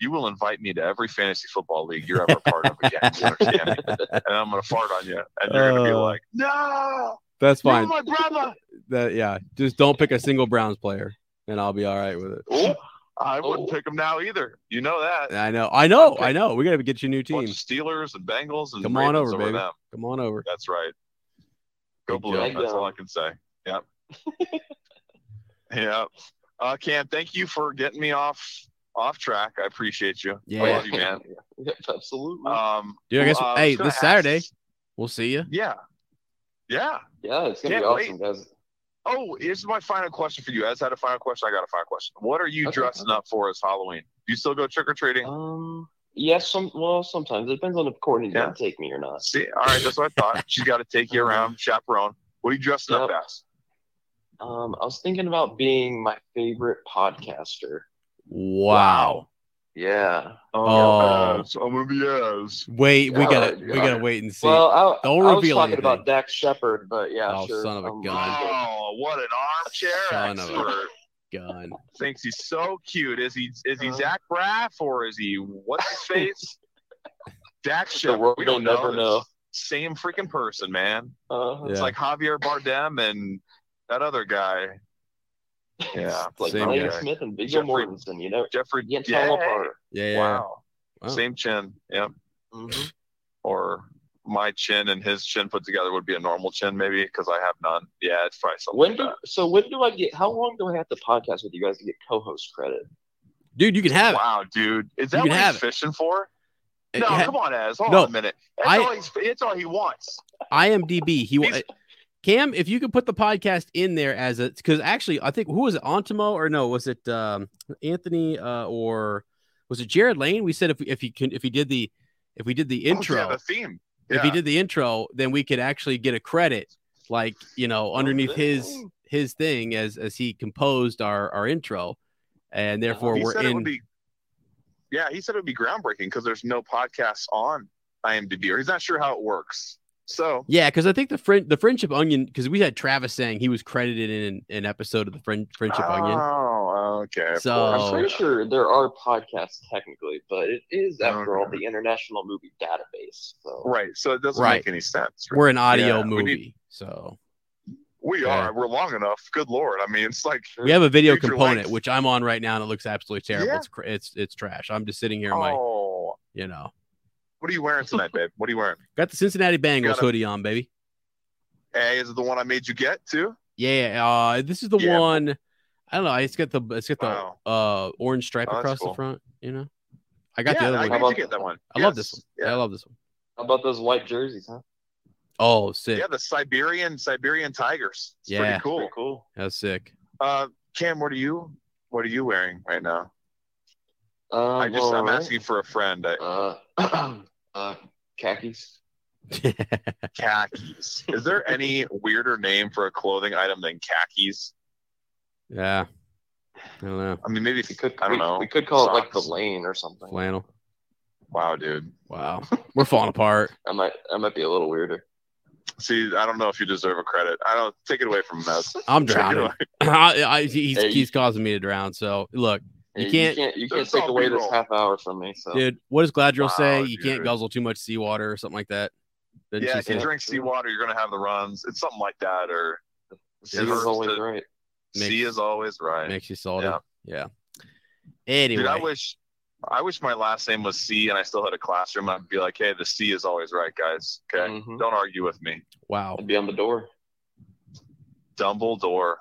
Speaker 1: you will invite me to every fantasy football league you're ever a part of again. You understand me? And I'm gonna fart on you, and you're gonna be
Speaker 2: Oh.
Speaker 1: like, no,
Speaker 2: that's fine.
Speaker 1: you're my brother.
Speaker 2: That yeah, just don't pick a single Browns player, and I'll be all right with it.
Speaker 1: Ooh, I wouldn't
Speaker 10: Oh.
Speaker 1: pick him now either. You know that.
Speaker 2: I know, I know, I know. We gotta get you a new team.
Speaker 1: Steelers and Bengals and
Speaker 2: Come on
Speaker 1: Ravens
Speaker 2: over, baby.
Speaker 1: them.
Speaker 2: Come on over.
Speaker 1: That's right. Go blue.
Speaker 2: job.
Speaker 1: That's all I can say. Yep. yep. Uh, Cam, thank you for getting me off off track. I appreciate you.
Speaker 2: Yeah.
Speaker 1: I love you, man.
Speaker 10: Absolutely.
Speaker 1: Um,
Speaker 2: Dude, I guess
Speaker 1: uh, was
Speaker 2: hey,
Speaker 1: gonna
Speaker 2: this
Speaker 1: ask-
Speaker 2: Saturday, we'll see you.
Speaker 1: Yeah. Yeah.
Speaker 10: Yeah, it's gonna
Speaker 1: Can't
Speaker 10: be awesome,
Speaker 1: wait.
Speaker 10: guys.
Speaker 1: Oh, here's my final question for you. As I had a final question, I got a final question. What are you
Speaker 10: Okay,
Speaker 1: dressing up for as Halloween? Do you still go trick or treating?
Speaker 10: Um, yes, some well, sometimes it depends on if Courtney's gonna take me or not.
Speaker 1: See, all right, that's what I thought. She's got to take you around, chaperone. What are you dressing up
Speaker 10: Yep.
Speaker 1: as?
Speaker 10: Um, I was thinking about being my favorite podcaster.
Speaker 2: Wow.
Speaker 10: Yeah.
Speaker 2: Oh.
Speaker 1: As. I'm gonna be as.
Speaker 2: Wait, we
Speaker 10: Yeah,
Speaker 2: gotta
Speaker 10: alright,
Speaker 2: we gotta
Speaker 10: alright.
Speaker 2: wait and see.
Speaker 10: Well, I,
Speaker 2: don't
Speaker 10: I was
Speaker 2: reveal
Speaker 10: talking
Speaker 2: anything.
Speaker 10: about Dax Shepard, but yeah,
Speaker 2: Oh,
Speaker 10: sure. Um,
Speaker 2: son of a
Speaker 10: I'm-
Speaker 2: gun.
Speaker 1: Oh, what an armchair
Speaker 2: Son of a-
Speaker 1: expert!
Speaker 2: Gun.
Speaker 1: Thinks he's so cute. Is he? Is he Zach Braff or is he what's his face? Dax
Speaker 10: The
Speaker 1: Shepard.
Speaker 10: world
Speaker 1: We
Speaker 10: will
Speaker 1: don't
Speaker 10: never
Speaker 1: know.
Speaker 10: know.
Speaker 1: Same freaking person, man.
Speaker 10: Uh,
Speaker 1: It's
Speaker 2: Yeah.
Speaker 1: like Javier Bardem and that other guy. Yeah,
Speaker 10: it's like
Speaker 2: Same
Speaker 10: Lane
Speaker 2: guy.
Speaker 10: Smith and Viggo
Speaker 1: Jeffrey-
Speaker 10: Mortensen. You know,
Speaker 1: Jeffrey.
Speaker 10: you can't tell them
Speaker 1: Yay.
Speaker 10: apart.
Speaker 2: Yeah. yeah.
Speaker 1: Wow.
Speaker 2: Wow.
Speaker 1: Same chin. Yep.
Speaker 2: Mm-hmm.
Speaker 10: Mhm.
Speaker 1: Or my chin and his chin put together would be a normal chin, maybe because I have none. Yeah, it's probably something.
Speaker 10: When
Speaker 1: like
Speaker 10: do
Speaker 1: that.
Speaker 10: so? When do I get? How long do I have to podcast with you guys to get co-host credit?
Speaker 2: Dude, you can have it.
Speaker 1: Wow, dude, is
Speaker 2: You
Speaker 1: that
Speaker 2: can
Speaker 1: what
Speaker 2: have
Speaker 1: he's
Speaker 2: it.
Speaker 1: fishing for?
Speaker 2: It
Speaker 1: no,
Speaker 2: ha-
Speaker 1: come on, Az. Hold
Speaker 2: No,
Speaker 1: on a minute. That's
Speaker 2: I-
Speaker 1: all he's, it's all he wants.
Speaker 2: IMDb. He wa- Cam, if you could put the podcast in there as a because actually I think who was it Antimo or no was it um, Anthony uh, or was it Jared Lane? We said if if he can if he did the if we did the intro
Speaker 1: Oh, yeah, the theme.
Speaker 2: if he
Speaker 1: Yeah.
Speaker 2: did the intro then we could actually get a credit like you
Speaker 1: Oh,
Speaker 2: know underneath his his thing as as he composed our our intro and therefore
Speaker 1: Oh, He
Speaker 2: we're
Speaker 1: said it
Speaker 2: in
Speaker 1: would be, yeah, he said it would be groundbreaking because there's no podcasts on IMDb, or he's not sure how it works. So
Speaker 2: Yeah, because I think the friend the friendship onion because we had Travis saying he was credited in an episode of the friend friendship onion.
Speaker 1: Oh, okay.
Speaker 2: So-
Speaker 10: I'm pretty sure there are podcasts technically, but it is after all
Speaker 1: Okay.
Speaker 10: the International Movie Database. So
Speaker 1: Right. So it doesn't
Speaker 2: Right.
Speaker 1: make any sense.
Speaker 2: We're an audio
Speaker 1: Yeah,
Speaker 2: movie,
Speaker 1: we need-
Speaker 2: so
Speaker 1: We
Speaker 2: Yeah.
Speaker 1: are. We're long enough. Good lord. I mean, it's like
Speaker 2: we have a video
Speaker 1: feature
Speaker 2: component
Speaker 1: length.
Speaker 2: which I'm on right now and it looks absolutely terrible.
Speaker 1: Yeah.
Speaker 2: It's cr- it's it's trash. I'm just sitting here in my
Speaker 1: Oh,
Speaker 2: you know
Speaker 1: what are you wearing tonight, babe? What are you wearing?
Speaker 2: got the Cincinnati Bengals
Speaker 1: Gotta-
Speaker 2: hoodie on, baby.
Speaker 1: Hey, is it the one I made you get too?
Speaker 2: Yeah, uh, this is the
Speaker 1: Yeah.
Speaker 2: one. I don't know. It's got the it's got the
Speaker 1: Wow.
Speaker 2: uh orange stripe
Speaker 1: Oh, that's
Speaker 2: across
Speaker 1: cool.
Speaker 2: the front. You know, I got
Speaker 1: yeah,
Speaker 2: the other
Speaker 1: I
Speaker 2: one.
Speaker 1: made you get that one.
Speaker 2: I love this
Speaker 1: Yes.
Speaker 2: one. I love this one.
Speaker 10: How about those white jerseys, huh?
Speaker 2: Oh, sick.
Speaker 1: Yeah, the Siberian Siberian tigers. It's
Speaker 2: Yeah.
Speaker 1: pretty cool.
Speaker 10: Pretty cool.
Speaker 2: That's sick.
Speaker 1: Uh, Cam, what are you? What are you wearing right now?
Speaker 10: Uh,
Speaker 1: I just
Speaker 10: well,
Speaker 1: I'm
Speaker 10: all right.
Speaker 1: asking for a friend. I,
Speaker 10: Uh, uh, khakis.
Speaker 1: khakis. Is there any weirder name for a clothing item than khakis?
Speaker 2: yeah. I don't know.
Speaker 1: I mean, maybe if you could, I don't
Speaker 10: we,
Speaker 1: know.
Speaker 10: We could call it like the
Speaker 1: Socks.
Speaker 10: lane or something.
Speaker 2: Flannel.
Speaker 1: Wow, dude.
Speaker 2: Wow. We're falling apart.
Speaker 10: I might, I might be a little weirder.
Speaker 1: See, I don't know if you deserve a credit. I don't take it away from us.
Speaker 2: I'm
Speaker 1: Take it
Speaker 2: drowning.
Speaker 1: away.
Speaker 2: I, I, he's,
Speaker 10: Hey, you-
Speaker 2: he's causing me to drown. So look,
Speaker 10: Hey,
Speaker 2: you can't,
Speaker 10: you can't, you can't
Speaker 1: That's
Speaker 10: take
Speaker 1: all
Speaker 10: away this
Speaker 1: B-roll.
Speaker 10: half hour from me. So
Speaker 2: dude. What does Gladriel say?
Speaker 1: Wow,
Speaker 2: You can't
Speaker 1: dude.
Speaker 2: guzzle too much seawater or something like that. Didn't
Speaker 1: yeah,
Speaker 2: she
Speaker 1: if you
Speaker 2: say?
Speaker 1: drink seawater, you're gonna have the runs. It's something like that, or
Speaker 10: this is always right.
Speaker 2: Makes-
Speaker 1: C is always right.
Speaker 2: Makes you salty.
Speaker 1: Yeah.
Speaker 2: Yeah. Anyway,
Speaker 1: Dude, I wish, I wish my last name was C, and I still had a classroom. I'd be like, hey, the C is always right, guys. Okay,
Speaker 2: Mm-hmm.
Speaker 10: Mhm.
Speaker 1: don't argue with me.
Speaker 2: wow.
Speaker 10: I'd be on the door.
Speaker 1: Dumbledore.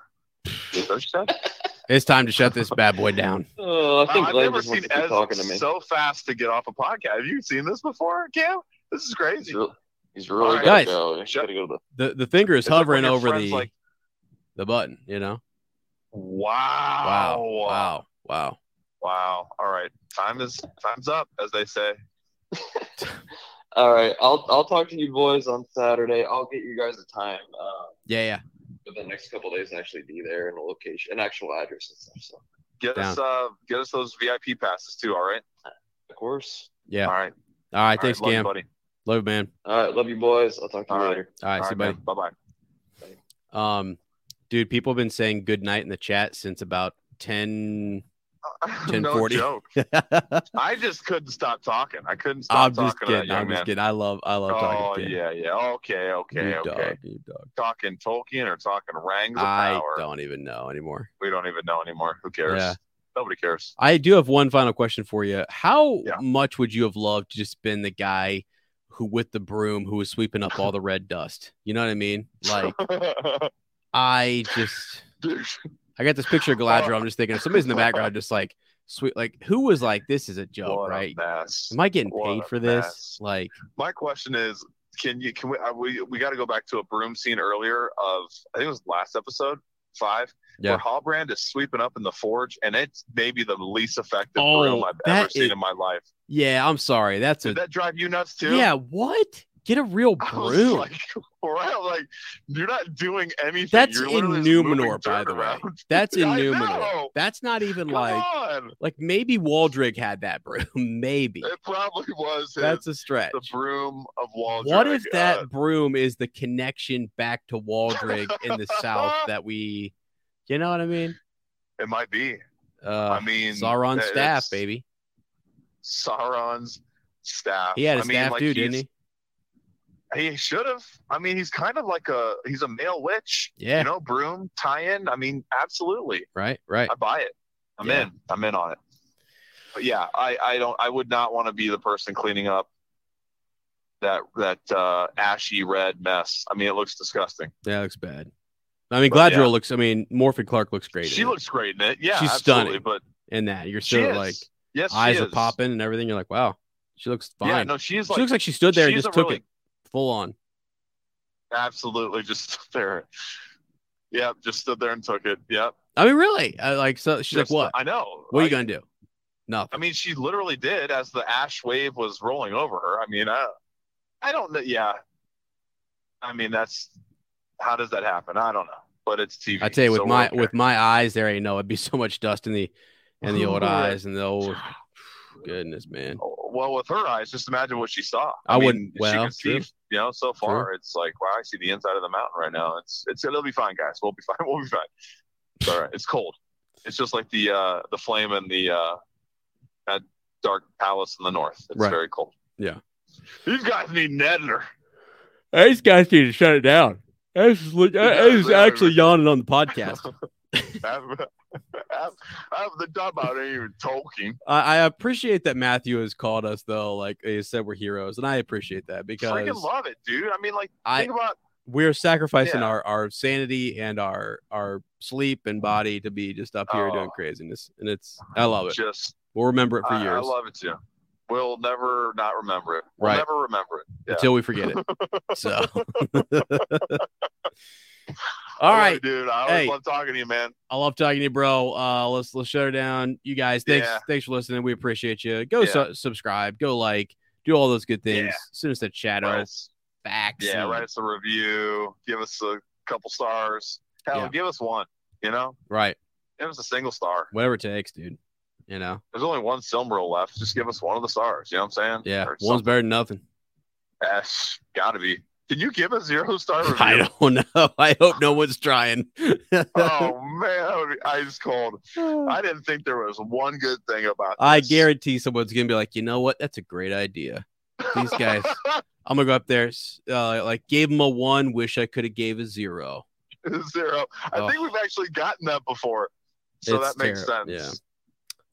Speaker 1: Is that what you said?
Speaker 2: It's time to shut this bad boy down.
Speaker 10: Oh, I
Speaker 1: Wow,
Speaker 10: think
Speaker 1: I've
Speaker 10: Glenn
Speaker 1: never
Speaker 10: just
Speaker 1: seen
Speaker 10: wants to keep
Speaker 1: Ez
Speaker 10: talking to me.
Speaker 1: so fast to get off a podcast. Have you seen this before, Cam? This is
Speaker 10: He's
Speaker 1: crazy.
Speaker 10: really, he's really
Speaker 1: Alright,
Speaker 10: gotta
Speaker 2: guys.
Speaker 10: go. He's
Speaker 1: Shut-
Speaker 10: gotta go to the-
Speaker 2: The the finger is
Speaker 1: It's like
Speaker 2: hovering
Speaker 1: when your
Speaker 2: over
Speaker 1: friend's
Speaker 2: the
Speaker 1: like,
Speaker 2: the button. You know.
Speaker 1: wow,
Speaker 2: Wow. Wow. Wow.
Speaker 1: wow. All right, time is time's up, as they say.
Speaker 10: All right, I'll I'll talk to you boys on Saturday. I'll get you guys a time uh,
Speaker 2: Yeah. Yeah.
Speaker 10: for the next couple days and actually be there in a location, an actual address and stuff. So
Speaker 1: Get us
Speaker 2: Down.
Speaker 1: uh get us those VIP passes too, all right?
Speaker 10: Of course.
Speaker 2: Yeah.
Speaker 1: All right.
Speaker 2: All right. Thanks,
Speaker 1: love you,
Speaker 2: Cam.
Speaker 1: buddy.
Speaker 2: Love you, man.
Speaker 10: All right. Love you, boys. I'll talk to you later.
Speaker 2: All right. see you, buddy.
Speaker 1: Bye bye.
Speaker 2: Um, dude, people have been saying good night in the chat since about 10, 10
Speaker 1: No
Speaker 2: 40.
Speaker 1: joke. I just couldn't stop talking. I couldn't stop
Speaker 2: I'm
Speaker 1: talking
Speaker 2: just
Speaker 1: to that
Speaker 2: kidding.
Speaker 1: young
Speaker 2: I'm
Speaker 1: man.
Speaker 2: just kidding. I love, I love
Speaker 1: oh
Speaker 2: talking. to Cam.
Speaker 1: yeah, yeah. Okay, okay,
Speaker 2: You
Speaker 1: okay.
Speaker 2: dog, you dog.
Speaker 1: Talking Tolkien or talking Rangs of
Speaker 2: I
Speaker 1: Power?
Speaker 2: don't even know anymore.
Speaker 1: We don't even know anymore. Who cares?
Speaker 2: Yeah.
Speaker 1: Nobody cares.
Speaker 2: I do have one final question for you. How much would you have loved to just been the guy who, with the broom, who was sweeping up all the red dust? You know what I mean? Like, I just, I got this picture of Galadriel. I'm just thinking, if somebody's in the background, just like, sweet, like, who was like, this is a joke,
Speaker 1: What a
Speaker 2: right?
Speaker 1: mess.
Speaker 2: Am I getting
Speaker 1: What
Speaker 2: paid
Speaker 1: a
Speaker 2: for this?
Speaker 1: mess.
Speaker 2: Like,
Speaker 1: My question is, can you can we uh, we, we got to go back to a broom scene earlier of I think it was last episode five
Speaker 2: Yeah.
Speaker 1: where Hallbrand is sweeping up in the forge and it's maybe the least effective
Speaker 2: Oh,
Speaker 1: broom I've
Speaker 2: that
Speaker 1: ever seen
Speaker 2: is-
Speaker 1: in my life.
Speaker 2: yeah, I'm sorry. That's a,
Speaker 1: Did that drive you nuts too?
Speaker 2: yeah, what? Get a real
Speaker 1: was
Speaker 2: broom.
Speaker 1: like, Right, like you're not doing anything.
Speaker 2: That's
Speaker 1: you're
Speaker 2: in
Speaker 1: literally just moving
Speaker 2: Numenor, by
Speaker 1: dirt
Speaker 2: the way.
Speaker 1: around.
Speaker 2: That's in
Speaker 1: I
Speaker 2: Numenor.
Speaker 1: know.
Speaker 2: That's not
Speaker 1: Come
Speaker 2: even like
Speaker 1: on.
Speaker 2: like maybe Waldrig had that broom. maybe.
Speaker 1: It probably was. his-
Speaker 2: That's a stretch.
Speaker 1: The broom of Waldrick.
Speaker 2: What if that
Speaker 1: Uh,
Speaker 2: broom is the connection back to Waldrig in the South that we, you know what I mean?
Speaker 1: it might be
Speaker 2: Uh,
Speaker 1: I mean,
Speaker 2: Sauron's
Speaker 1: that-
Speaker 2: staff,
Speaker 1: that's-
Speaker 2: baby.
Speaker 1: Sauron's staff.
Speaker 2: He had a
Speaker 1: I mean,
Speaker 2: staff
Speaker 1: like,
Speaker 2: too,
Speaker 1: he's-
Speaker 2: didn't he?
Speaker 1: He should have. I mean, he's kind of like a he's a male witch.
Speaker 2: Yeah.
Speaker 1: You know, broom tie-in. I mean, absolutely.
Speaker 2: Right, right.
Speaker 1: I buy it. I'm
Speaker 2: Yeah.
Speaker 1: in. I'm in on it. But yeah, I I don't. I would not want to be the person cleaning up that that uh, ashy red mess. I mean, it looks disgusting.
Speaker 2: That looks bad. I mean,
Speaker 1: But,
Speaker 2: Gladriel
Speaker 1: yeah.
Speaker 2: looks. I mean, Morphin Clark looks great.
Speaker 1: She
Speaker 2: in it.
Speaker 1: looks great in it. Yeah,
Speaker 2: she's
Speaker 1: absolutely,
Speaker 2: stunning.
Speaker 1: But
Speaker 2: in that, you're
Speaker 1: She
Speaker 2: still
Speaker 1: is.
Speaker 2: like,
Speaker 1: Yes, she
Speaker 2: eyes are
Speaker 1: is.
Speaker 2: popping and everything. You're like, wow, she looks fine.
Speaker 1: Yeah, no, she is, like-
Speaker 2: looks like she stood there and
Speaker 1: she's
Speaker 2: just
Speaker 1: a
Speaker 2: took
Speaker 1: really-
Speaker 2: it full on.
Speaker 1: absolutely, just stood there. Yep, just stood there and took it. Yep.
Speaker 2: I mean, really, I, like, so she's
Speaker 1: Just-
Speaker 2: like, what?
Speaker 1: I know.
Speaker 2: What are you
Speaker 1: I-
Speaker 2: gonna do? Nothing.
Speaker 1: I mean, she literally did as the ash wave was rolling over her. I mean, I, I don't know. Yeah. I mean, that's how does that happen? I don't know, but it's TV.
Speaker 2: I tell you, with
Speaker 1: so
Speaker 2: my
Speaker 1: we're okay.
Speaker 2: with my eyes, there ain't no. It'd be so much dust in the in the old
Speaker 1: Right.
Speaker 2: eyes and the old. Goodness, man.
Speaker 1: well, with her eyes, just imagine what she saw.
Speaker 2: I
Speaker 1: mean,
Speaker 2: wouldn't-
Speaker 1: she
Speaker 2: well,
Speaker 1: can see,
Speaker 2: true.
Speaker 1: you know, so far it's like, wow, I see the inside of the mountain right now. It's it's it'll be fine, guys. We'll be fine. We'll be fine. It's all right. It's cold. It's just like the uh the flame and the uh that dark palace in the north. It's
Speaker 2: Right.
Speaker 1: very cold.
Speaker 2: Yeah.
Speaker 1: These guys need an editor.
Speaker 2: These guys need to shut it down. I was,
Speaker 1: they are.
Speaker 2: actually yawning on the podcast.
Speaker 1: I'm, I'm, I'm the dumb out ain't even talking.
Speaker 2: I, I appreciate that Matthew has called us though. Like he said, we're heroes, and I appreciate that because
Speaker 1: Freaking love it, dude. I mean, like,
Speaker 2: I-
Speaker 1: think about
Speaker 2: we're sacrificing
Speaker 1: Yeah.
Speaker 2: our our sanity and our our sleep and body to be just up here doing
Speaker 1: Oh.
Speaker 2: craziness, and it's I love it.
Speaker 1: Just
Speaker 2: we'll remember it for
Speaker 1: I, I
Speaker 2: years
Speaker 1: love it too. We'll never not remember it. We'll
Speaker 2: Right.
Speaker 1: never remember it Yeah.
Speaker 2: until we forget it. So,
Speaker 1: I
Speaker 2: all
Speaker 1: love
Speaker 2: right,
Speaker 1: it, dude. I always
Speaker 2: Hey.
Speaker 1: love talking to you, man.
Speaker 2: I love talking to you, bro. Uh, let's let's shut her down. You guys, thanks
Speaker 1: Yeah.
Speaker 2: thanks for listening. We appreciate you. Go
Speaker 1: Yeah.
Speaker 2: su- subscribe, go like, do all those good things.
Speaker 1: Yeah.
Speaker 2: Soon as that shadow
Speaker 1: Write us-
Speaker 2: facts.
Speaker 1: Yeah,
Speaker 2: and-
Speaker 1: write us a review. Give us a couple stars. Hell,
Speaker 2: Yeah.
Speaker 1: give us one. You know,
Speaker 2: right.
Speaker 1: give us a single star.
Speaker 2: Whatever it takes, dude. You know,
Speaker 1: There's only one Silmaril left. Just give us one of the stars. You know what I'm saying?
Speaker 2: yeah,
Speaker 1: Or
Speaker 2: one's better than nothing.
Speaker 1: Ash, gotta be. Can you give a zero star review?
Speaker 2: I don't know. I hope no one's trying.
Speaker 1: oh man, that would be ice cold. I didn't think there was one good thing about.
Speaker 2: I
Speaker 1: this.
Speaker 2: guarantee someone's gonna be like, you know what? That's a great idea. These guys, I'm gonna go up there, s- uh, like gave them a one. Wish I could have gave a zero.
Speaker 1: zero. I
Speaker 2: Oh.
Speaker 1: think we've actually gotten that before, so
Speaker 2: It's
Speaker 1: that makes
Speaker 2: terrib-
Speaker 1: sense.
Speaker 2: yeah.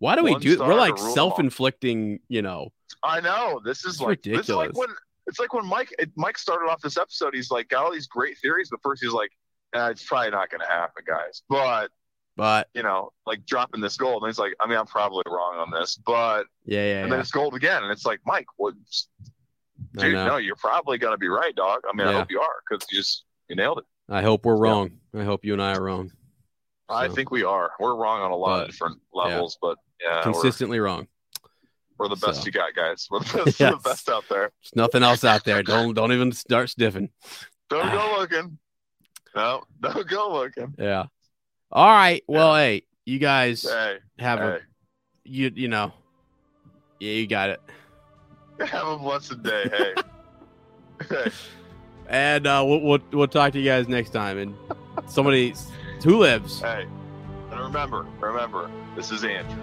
Speaker 2: Why do we
Speaker 1: One
Speaker 2: do?
Speaker 1: star
Speaker 2: We're
Speaker 1: to
Speaker 2: like
Speaker 1: rule 'em all.
Speaker 2: self-inflicting, you know.
Speaker 1: I know this is
Speaker 2: It's
Speaker 1: like This is like
Speaker 2: ridiculous.
Speaker 1: when it's like when Mike it, Mike started off this episode. He's like got all these great theories, but first he's like, "Eh, it's probably not going to happen, guys. But
Speaker 2: But
Speaker 1: you know, like dropping this gold, and he's like, I mean, I'm probably wrong on this, but
Speaker 2: yeah, yeah,
Speaker 1: and
Speaker 2: yeah.
Speaker 1: then it's gold again, and it's like, Mike, what?
Speaker 2: I
Speaker 1: Dude,
Speaker 2: know.
Speaker 1: no, you're probably going to be right, dog. I mean, I
Speaker 2: Yeah.
Speaker 1: hope you are because you just you nailed it.
Speaker 2: I hope we're wrong. I hope you and I are wrong.
Speaker 1: I
Speaker 2: So,
Speaker 1: think we are. We're wrong on a lot of
Speaker 2: But,
Speaker 1: different levels, but yeah, we're,
Speaker 2: consistently wrong.
Speaker 1: we're the best
Speaker 2: so.
Speaker 1: you got, guys. We're the best, we're the
Speaker 2: Yes.
Speaker 1: best out there.
Speaker 2: There's nothing else out there. Don't don't even start sniffing.
Speaker 1: Don't go looking. No, don't go looking.
Speaker 2: Yeah. All right. Well, hey,
Speaker 11: You guys
Speaker 1: Hey,
Speaker 11: have a
Speaker 1: hey.
Speaker 11: you you know. Yeah, you got it.
Speaker 1: Have a blessed day. Hey. hey.
Speaker 11: And uh, we'll, we'll we'll talk to you guys next time. And somebody who lives.
Speaker 1: Hey. And remember, remember, this is Andrew.